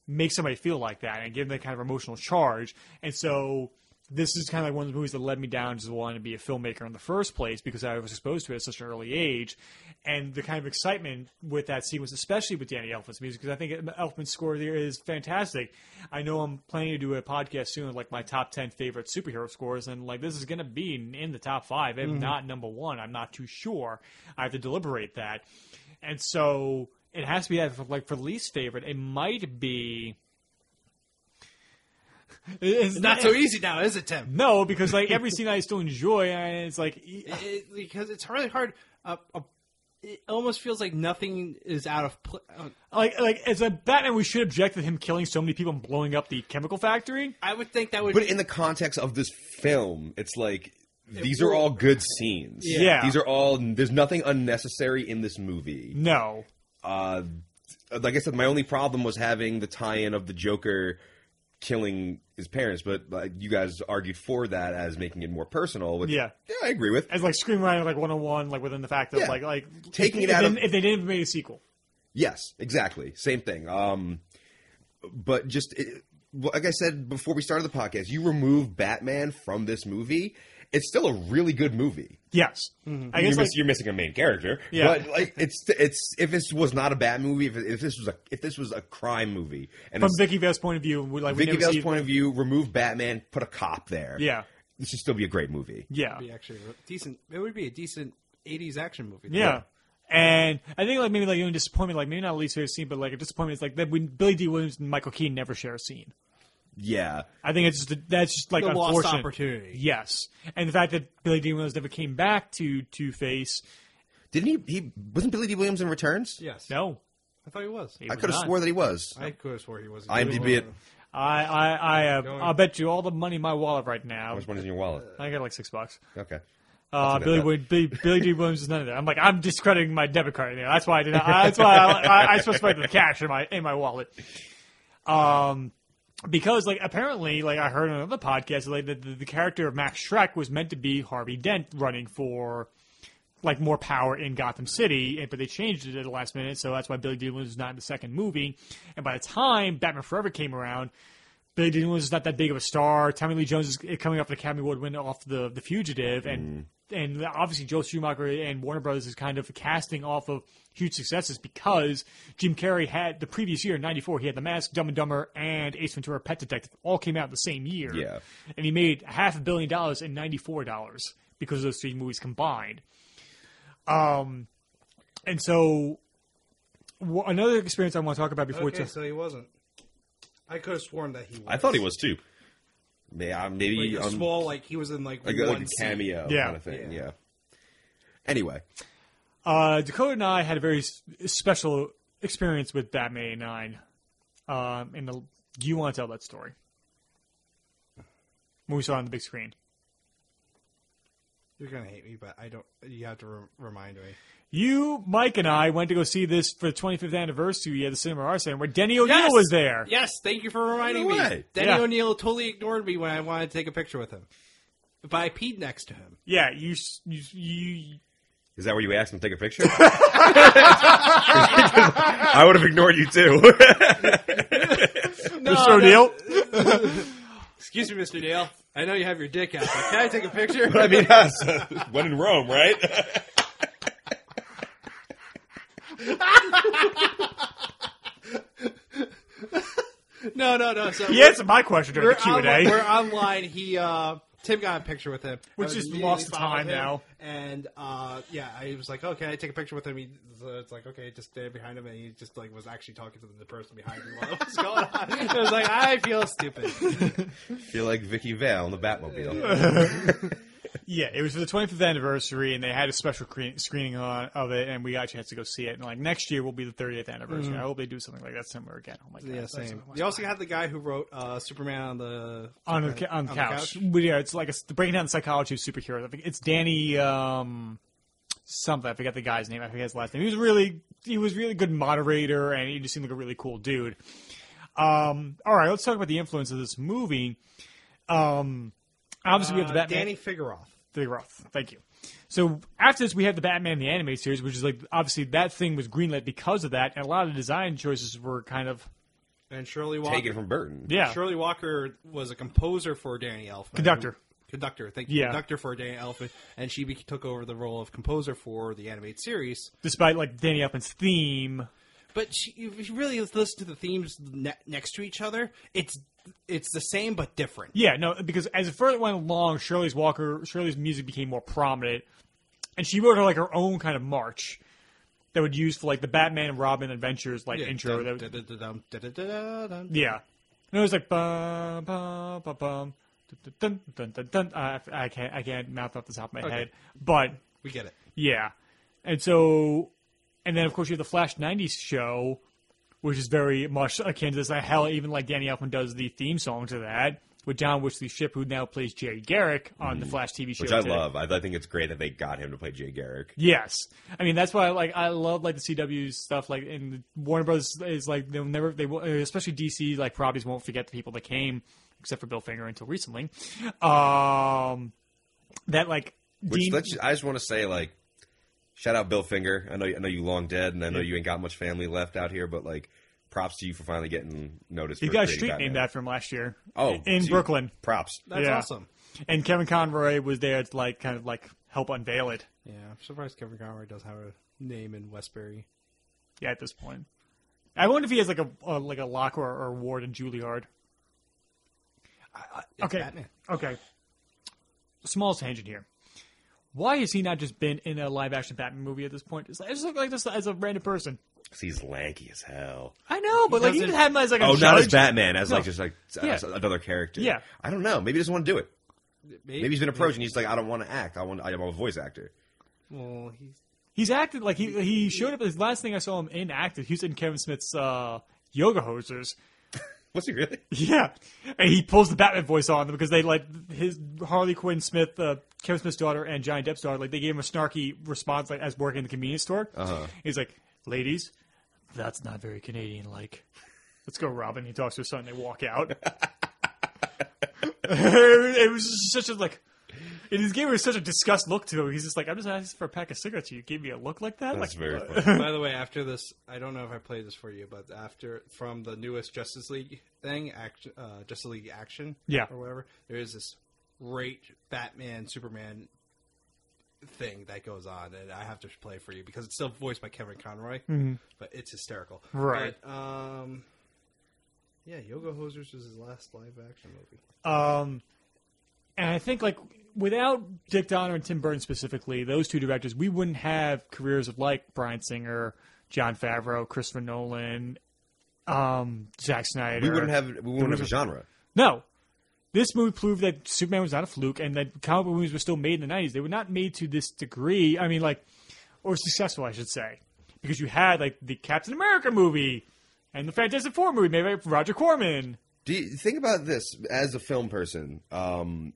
H: make somebody feel like that and give them that kind of emotional charge. And so this is kind of like one of the movies that led me down to wanting to be a filmmaker in the first place because I was exposed to it at such an early age. And the kind of excitement with that sequence, especially with Danny Elfman's music, because I think Elfman's score there is fantastic. I know I'm planning to do a podcast soon, like my top 10 favorite superhero scores, and like this is going to be in the top five, if
K: Mhm.
H: not number one. I'm not too sure. I have to deliberate that. And so it has to be that for, like for least favorite. It might
I: [LAUGHS]
H: be. It's
K: Not so easy now, is it, Tim?
H: No, because like every scene I still enjoy, and it's like e-
K: It- it- because it's really hard. Uh, uh, it almost feels like nothing is out of pl- uh,
H: like like as a Batman, we should object to him killing so many people and blowing up the chemical factory.
K: I would think that would.
I: But in the context of this film, it's like these are all good scenes.
H: Yeah. Yeah.
I: These are all there's nothing unnecessary in this movie.
H: No.
I: Uh like I said, my only problem was having the tie-in of the Joker killing his parents, but like, you guys argued for that as making it more personal. Which,
H: Yeah.
I: yeah, I agree with.
H: As like screenwriting, like one on one, like within the fact of
I: Yeah.
H: like like
I: Taking
H: if,
I: it out
H: if
I: of-
H: they, if they didn't have made a sequel.
I: Yes, exactly. Same thing. Um, but just it, well, like I said before we started the podcast, you remove Batman from this movie, it's still a really good movie.
H: Yes, I
I: you're,
H: guess like,
I: miss- you're missing a main character.
H: Yeah.
I: But like it's it's if this was not a Bat movie, if, if this was a if this was a crime movie, and
H: from
I: it's-
H: Vicky Vale's point of view, we like we
I: Vicky
H: never
I: Vale's
H: see-
I: point of view, remove Batman, put a cop there.
H: Yeah.
I: this should still be a great movie.
H: Yeah,
K: be actually a decent. It would be a decent '80s action movie.
H: Yeah. And I think like maybe like the only disappointment, like maybe not least favorite scene, but like a disappointment is like that when Billy D. Williams and Michael Keaton never share a scene.
I: Yeah,
H: I think it's just that's just like
K: The lost
H: unfortunate.
K: opportunity.
H: Yes, and the fact that Billy D. Williams never came back to Two Face.
I: Didn't he? He wasn't Billy D. Williams in Returns.
K: Yes.
H: No,
K: I thought he was.
I: I could have swore that he was.
K: I could have swore he was.
I: IMDb. it-
H: I I I uh, I'll bet you all the money in my wallet right now.
I: Which one is in your wallet?
H: I got like six bucks.
I: Okay.
H: Uh,
I: That's a bit
H: Billy,
I: bad.
H: Wood, Billy, Billy D. Williams is none of that. I'm like, I'm discrediting my debit card. in there. That's why I did not. That's why I, I, I specified the cash in my in my wallet. Um, because like apparently, like I heard on another podcast, like the, the, the character of Max Shrek was meant to be Harvey Dent running for like more power in Gotham City, and, but they changed it at the last minute, so that's why Billy D. Williams is not in the second movie. And by the time Batman Forever came around, Billy D. Williams is not that big of a star. Tommy Lee Jones is coming off the Academy Award win off the the Fugitive, and and obviously Joe Schumacher and Warner Brothers is kind of casting off of huge successes because Jim Carrey had the previous year in '94 he had The Mask, Dumb and Dumber, and Ace Ventura: Pet Detective all came out the same year.
I: Yeah.
H: and he made half a billion dollars in '94 dollars because of those three movies combined. Um, and so wh- another experience I want to talk about before
K: Okay,
H: it's
K: so he wasn't. I could have sworn that he was.
I: I thought he was too. May- uh, Maybe
K: Like, a
I: um,
K: small, like he was in like,
I: like, a-
K: one
I: like a cameo
H: Yeah.
I: kind of thing. Yeah. Anyway,
H: Uh, Dakota and I had a very s- special experience with Batman 89. Um, and the, do you want to tell that story? When we saw it on the big screen.
K: You're gonna hate me, but I don't. You have to re- remind me.
H: You, Mike, and I went to go see this for the 25th anniversary at the Cinema Arts where Denny O'Neill was there.
K: Yes, thank you for reminding
H: No
K: me.
H: way.
K: Denny
H: Yeah.
K: O'Neill totally ignored me when I wanted to take a picture with him. But I peed next to him.
H: Yeah, you, s- you, you.
N: Is that where you asked him to take a
K: [LAUGHS]
N: picture? I would have ignored you
K: [LAUGHS]
N: too.
H: Mr. O'Neill?
K: Excuse me, Mr. O'Neill. I know you have your dick out, but can I take
I: [LAUGHS]
K: a picture?
N: But I mean, us. When in Rome, right?
K: [LAUGHS] no, no, no. So
H: He answered my question during
K: we're
H: the Q&A.
K: online- We're online. He uh, Tim got a picture with him,
H: Which
K: I
H: is
K: immediately
H: lost
K: followed
H: time
K: him,
H: now.
K: And uh, yeah, I was like, okay, I take a picture with him. He, so it's like, okay, just stand behind him, and he just like was actually talking to the person behind me while it was going on. [LAUGHS] I was like, I feel stupid.
N: Feel like Vicky Vale in the
K: [LAUGHS]
N: Batmobile.
H: yeah, it was for the 25th anniversary, and they had a special cre- screening on, of it, and we got a chance to go see it. And like next year will be the 30th anniversary.
K: Mhm.
H: I hope they do something like that somewhere again. Oh my god,
K: [LAUGHS] Yeah,
H: that's
K: same.
H: so much
K: You also had the guy who wrote uh, Superman on the
H: on the, ca- on the couch. But yeah, it's like a, breaking down the psychology of superheroes. I think it's Danny um, something. I forget the guy's name. I forget his last name. He was really he was really good moderator, and he just seemed like a really cool dude. Um, all right, let's talk about the influence of this movie. Um, obviously, we have the
K: Uh,
H: Batman.
K: Danny Figueroa.
H: The Roth. Thank you. So after this, we have the Batman the anime series, which is like obviously that thing was greenlit because of that, and a lot of design choices were kind of
K: and Shirley Walker.
N: Taken from Burton.
H: Yeah.
K: Shirley Walker was a composer for Danny Elfman.
H: Conductor.
K: Conductor, thank you.
H: Yeah.
K: Conductor for Danny Elfman, and she be- took over the role of composer for the animated series.
H: despite like Danny Elfman's theme.
K: But she, if you really listen to the themes ne- next to each other, it's it's the same but different.
H: Yeah, no, because as it further went along, Shirley's Walker, Shirley's music became more prominent, and she wrote like her own kind of march that would use for like the Batman and Robin adventures like
K: Yeah,
H: intro.
K: dun-
H: that was,
K: dun- dun- dun- dun- dun- dun.
H: yeah, and it was like bum bum bum bum. dun, Dun, dun, dun, dun. Uh, I can't, I can't mouth off the top of my
K: Okay.
H: head, but
K: We get it.
H: yeah, and so, and then of course you have the Flash '90s show, which is very much akin to this. Like, hell, even like Danny Elfman does the theme song to that with John Wesley Ship, who now plays Jerry Garrick on the Flash TV show,
N: Mm. Which I
H: today.
N: love. I, I think it's great that they got him to play Jay Garrick.
H: Yes, I mean that's why like I love like the CW stuff. Like and Warner Brothers is like they'll never they will especially DC like properties won't forget the people that came except for Bill Finger until recently. Um, that like
N: Which
H: Dean-
N: let's just, I just want to say, like, shout out Bill Finger. I know I know you long dead, and I know you ain't got much family left out here, but like, props to you for finally getting noticed.
H: He
N: for
H: got a
N: creating
H: street
N: Batman.
H: named after him last year.
N: Oh,
H: in
N: dude,
H: Brooklyn.
N: props. That's
K: awesome.
H: And Kevin Conroy was there to like kind of like help unveil it.
K: Yeah, I'm surprised Kevin Conroy does have a name in Westbury.
H: Yeah, at this point, I wonder if he has like a, a like a Locke or, or Ward and Juilliard. okay,
K: Batman.
H: okay. Small tangent here. Why has he not just been in a live action Batman movie at this point? It's like, I just look like this as a random person.
N: 'Cause he's lanky as hell.
H: I know, but like you
N: doesn't-
H: can have him as like a
N: oh, not as
H: judge.
N: Batman, as
H: No.
N: like just like s-
H: Yeah.
N: as another character.
H: Yeah.
N: I don't know. Maybe he doesn't want to do it.
K: Maybe-
N: Maybe, he's been approached and he's like, I don't want to act. I want. I'm a voice actor.
K: Well, he's
H: He's acted like he he showed up. His last thing I saw him in acted. He was in Kevin Smith's uh, yoga hosers.
N: Was he really?
H: Yeah, and he pulls the Batman voice on them because they like his Harley Quinn Smith, uh, Kevin Smith's daughter, and Johnny Depp's daughter. Like they gave him a snarky response like as working in the convenience store.
N: Uh-huh.
H: He's like, "Ladies, that's not very Canadian like." Let's go, Robin. He talks to his son. They walk out. [LAUGHS] it was just such a like. It just gave her such a disgust look to him. He's just like, I'm just asking for a pack of cigarettes. You gave me a look like that. like, what?
K: By the way, after this, I don't know if I played this for you, but after from the newest Justice League thing, act, uh, Justice League Action,
H: Yeah.
K: or whatever, there is this great Batman Superman thing that goes on, and I have to play for you because it's still voiced by Kevin Conroy,
H: Mhm.
K: but it's hysterical.
H: Right.
K: But, um. Yeah, Yoga Hosers was his last live action movie.
H: Um, and I think like without Dick Donner and Tim Burton specifically, those two directors, we wouldn't have careers of like Brian Singer, John Favreau, Christopher Nolan, um, Zack Snyder.
N: We
H: [LAUGHS]
N: wouldn't have. We wouldn't have a genre.
H: No. This movie proved that Superman was not a fluke and that comic book movies were still made in the 90s. They were not made to this degree. I mean, like, or successful, I should say. Because you had, like, the Captain America movie and the Fantastic Four movie made by Roger Corman.
N: Do you think about this as a film person? Um,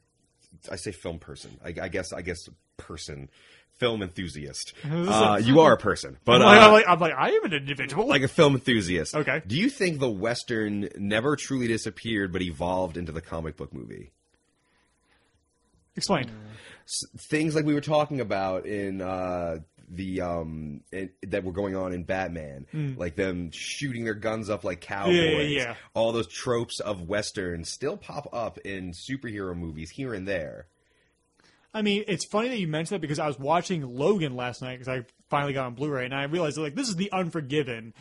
I: I say film person. I, I guess I guess person, film enthusiast.
H: [LAUGHS] This is
I: Uh,
H: a-
I: you are a person,
H: I'm,
I: but
H: like,
I: uh,
H: I'm, like, I'm like, I am an individual.
I: like a film enthusiast.
H: Okay.
I: Do you think the western never truly disappeared but evolved into the comic book movie?
H: Explain.
I: S- things like we were talking about in uh, the um, in, that were going on in Batman,
H: Mm.
I: like them shooting their guns up like cowboys.
H: yeah.
I: All those tropes of western still pop up in superhero movies here and there.
H: I mean, it's funny that you mentioned that because I was watching Logan last night because I finally got on Blu-ray and I realized like this is the Unforgiven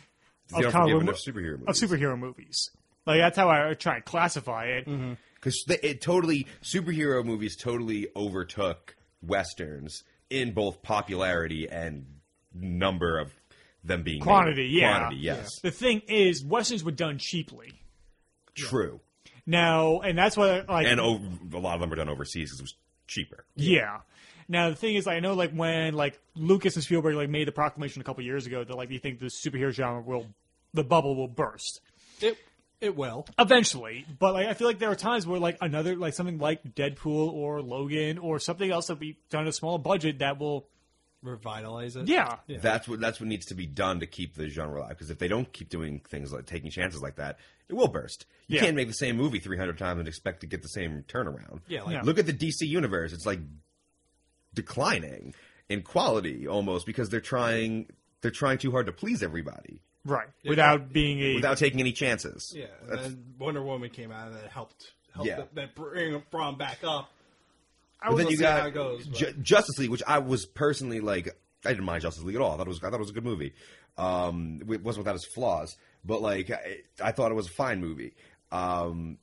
I: It's the
H: comic book
I: Unforgiven
H: mo-
I: of superhero
H: of
I: movies.
H: superhero movies. Like that's how I try and classify it.
I: Mm-hmm. because it totally superhero movies totally overtook westerns in both popularity and number of them being made.
H: Quantity, yeah.
I: quantity yes
H: The thing is, westerns were done cheaply.
I: true
H: Now, and that's why like
I: and over, a lot of them were done overseas because it was cheaper
H: Yeah. Now the thing is, I know like when like Lucas and Spielberg like made the proclamation a couple years ago that like they think the superhero genre will, the bubble will burst
K: It it will.
H: eventually. But like I feel like there are times where like another like something like Deadpool or Logan or something else that we done a small budget that will
K: revitalize it.
H: Yeah.
I: that's what that's what needs to be done to keep the genre alive because if they don't keep doing things like taking chances like that it will burst you
H: Yeah.
I: can't make the same movie 300 times and expect to get the same turnaround
H: Yeah, like- No.
I: look at the dc universe it's like declining in quality almost because they're trying they're trying too hard to please everybody
H: right without being a
I: without taking any chances
K: Yeah,
I: That's-
K: and Wonder Woman came out and that helped. helped
I: Yeah.
K: that, that bring Braun back up. I
I: But
K: would
I: then you
K: see
I: got
K: how it goes. but-
I: Ju- Justice League, which I was personally like, I didn't mind Justice League at all. I thought it was, I thought it was a good movie. Um, it wasn't without its flaws, but like, I, I thought it was a fine movie. Um,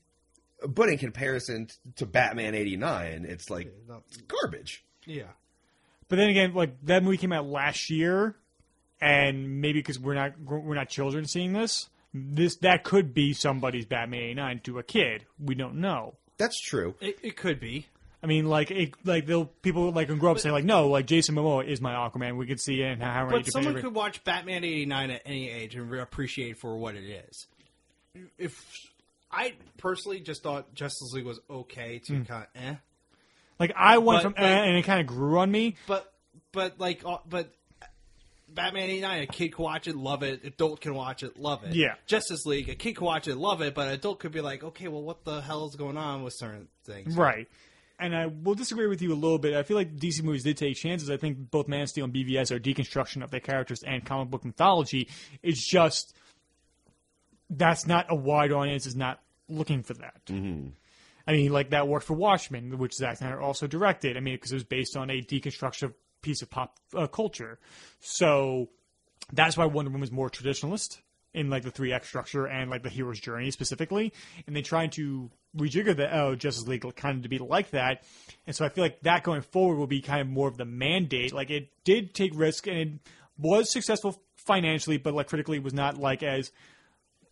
I: but in comparison t- to Batman '89, it's like it's garbage.
K: yeah.
H: But then again, like that movie came out last year, and maybe because we're not we're not children seeing this, this that could be somebody's Batman '89 to a kid. We don't know.
I: That's true.
K: It, it could be.
H: I mean, like, it, like they'll people like can grow up saying like, no, like Jason Momoa is my Aquaman. We could see it and how how many
K: But
H: different-
K: someone could watch Batman '89 at any age and re- appreciate for what it is. If I personally just thought Justice League was okay to
H: Hmm.
K: kind of eh,
H: like I went
K: But,
H: from
K: like-
H: eh, and it kind of grew on me.
K: but but like uh, but Batman '89, a kid can watch it, love it. Adult can watch it, love it.
H: Yeah.
K: Justice League, a kid can watch it, love it, but an adult could be like, okay, well, what the hell is going on with certain things?
H: Right. And I will disagree with you a little bit. I feel like DC movies did take chances. I think both Man of Steel and BVS are deconstruction of their characters and comic book mythology. It's just that's not a wide audience is not looking for that.
I: Mm-hmm.
H: I mean, like that worked for Watchmen, which Zack Snyder also directed. I mean, because it was based on a deconstruction piece of pop uh, culture. So that's why Wonder Woman is more traditionalist in like the three X structure and like the hero's journey specifically. And they trying to rejigger the oh Justice League kind of to be like that. And so I feel like that going forward will be kind of more of the mandate. Like it did take risk and it was successful financially, but like critically it was not like as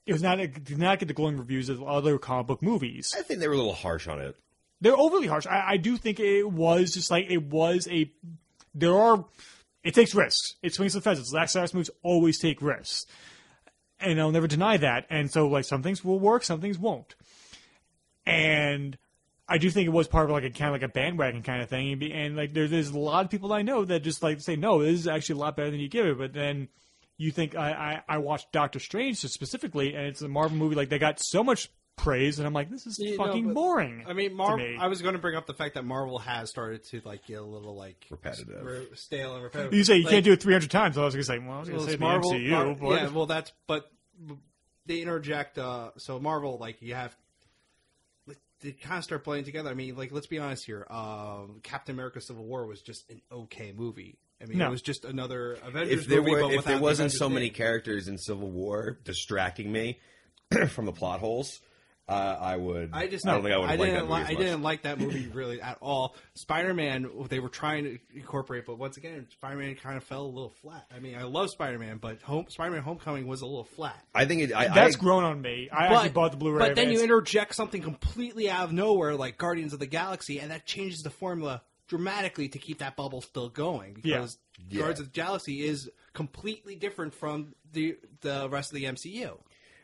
H: it was not it did not get the glowing reviews of other comic book movies.
I: I think they were a little harsh on it.
H: They're overly harsh. I, I do think it was just like it was a. There are. It takes risks. It swings the fences. Zack Snyder's moves always take risks, and I'll never deny that. And so, like some things will work, some things won't. And I do think it was part of like a kind of like a bandwagon kind of thing. And be- And like there, there's a lot of people I know that just like say no, this is actually a lot better than you give it. But then you think I I, I watched Doctor Strange specifically, and it's a Marvel movie like they got so much praise, and I'm like this is
K: You know,
H: fucking
K: but-
H: boring.
K: I mean,
H: to
K: Mar-
H: me.
K: I was going to bring up the fact that Marvel has started to like get a little like repetitive, stale, and repetitive.
H: You say you
K: Like,
H: can't do it 300 times. I was going to say, well, I was going
K: well,
H: to say
K: it's
H: the
K: Marvel,
H: MCU,
K: Mar-
H: but
K: yeah. Well, that's but they interject. uh So Marvel, like you have, like, they kind of start playing together. I mean, like let's be honest here. Um, Captain America: Civil War was just an okay movie. I mean,
I: No.
K: it was just another Avengers
I: If there
K: movie,
I: were,
K: but
I: if
K: without
I: there
K: the
I: wasn't
K: Avengers
I: so
K: name.
I: many characters in Civil War distracting me [CLEARS THROAT] from the plot holes, uh, I would.
K: I just
I: I don't think I would have liked that movie as
K: didn't li- I
I: much.
K: didn't like that movie really at all. Spider Man they were trying to incorporate, but once again, Spider Man kind of fell a little flat. I mean, I love Spider Man, but home, Spider Man Homecoming was a little flat.
I: I think it, I,
H: that's
I: I,
H: grown on me. I actually bought the Blu-ray.
K: But then you
H: advance.
K: interject something completely out of nowhere, like Guardians of the Galaxy, and that changes the formula dramatically to keep that bubble still going because
I: Yeah.
K: Guardians of the Galaxy is completely different from the the rest of the MCU.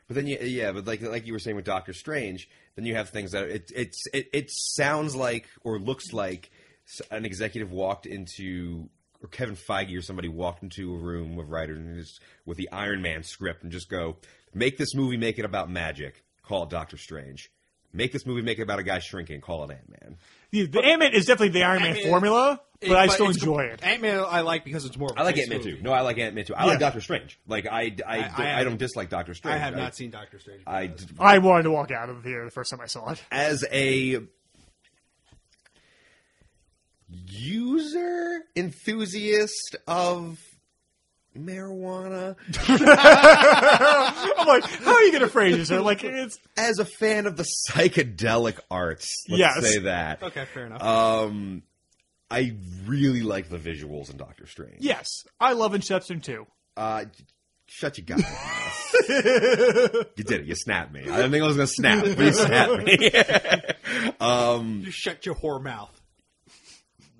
I: But then, you, yeah, but like like you were saying with Doctor Strange, then you have things that it it's it, it sounds like or looks like s- an executive walked into or Kevin Feige or somebody walked into a room of writers and just, with the Iron Man script and just go make this movie, make it about magic, call it Doctor Strange. Make this movie, make it about a guy shrinking, call it Ant Man.
H: The, the Ant Man is definitely the Iron Man
K: Ant-Man-
H: formula, but I still enjoy it.
K: Ant Man, I like because it's more. of a
I: I like
K: kids'
I: Ant Man
K: movie.
I: too. No, I like Ant Man too. I
H: Yeah.
I: like Doctor Strange. Like I, I,
K: I-
I: don't,
K: I
I: I,
K: have-
I: don't dislike Doctor Strange.
K: I have not seen Doctor Strange.
I: I
H: I wanted to walk out of here the first time I saw it. [LAUGHS]
I: as a user enthusiast of marijuana.
H: I'm like, how are you going to phrase this? They're Like, it's
I: as a fan of the psychedelic arts. Let's
H: Yes.
I: say that.
H: Okay, fair enough.
I: Um, I really like the visuals in Doctor Strange.
H: yes, I love Inception too.
I: Uh, shut your
H: [LAUGHS]
I: goddamn mouth. you did it. You snapped me. I didn't think I was gonna snap, but
H: [LAUGHS]
I: you snapped me. um,
K: You shut your whore mouth.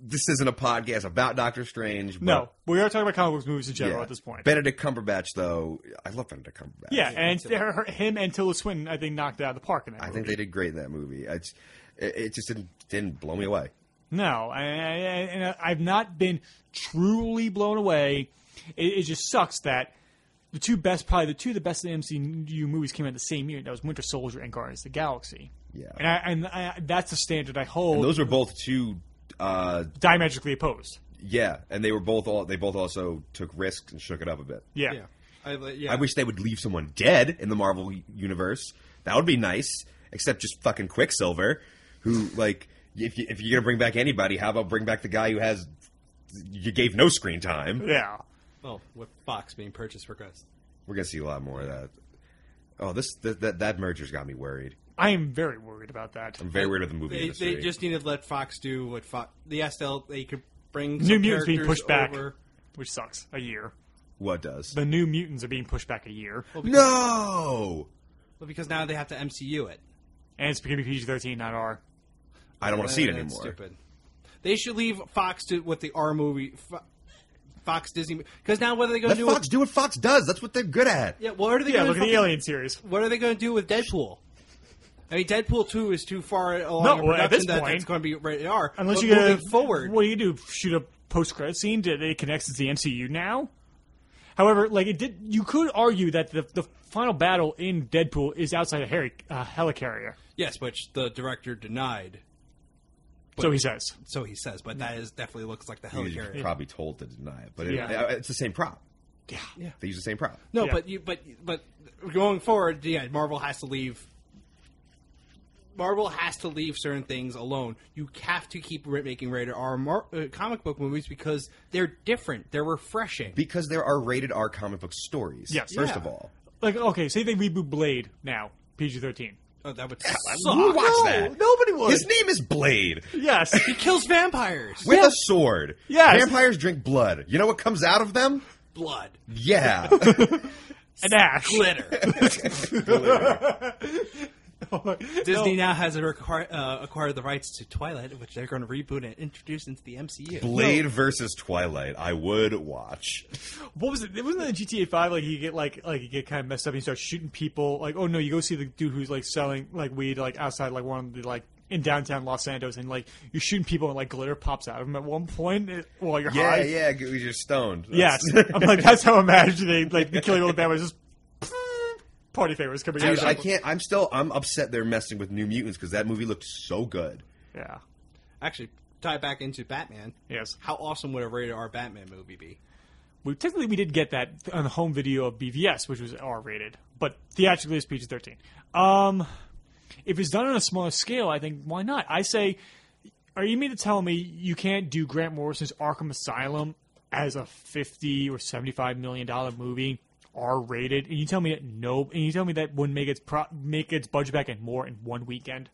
I: this isn't a podcast about Doctor Strange. But
H: No, we are talking about comic books movies in general
I: Yeah.
H: at this point.
I: Benedict Cumberbatch, though, I love Benedict Cumberbatch.
H: Yeah, and her, her- him and Tilda Swinton, I think, knocked it out of the park in that.
I: I
H: movie.
I: think they did great in that movie. It's, it, it just didn't didn't blow me away.
H: No, I, I, I- and I- I've not been truly blown away. It, it just sucks that the two best, probably the two of the best MCU movies came out the same year. That was Winter Soldier and Guardians of the Galaxy.
I: Yeah.
H: and I, and I, that's the standard I hold.
I: And those were both two. Uh,
H: diametrically opposed.
I: yeah, and they were both all. They both also took risks and shook it up a bit.
H: Yeah.
K: I, li- yeah.
I: I wish they would leave someone dead in the Marvel universe. That would be nice. Except just fucking Quicksilver, who like if you, if you're gonna bring back anybody, how about bring back the guy who has you gave no screen time.
H: Yeah.
K: Well, with Fox being purchased for Ghost.
I: We're gonna see a lot more of that. Oh, this th- that that merger's got me worried.
H: I am very worried about that.
I: I'm very worried of the movie
K: They,
I: industry.
K: they just need to let Fox do what Fox. The SL they could bring
H: New
K: some
H: Mutants being
K: characters
H: pushed back,
K: over.
H: which sucks. A year.
I: What does?
H: The New Mutants are being pushed back a year,
I: No,
K: Well, because now they have to MCU it.
H: and it's going to be PG-13, not R.
I: I don't want to see it
K: Uh, That's
I: anymore.
K: Stupid. They should leave Fox to with the R movie, Fo- Fox Disney, because now what are they going
I: Let
K: to do?
I: Fox do what Fox does. That's what they're good at.
K: With, yeah, what are they?
H: Yeah,
K: gonna
H: look at the
K: fucking-
H: Alien series.
K: What are they going to do with Deadpool? I mean, Deadpool two is too far along
H: No,
K: in
H: well,
K: production
H: at this
K: that
H: point-
K: it's going to be rated R.
H: Unless
K: But
H: you get
K: moving forward,
H: What do you do? Shoot a post credit scene? Did it connects to the MCU now? However, like it did, you could argue that the the final battle in Deadpool is outside a heli- uh, helicarrier.
K: yes, which the director denied.
H: so he says.
K: So he says, but that is definitely looks like the
I: He was
K: helicarrier.
I: probably told to deny it, but it,
K: Yeah.
I: it's the same prop.
K: Yeah.
I: They use the same prop.
K: No, but you, but but going forward, yeah, Marvel has to leave. Marvel has to leave certain things alone. You have to keep ra- making rated R mar- uh, comic book movies because they're different. They're refreshing.
I: Because there are rated R comic book stories.
H: Yes.
I: First
H: Yeah.
K: Ah,
I: of all,
H: Like okay, say they reboot Blade now PG thirteen.
K: Oh, that would
I: who
K: suck.
I: would watch
H: No,
I: that?
H: nobody would.
I: His name is Blade
H: [LAUGHS] Yes,
K: he kills vampires.
I: with a sword.
H: Yes.
I: Vampires drink blood. You know what comes out of them?
K: Blood,
I: Yeah.
H: an ash. [LAUGHS]
K: glitter. Disney now has a requir- uh, acquired the rights to Twilight, which they're going to reboot and introduce into the MCU.
I: Blade versus Twilight. I would watch.
H: What was it? It wasn't in GTA Five. Like you get like like you get kind of messed up. and You start shooting people. Like oh no, you go see the dude who's like selling like weed like outside like one of the like in downtown Los Santos, and like you're shooting people and like glitter pops out of them at one point uh, while you're
I: Yeah,
H: high.
I: yeah. You're just stoned. [LAUGHS]
H: Yes, I'm like that's how I'm imagining like the killing all the bad ones. Just [LAUGHS] party favors coming
I: Dude,
H: out.
I: I can't. I'm still. I'm upset they're messing with New Mutants because that movie looked so good.
H: Yeah.
K: Actually, tie it back into Batman.
H: Yes.
K: How awesome would a rated R Batman movie be?
H: We technically we did get that on the home video of BVS, which was R rated, but theatrically it's PG thirteen. Um, if it's done on a smaller scale, I think why not? I say, are you mean to tell me you can't do Grant Morrison's Arkham Asylum as a fifty or seventy five million dollar movie? R rated, and you tell me that no, and you tell me that wouldn't make its pro- make its budget back and more in one weekend.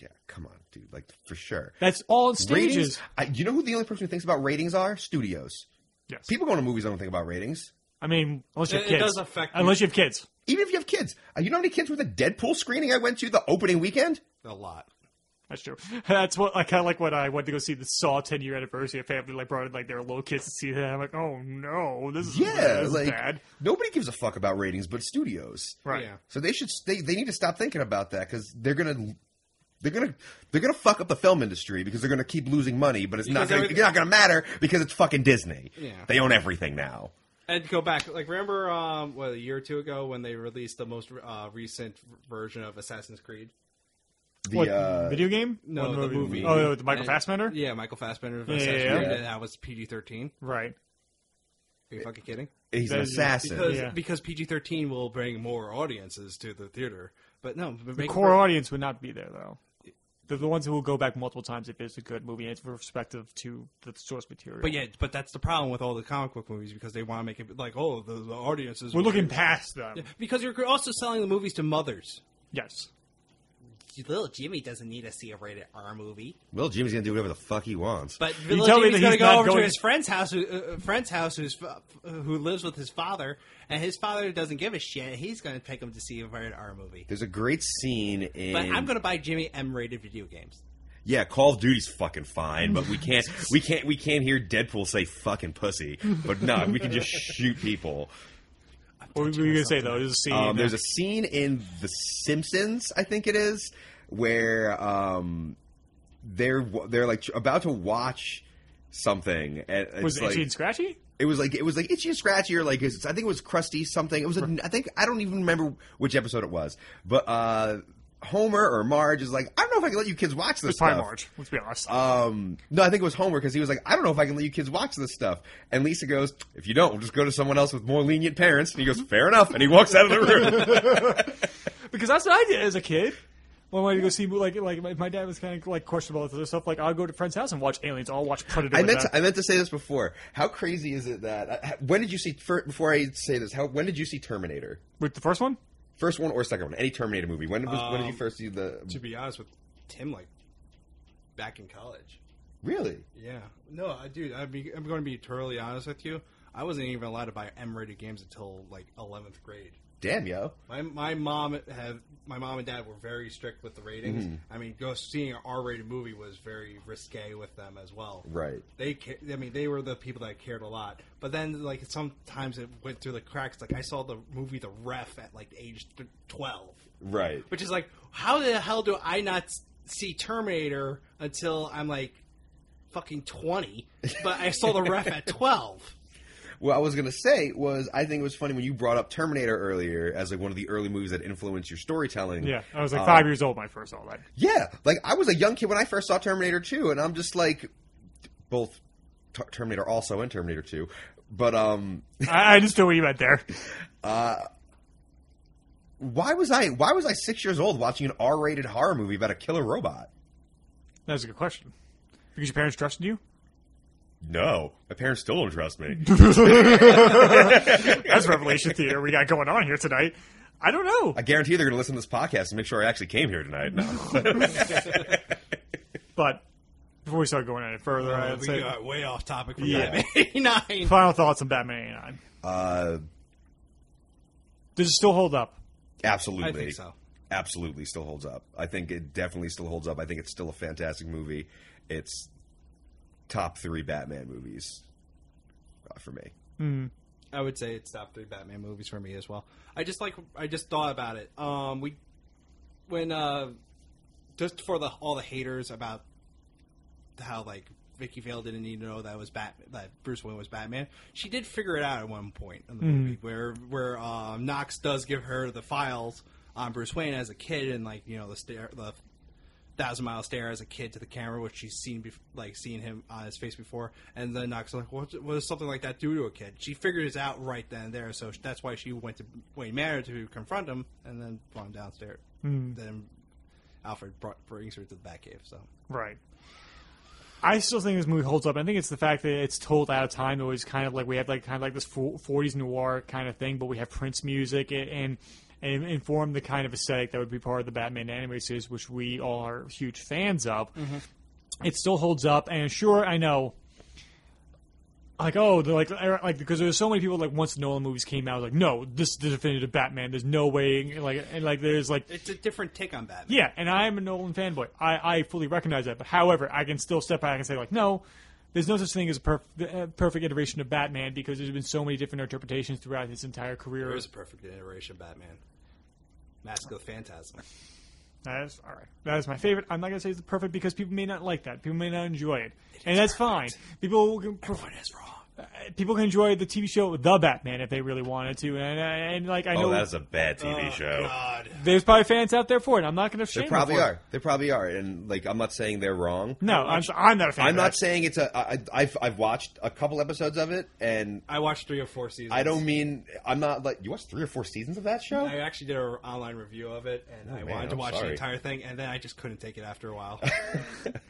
I: Yeah, come on, dude. Like for sure.
H: That's all in stages.
I: Ratings. I, you know who the only person who thinks about ratings are? Studios.
H: Yes.
I: People going to movies don't think about ratings.
H: I mean, unless you have
K: It- it
H: kids,
K: does affect you.
H: unless you have kids.
I: Even if you have kids, Uh, you know how many kids were at the Deadpool screening I went to the opening weekend?
K: A lot.
H: That's true. [LAUGHS] That's what like I like when I went to go see the Saw 10 year anniversary. A family like brought in like their little kids to see that. I'm like, oh no, this is
I: Yeah,
H: this is
I: like
H: bad.
I: nobody gives a fuck about ratings, but studios,
H: Right. Yeah.
I: So they should they they need to stop thinking about that because they're gonna. They're gonna they're gonna fuck up the film industry because they're gonna keep losing money, but it's
K: Because
I: not gonna,
K: everything-
I: it's not gonna matter because it's fucking Disney.
K: Yeah.
I: They own everything now.
K: And go back, like remember, um, what a year or two ago when they released the most uh, recent version of Assassin's Creed.
I: The, uh,
H: video game?
K: No,
H: Or
K: the movie.
H: Oh, the Michael
K: And-
H: Fassbender.
K: Yeah, Michael Fassbender.
H: Yeah,
K: Yeah,
H: yeah,
K: yeah,
H: yeah.
K: And that was PG thirteen.
H: Right.
K: Are you fucking kidding?
I: He's an That is- assassin.
K: Because,
I: Yeah.
K: because PG thirteen will bring more audiences to the theater. But no, but
H: The
K: make-
H: core audience would not be there though. They're the ones who will go back multiple times if it's a good movie and it's respective to the source material.
K: But yeah, but that's the problem with all the comic book movies because they want to make it like, oh, the, the audiences.
H: We're looking past them.
K: Yeah, because you're also selling the movies to mothers.
H: Yes.
K: Little Jimmy doesn't need to see a rated R movie.
I: Will Jimmy's gonna do whatever the fuck he wants.
K: But
I: You
K: Little
I: tell me that
K: Jimmy's going to
I: he's
K: go
I: not
K: over to
I: going-
K: his friend's house, who- uh, uh, friend's house, who's, fa- who lives with his father, and his father doesn't give a shit. He's going to take him to see a rated R movie.
I: There's a great scene in
K: But I'm going to buy Jimmy M-rated video games.
I: Yeah, Call of Duty's fucking fine, but we
K: [LAUGHS]
I: can't we can't we can't hear Deadpool say fucking pussy. But no, we can just shoot
K: [LAUGHS]
I: people.
H: What were you gonna say though? There's a scene.
I: Um, there's a
H: that-
I: scene in The Simpsons, I think it is, where um, they're they're like tr- about to watch something. And it's
H: was it
I: like,
H: Itchy and Scratchy?
I: It was like it was like itchy and scratchy, or like it's- I think it was crusty something. It was a, I think I don't even remember which episode it was, but uh, Homer or Marge is like, I don't know if I can let you kids watch this.
H: It's probably
I: stuff."
H: Marge. Let's be honest.
I: Um, no, I think it was Homer because he was like, I don't know if I can let you kids watch this stuff. And Lisa goes, If you don't, we'll just go to someone else with more lenient parents. And he goes, Fair enough. And he walks out of the room. [LAUGHS]
H: because that's what I did as a kid. When I went to go see, like, like my- my dad was kind of like questionable with other stuff. Like, I'll go to friend's house and watch Aliens. I'll watch Predator.
I: I
H: with
I: meant
H: them.
I: to, I meant to say this before. How crazy is it that I- I, when did you see fir- before I say this? How when did you see Terminator?
H: With the first one,
I: first one or second one? Any Terminator movie? When was, when did you
K: Um,
I: first see the?
K: To be honest with Tim, like back in college.
I: Really?
K: Yeah. No, I dude, I be, I'm going to be totally honest with you. I wasn't even allowed to buy M-rated games until like 11th grade.
I: Damn yo.
K: My my mom have my mom and dad were very strict with the ratings.
I: Mhm.
K: I mean, go seeing an R-rated movie was very risque with them as well.
I: Right.
K: They, ca- I mean, they were the people that cared a lot. But then, like, sometimes it went through the cracks. Like, I saw the movie The Ref at like age th- 12.
I: Right.
K: Which is like, how the hell do I not s- see Terminator until I'm like fucking 20? But I saw the ref at 12.
I: What I was gonna say was I think it was funny when you brought up Terminator earlier as like one of the early movies that influenced your storytelling.
H: yeah, I was like
I: Um,
H: five years old when I first saw
I: [LAUGHS]
H: that.
I: Yeah, like I was a young kid when I first saw Terminator 2, and I'm just like, both T- Terminator also and Terminator 2, but um,
H: I, I just know what you meant there.
I: uh, why was I why was I six years old watching an R-rated horror movie about a killer robot?
H: That's a good question. Because your parents trusted you.
I: No, my parents still don't trust me.
H: That's
I: [LAUGHS]
H: Revelation Theater we got going on here tonight. I don't know.
I: I guarantee they're going to listen to this podcast and make sure I actually came here [LAUGHS] tonight. No.
H: But before we start going any further,
K: Uh,
H: I'd
K: we
H: say
K: got way off topic from
H: Yeah.
K: Batman [LAUGHS] 89.
H: Final thoughts on Batman eighty nine.
I: uh,
H: Does it still hold up?
I: Absolutely.
K: I think so.
I: Absolutely still holds up. I think it definitely still holds up. I think it's still a fantastic movie. It's top three Batman movies uh, for me.
K: I would say it's top three Batman movies for me as well. I just like I just thought about it. Um, we when uh, just for the all the haters about how like Vicky Vale didn't need to know that was Bat that Bruce Wayne was Batman. She did figure it out at one point in the
H: Mhm.
K: movie where where um, Knox does give her the files on Bruce Wayne as a kid and like you know the stare the thousand mile stare as a kid to the camera, which she's seen bef- like seen him on his face before, and then Knox is like, what, what does something like that do to a kid? She figures it out right then and there, so sh- that's why she went to Wayne Manor to confront him, and then flung downstairs.
H: Hmm.
K: Then Alfred brought, brings her to the Batcave. So
H: Right. I still think this movie holds up. I think it's the fact that it's told out of time. It was kind of like we have like kind of like this fo- '40s noir kind of thing, but we have Prince music and and, and inform the kind of aesthetic that would be part of the Batman anime series, which we all are huge fans of. It still holds up, and sure, I know like oh they're like er, like because there's so many people like once the Nolan movies came out I was like no this is the definitive Batman there's no way and, like and like there's like
K: it's a different take on Batman
H: yeah and I am a Nolan fanboy I I fully recognize that but however I can still step back and say like no there's no such thing as a perf- uh, perfect iteration of Batman because there's been so many different interpretations throughout his entire career
K: there is a perfect iteration of Batman Mask of the Phantasm
H: that is all right. That is my favorite. I'm not gonna say it's perfect because people may not like that. People may not enjoy it, it and that's perfect. fine. People can,
Q: everyone is wrong.
H: Uh, people can enjoy the TV show The Batman if they really wanted to, and uh, and, and like I know
I: oh, that's a bad TV
K: Oh,
I: show.
K: God.
H: there's probably fans out there for it. I'm not gonna shame
I: They probably
H: them for
I: are. They probably are. And like, I'm not saying they're wrong.
H: It. No, I'm I'm not a fan.
I: I'm
H: of
I: not
H: that.
I: saying it's a. I, I've I've watched a couple episodes of it, and
K: I watched three or four seasons
I: I don't mean I'm not like you watched three or four seasons of that show.
K: I actually did an online review of it, and
I: Oh,
K: I
I: man,
K: wanted to
I: I'm
K: watch the
I: sorry.
K: entire thing, and then I just couldn't take it after
I: [LAUGHS]
K: a while.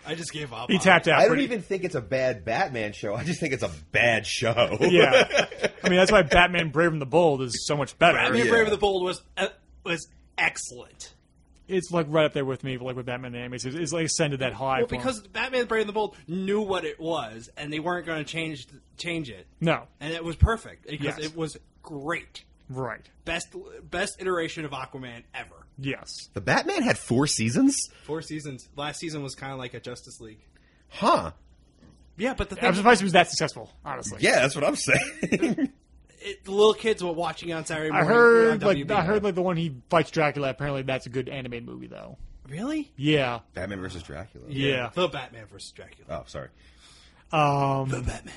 K: I just gave up.
H: He
K: on
H: tapped
K: it.
H: out.
I: I don't
H: pretty-
I: even think it's a bad Batman show. I just think it's a bad show.
H: yeah, [LAUGHS] I mean that's why Batman Brave and the Bold is so much better.
K: Batman
I: Yeah.
K: Brave and the Bold was uh, was excellent.
H: It's like right up there with me, like with Batman the Animated. Series. It's like ascended that high.
K: Well,
H: for me.
K: because Batman Brave and the Bold knew what it was, and they weren't going to change change it,
H: no,
K: and it was perfect because
H: Yes.
K: it was great,
H: right?
K: best best iteration of Aquaman ever.
H: Yes,
I: [LAUGHS] The Batman had four seasons,
K: Four seasons. Last season was kind of like a Justice League.
I: huh?
K: Yeah, but the thing
H: I'm surprised it was that successful. Honestly,
I: Yeah, that's what I'm saying.
K: it, the little kids were watching on Saturday
H: I
K: morning.
H: heard
K: on
H: like
K: WB.
H: I heard like the one he fights Dracula. Apparently, that's a good animated movie though.
K: really
H: Yeah,
I: [LAUGHS] Batman versus Dracula.
H: yeah.
K: the Batman versus Dracula.
I: Oh, sorry.
H: Um,
K: The Batman.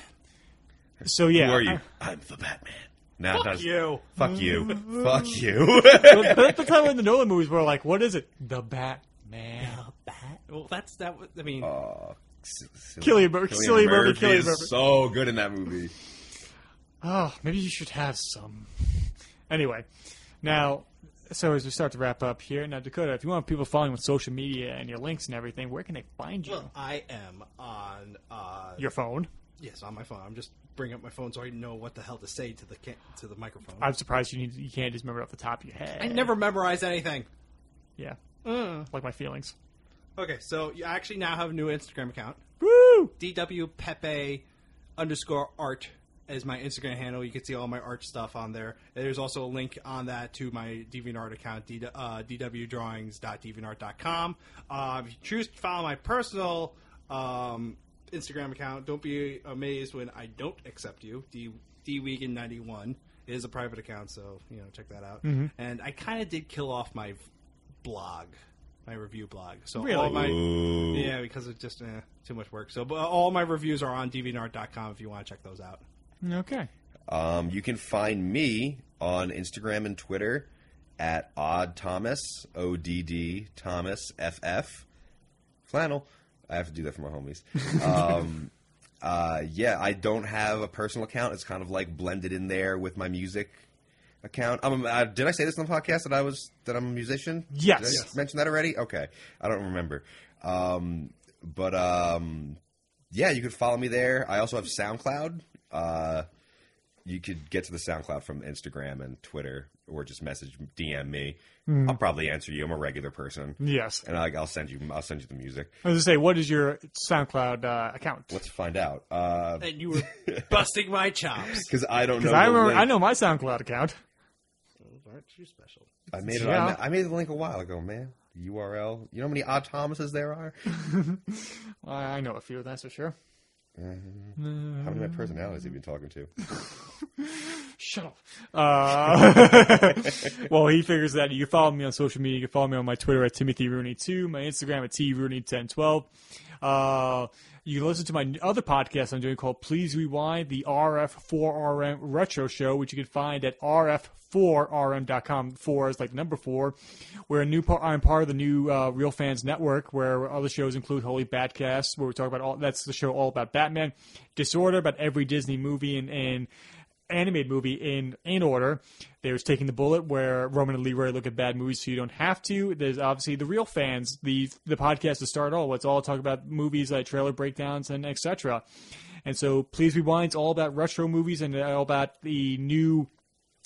H: so yeah,
I: Who are
H: I-
I: you? I'm the Batman. No,
K: Fuck
I: not-
K: you.
H: [LAUGHS]
I: Fuck you. Fuck you.
H: but that's the time when the Nolan movies were like, what is it? The Batman.
K: Bat. Well, that's that. was- I mean,
I: Oh, s- silly-
H: Killian Mur- Cillian Murphy, Cillian
I: is
H: Murphy.
I: so good in that movie.
H: Oh, maybe you should have some. Anyway, now, so as we start to wrap up here, now Dakota, if you want people following you on social media and your links and everything, where can they find you?
K: well, uh, I am on uh,
H: your phone.
K: Yes, on my phone. I'm just bringing up my phone so I know what the hell to say to the ca- to the microphone.
H: I'm surprised you need, you can't just remember it off the top of your head.
K: I never Mm. memorize anything.
H: Yeah, like my feelings.
K: Okay, so you actually now have a new Instagram account.
H: Woo!
K: DW Pepe underscore art is my Instagram handle. You can see all my art stuff on there. And there's also a link on that to my DeviantArt account, D, uh, dwdrawings.deviantart.com. Um, if you choose to follow my personal um, Instagram account, don't be amazed when I don't accept you. D, DWegan91 It is a private account, so you know check that out. And I kind of did kill off my v- blog, my review blog. So all
H: Really?
K: my
I: Ooh.
K: yeah, because it's just eh, too much work. So, but all my reviews are on DeviantArt.com if you want to check those out.
H: Okay.
I: Um, you can find me on Instagram and Twitter at Odd Thomas O D D Thomas F F Flannel. I have to do that for my homies. Um, uh, yeah, I don't have a personal account. It's kind of like blended in there with my music account. I'm, a- uh, did I say this on the podcast that I was that I'm a musician?
H: Yes.
I: Did I
H: Yes.
I: mention that already? Okay, I don't remember. Um, but um, yeah, you could follow me there. I also have SoundCloud. Uh, you could get to the SoundCloud from Instagram and Twitter, or just message DM me.
H: Hmm.
I: I'll probably answer you. I'm a regular person,
H: Yes.
I: and I, I'll send you. I'll send you the music.
H: I was going to say, what is your SoundCloud uh, account?
I: Let's find out. Because
K: And you were [LAUGHS] busting my chops.
I: I don't know.
H: Because I
I: the
H: remember,
I: link.
H: I know my SoundCloud account.
K: Aren't you special?
I: I made it.
H: Yeah.
I: I made the link a while ago, man. The URL. You know how many odd Thomases there are?
H: I I know a few, that's for sure.
I: How many of my personalities have you been talking to?
H: Shut up. Uh, [LAUGHS] well, he figures that you can follow me on social media. You can follow me on my Twitter at Timothy Rooney2, my Instagram at trooney1012. Uh, you can listen to my other podcast I'm doing called Please Rewind, the RF4RM Retro Show, which you can find at rf4rm.com. Four is like number four. We're a new part. I'm part of the new uh, Real Fans Network, where other shows include Holy Batcast, where we talk about all. That's the show all about Batman, Disorder, about every Disney movie and and animated movie in in order. There's Taking the Bullet, where Roman and Leroy look at bad movies so you don't have to. There's obviously the real fans, the the podcast to start all. Let's all talk about movies like trailer breakdowns and etc. And so, please rewind's all about retro movies and all about the new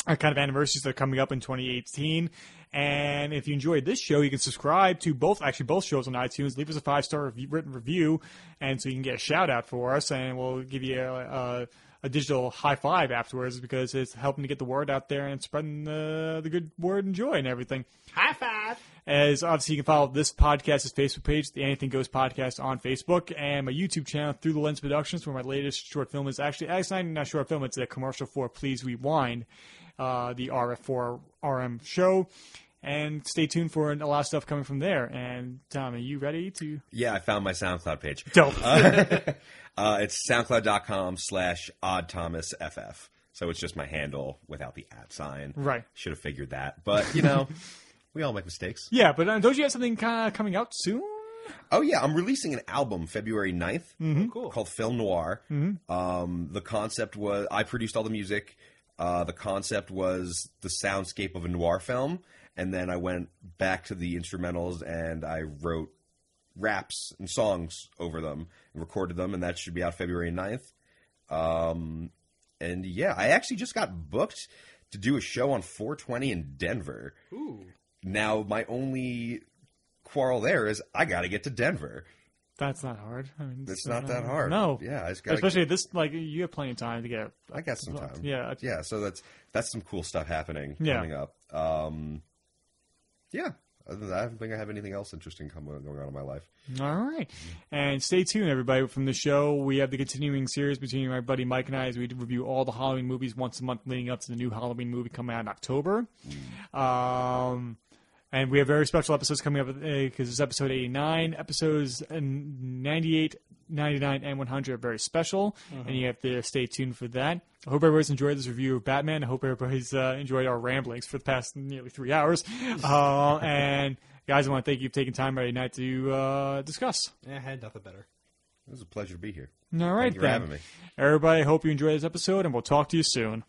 H: uh, kind of anniversaries that are coming up in 2018. And if you enjoyed this show, you can subscribe to both, actually both shows on iTunes. Leave us a five star written review, and so you can get a shout out for us, and we'll give you a, a, a digital high five afterwards because it's helping to get the word out there and spreading the, the good word and joy and everything.
K: High five!
H: As obviously, you can follow this podcast's Facebook page, the Anything Goes Podcast, on Facebook, and my YouTube channel, Through the Lens Productions, where my latest short film is actually, actually not a short film, it's a commercial for Please Rewind, uh, the RF4 RM show. And stay tuned for a lot of stuff coming from there. And Tom, are you ready to?
I: Yeah, I found my
H: [LAUGHS]
I: SoundCloud page.
H: Dope.
I: Uh, uh, it's soundcloud.com slash oddthomasff. So it's just my handle without the at sign.
H: Right.
I: Should have figured that. But, you know, [LAUGHS] we all make mistakes.
H: Yeah, but uh, don't you have something kind of coming out soon?
I: Oh, yeah. I'm releasing an album February 9th
H: Mhm.
K: cool.
I: called Film Noir.
H: Mhm.
I: Um, the concept was I produced all the music. Uh, the concept was the soundscape of a noir film. And then I went back to the instrumentals and I wrote raps and songs over them and recorded them. And that should be out February 9th. Um, and yeah, I actually just got booked to do a show on 420 in Denver.
K: Ooh.
I: Now, my only quarrel there is I got to get to Denver.
H: That's not hard. I mean,
I: It's not that hard.
H: Uh, No.
I: Yeah, I just gotta
H: especially this. Like you have plenty of time to get.
I: I got some time.
H: Yeah.
I: yeah. So that's that's some cool stuff happening
H: Yeah.
I: coming up. Um, yeah. Other than that, I don't think I have anything else interesting coming going on in my life.
H: All right. And stay tuned, everybody, from the show. We have the continuing series between my buddy Mike and I as we review all the Halloween movies once a month leading up to the new Halloween movie coming out in October. Um, and we have very special episodes coming up because it's episode 89. Episodes uh, 98, 99, and 100 are very special,
K: Mhm.
H: and you have to stay tuned for that. I hope everybody's enjoyed this review of Batman. I hope everybody's uh, enjoyed our ramblings for the past nearly three [LAUGHS] hours. Uh, and guys, I want to thank you for taking time every night to uh, discuss.
K: Yeah, I had nothing better.
I: It was a pleasure to be here.
H: All right,
I: Thank you for
H: then.
I: having me.
H: Everybody, hope you enjoyed this episode, and we'll talk to you soon.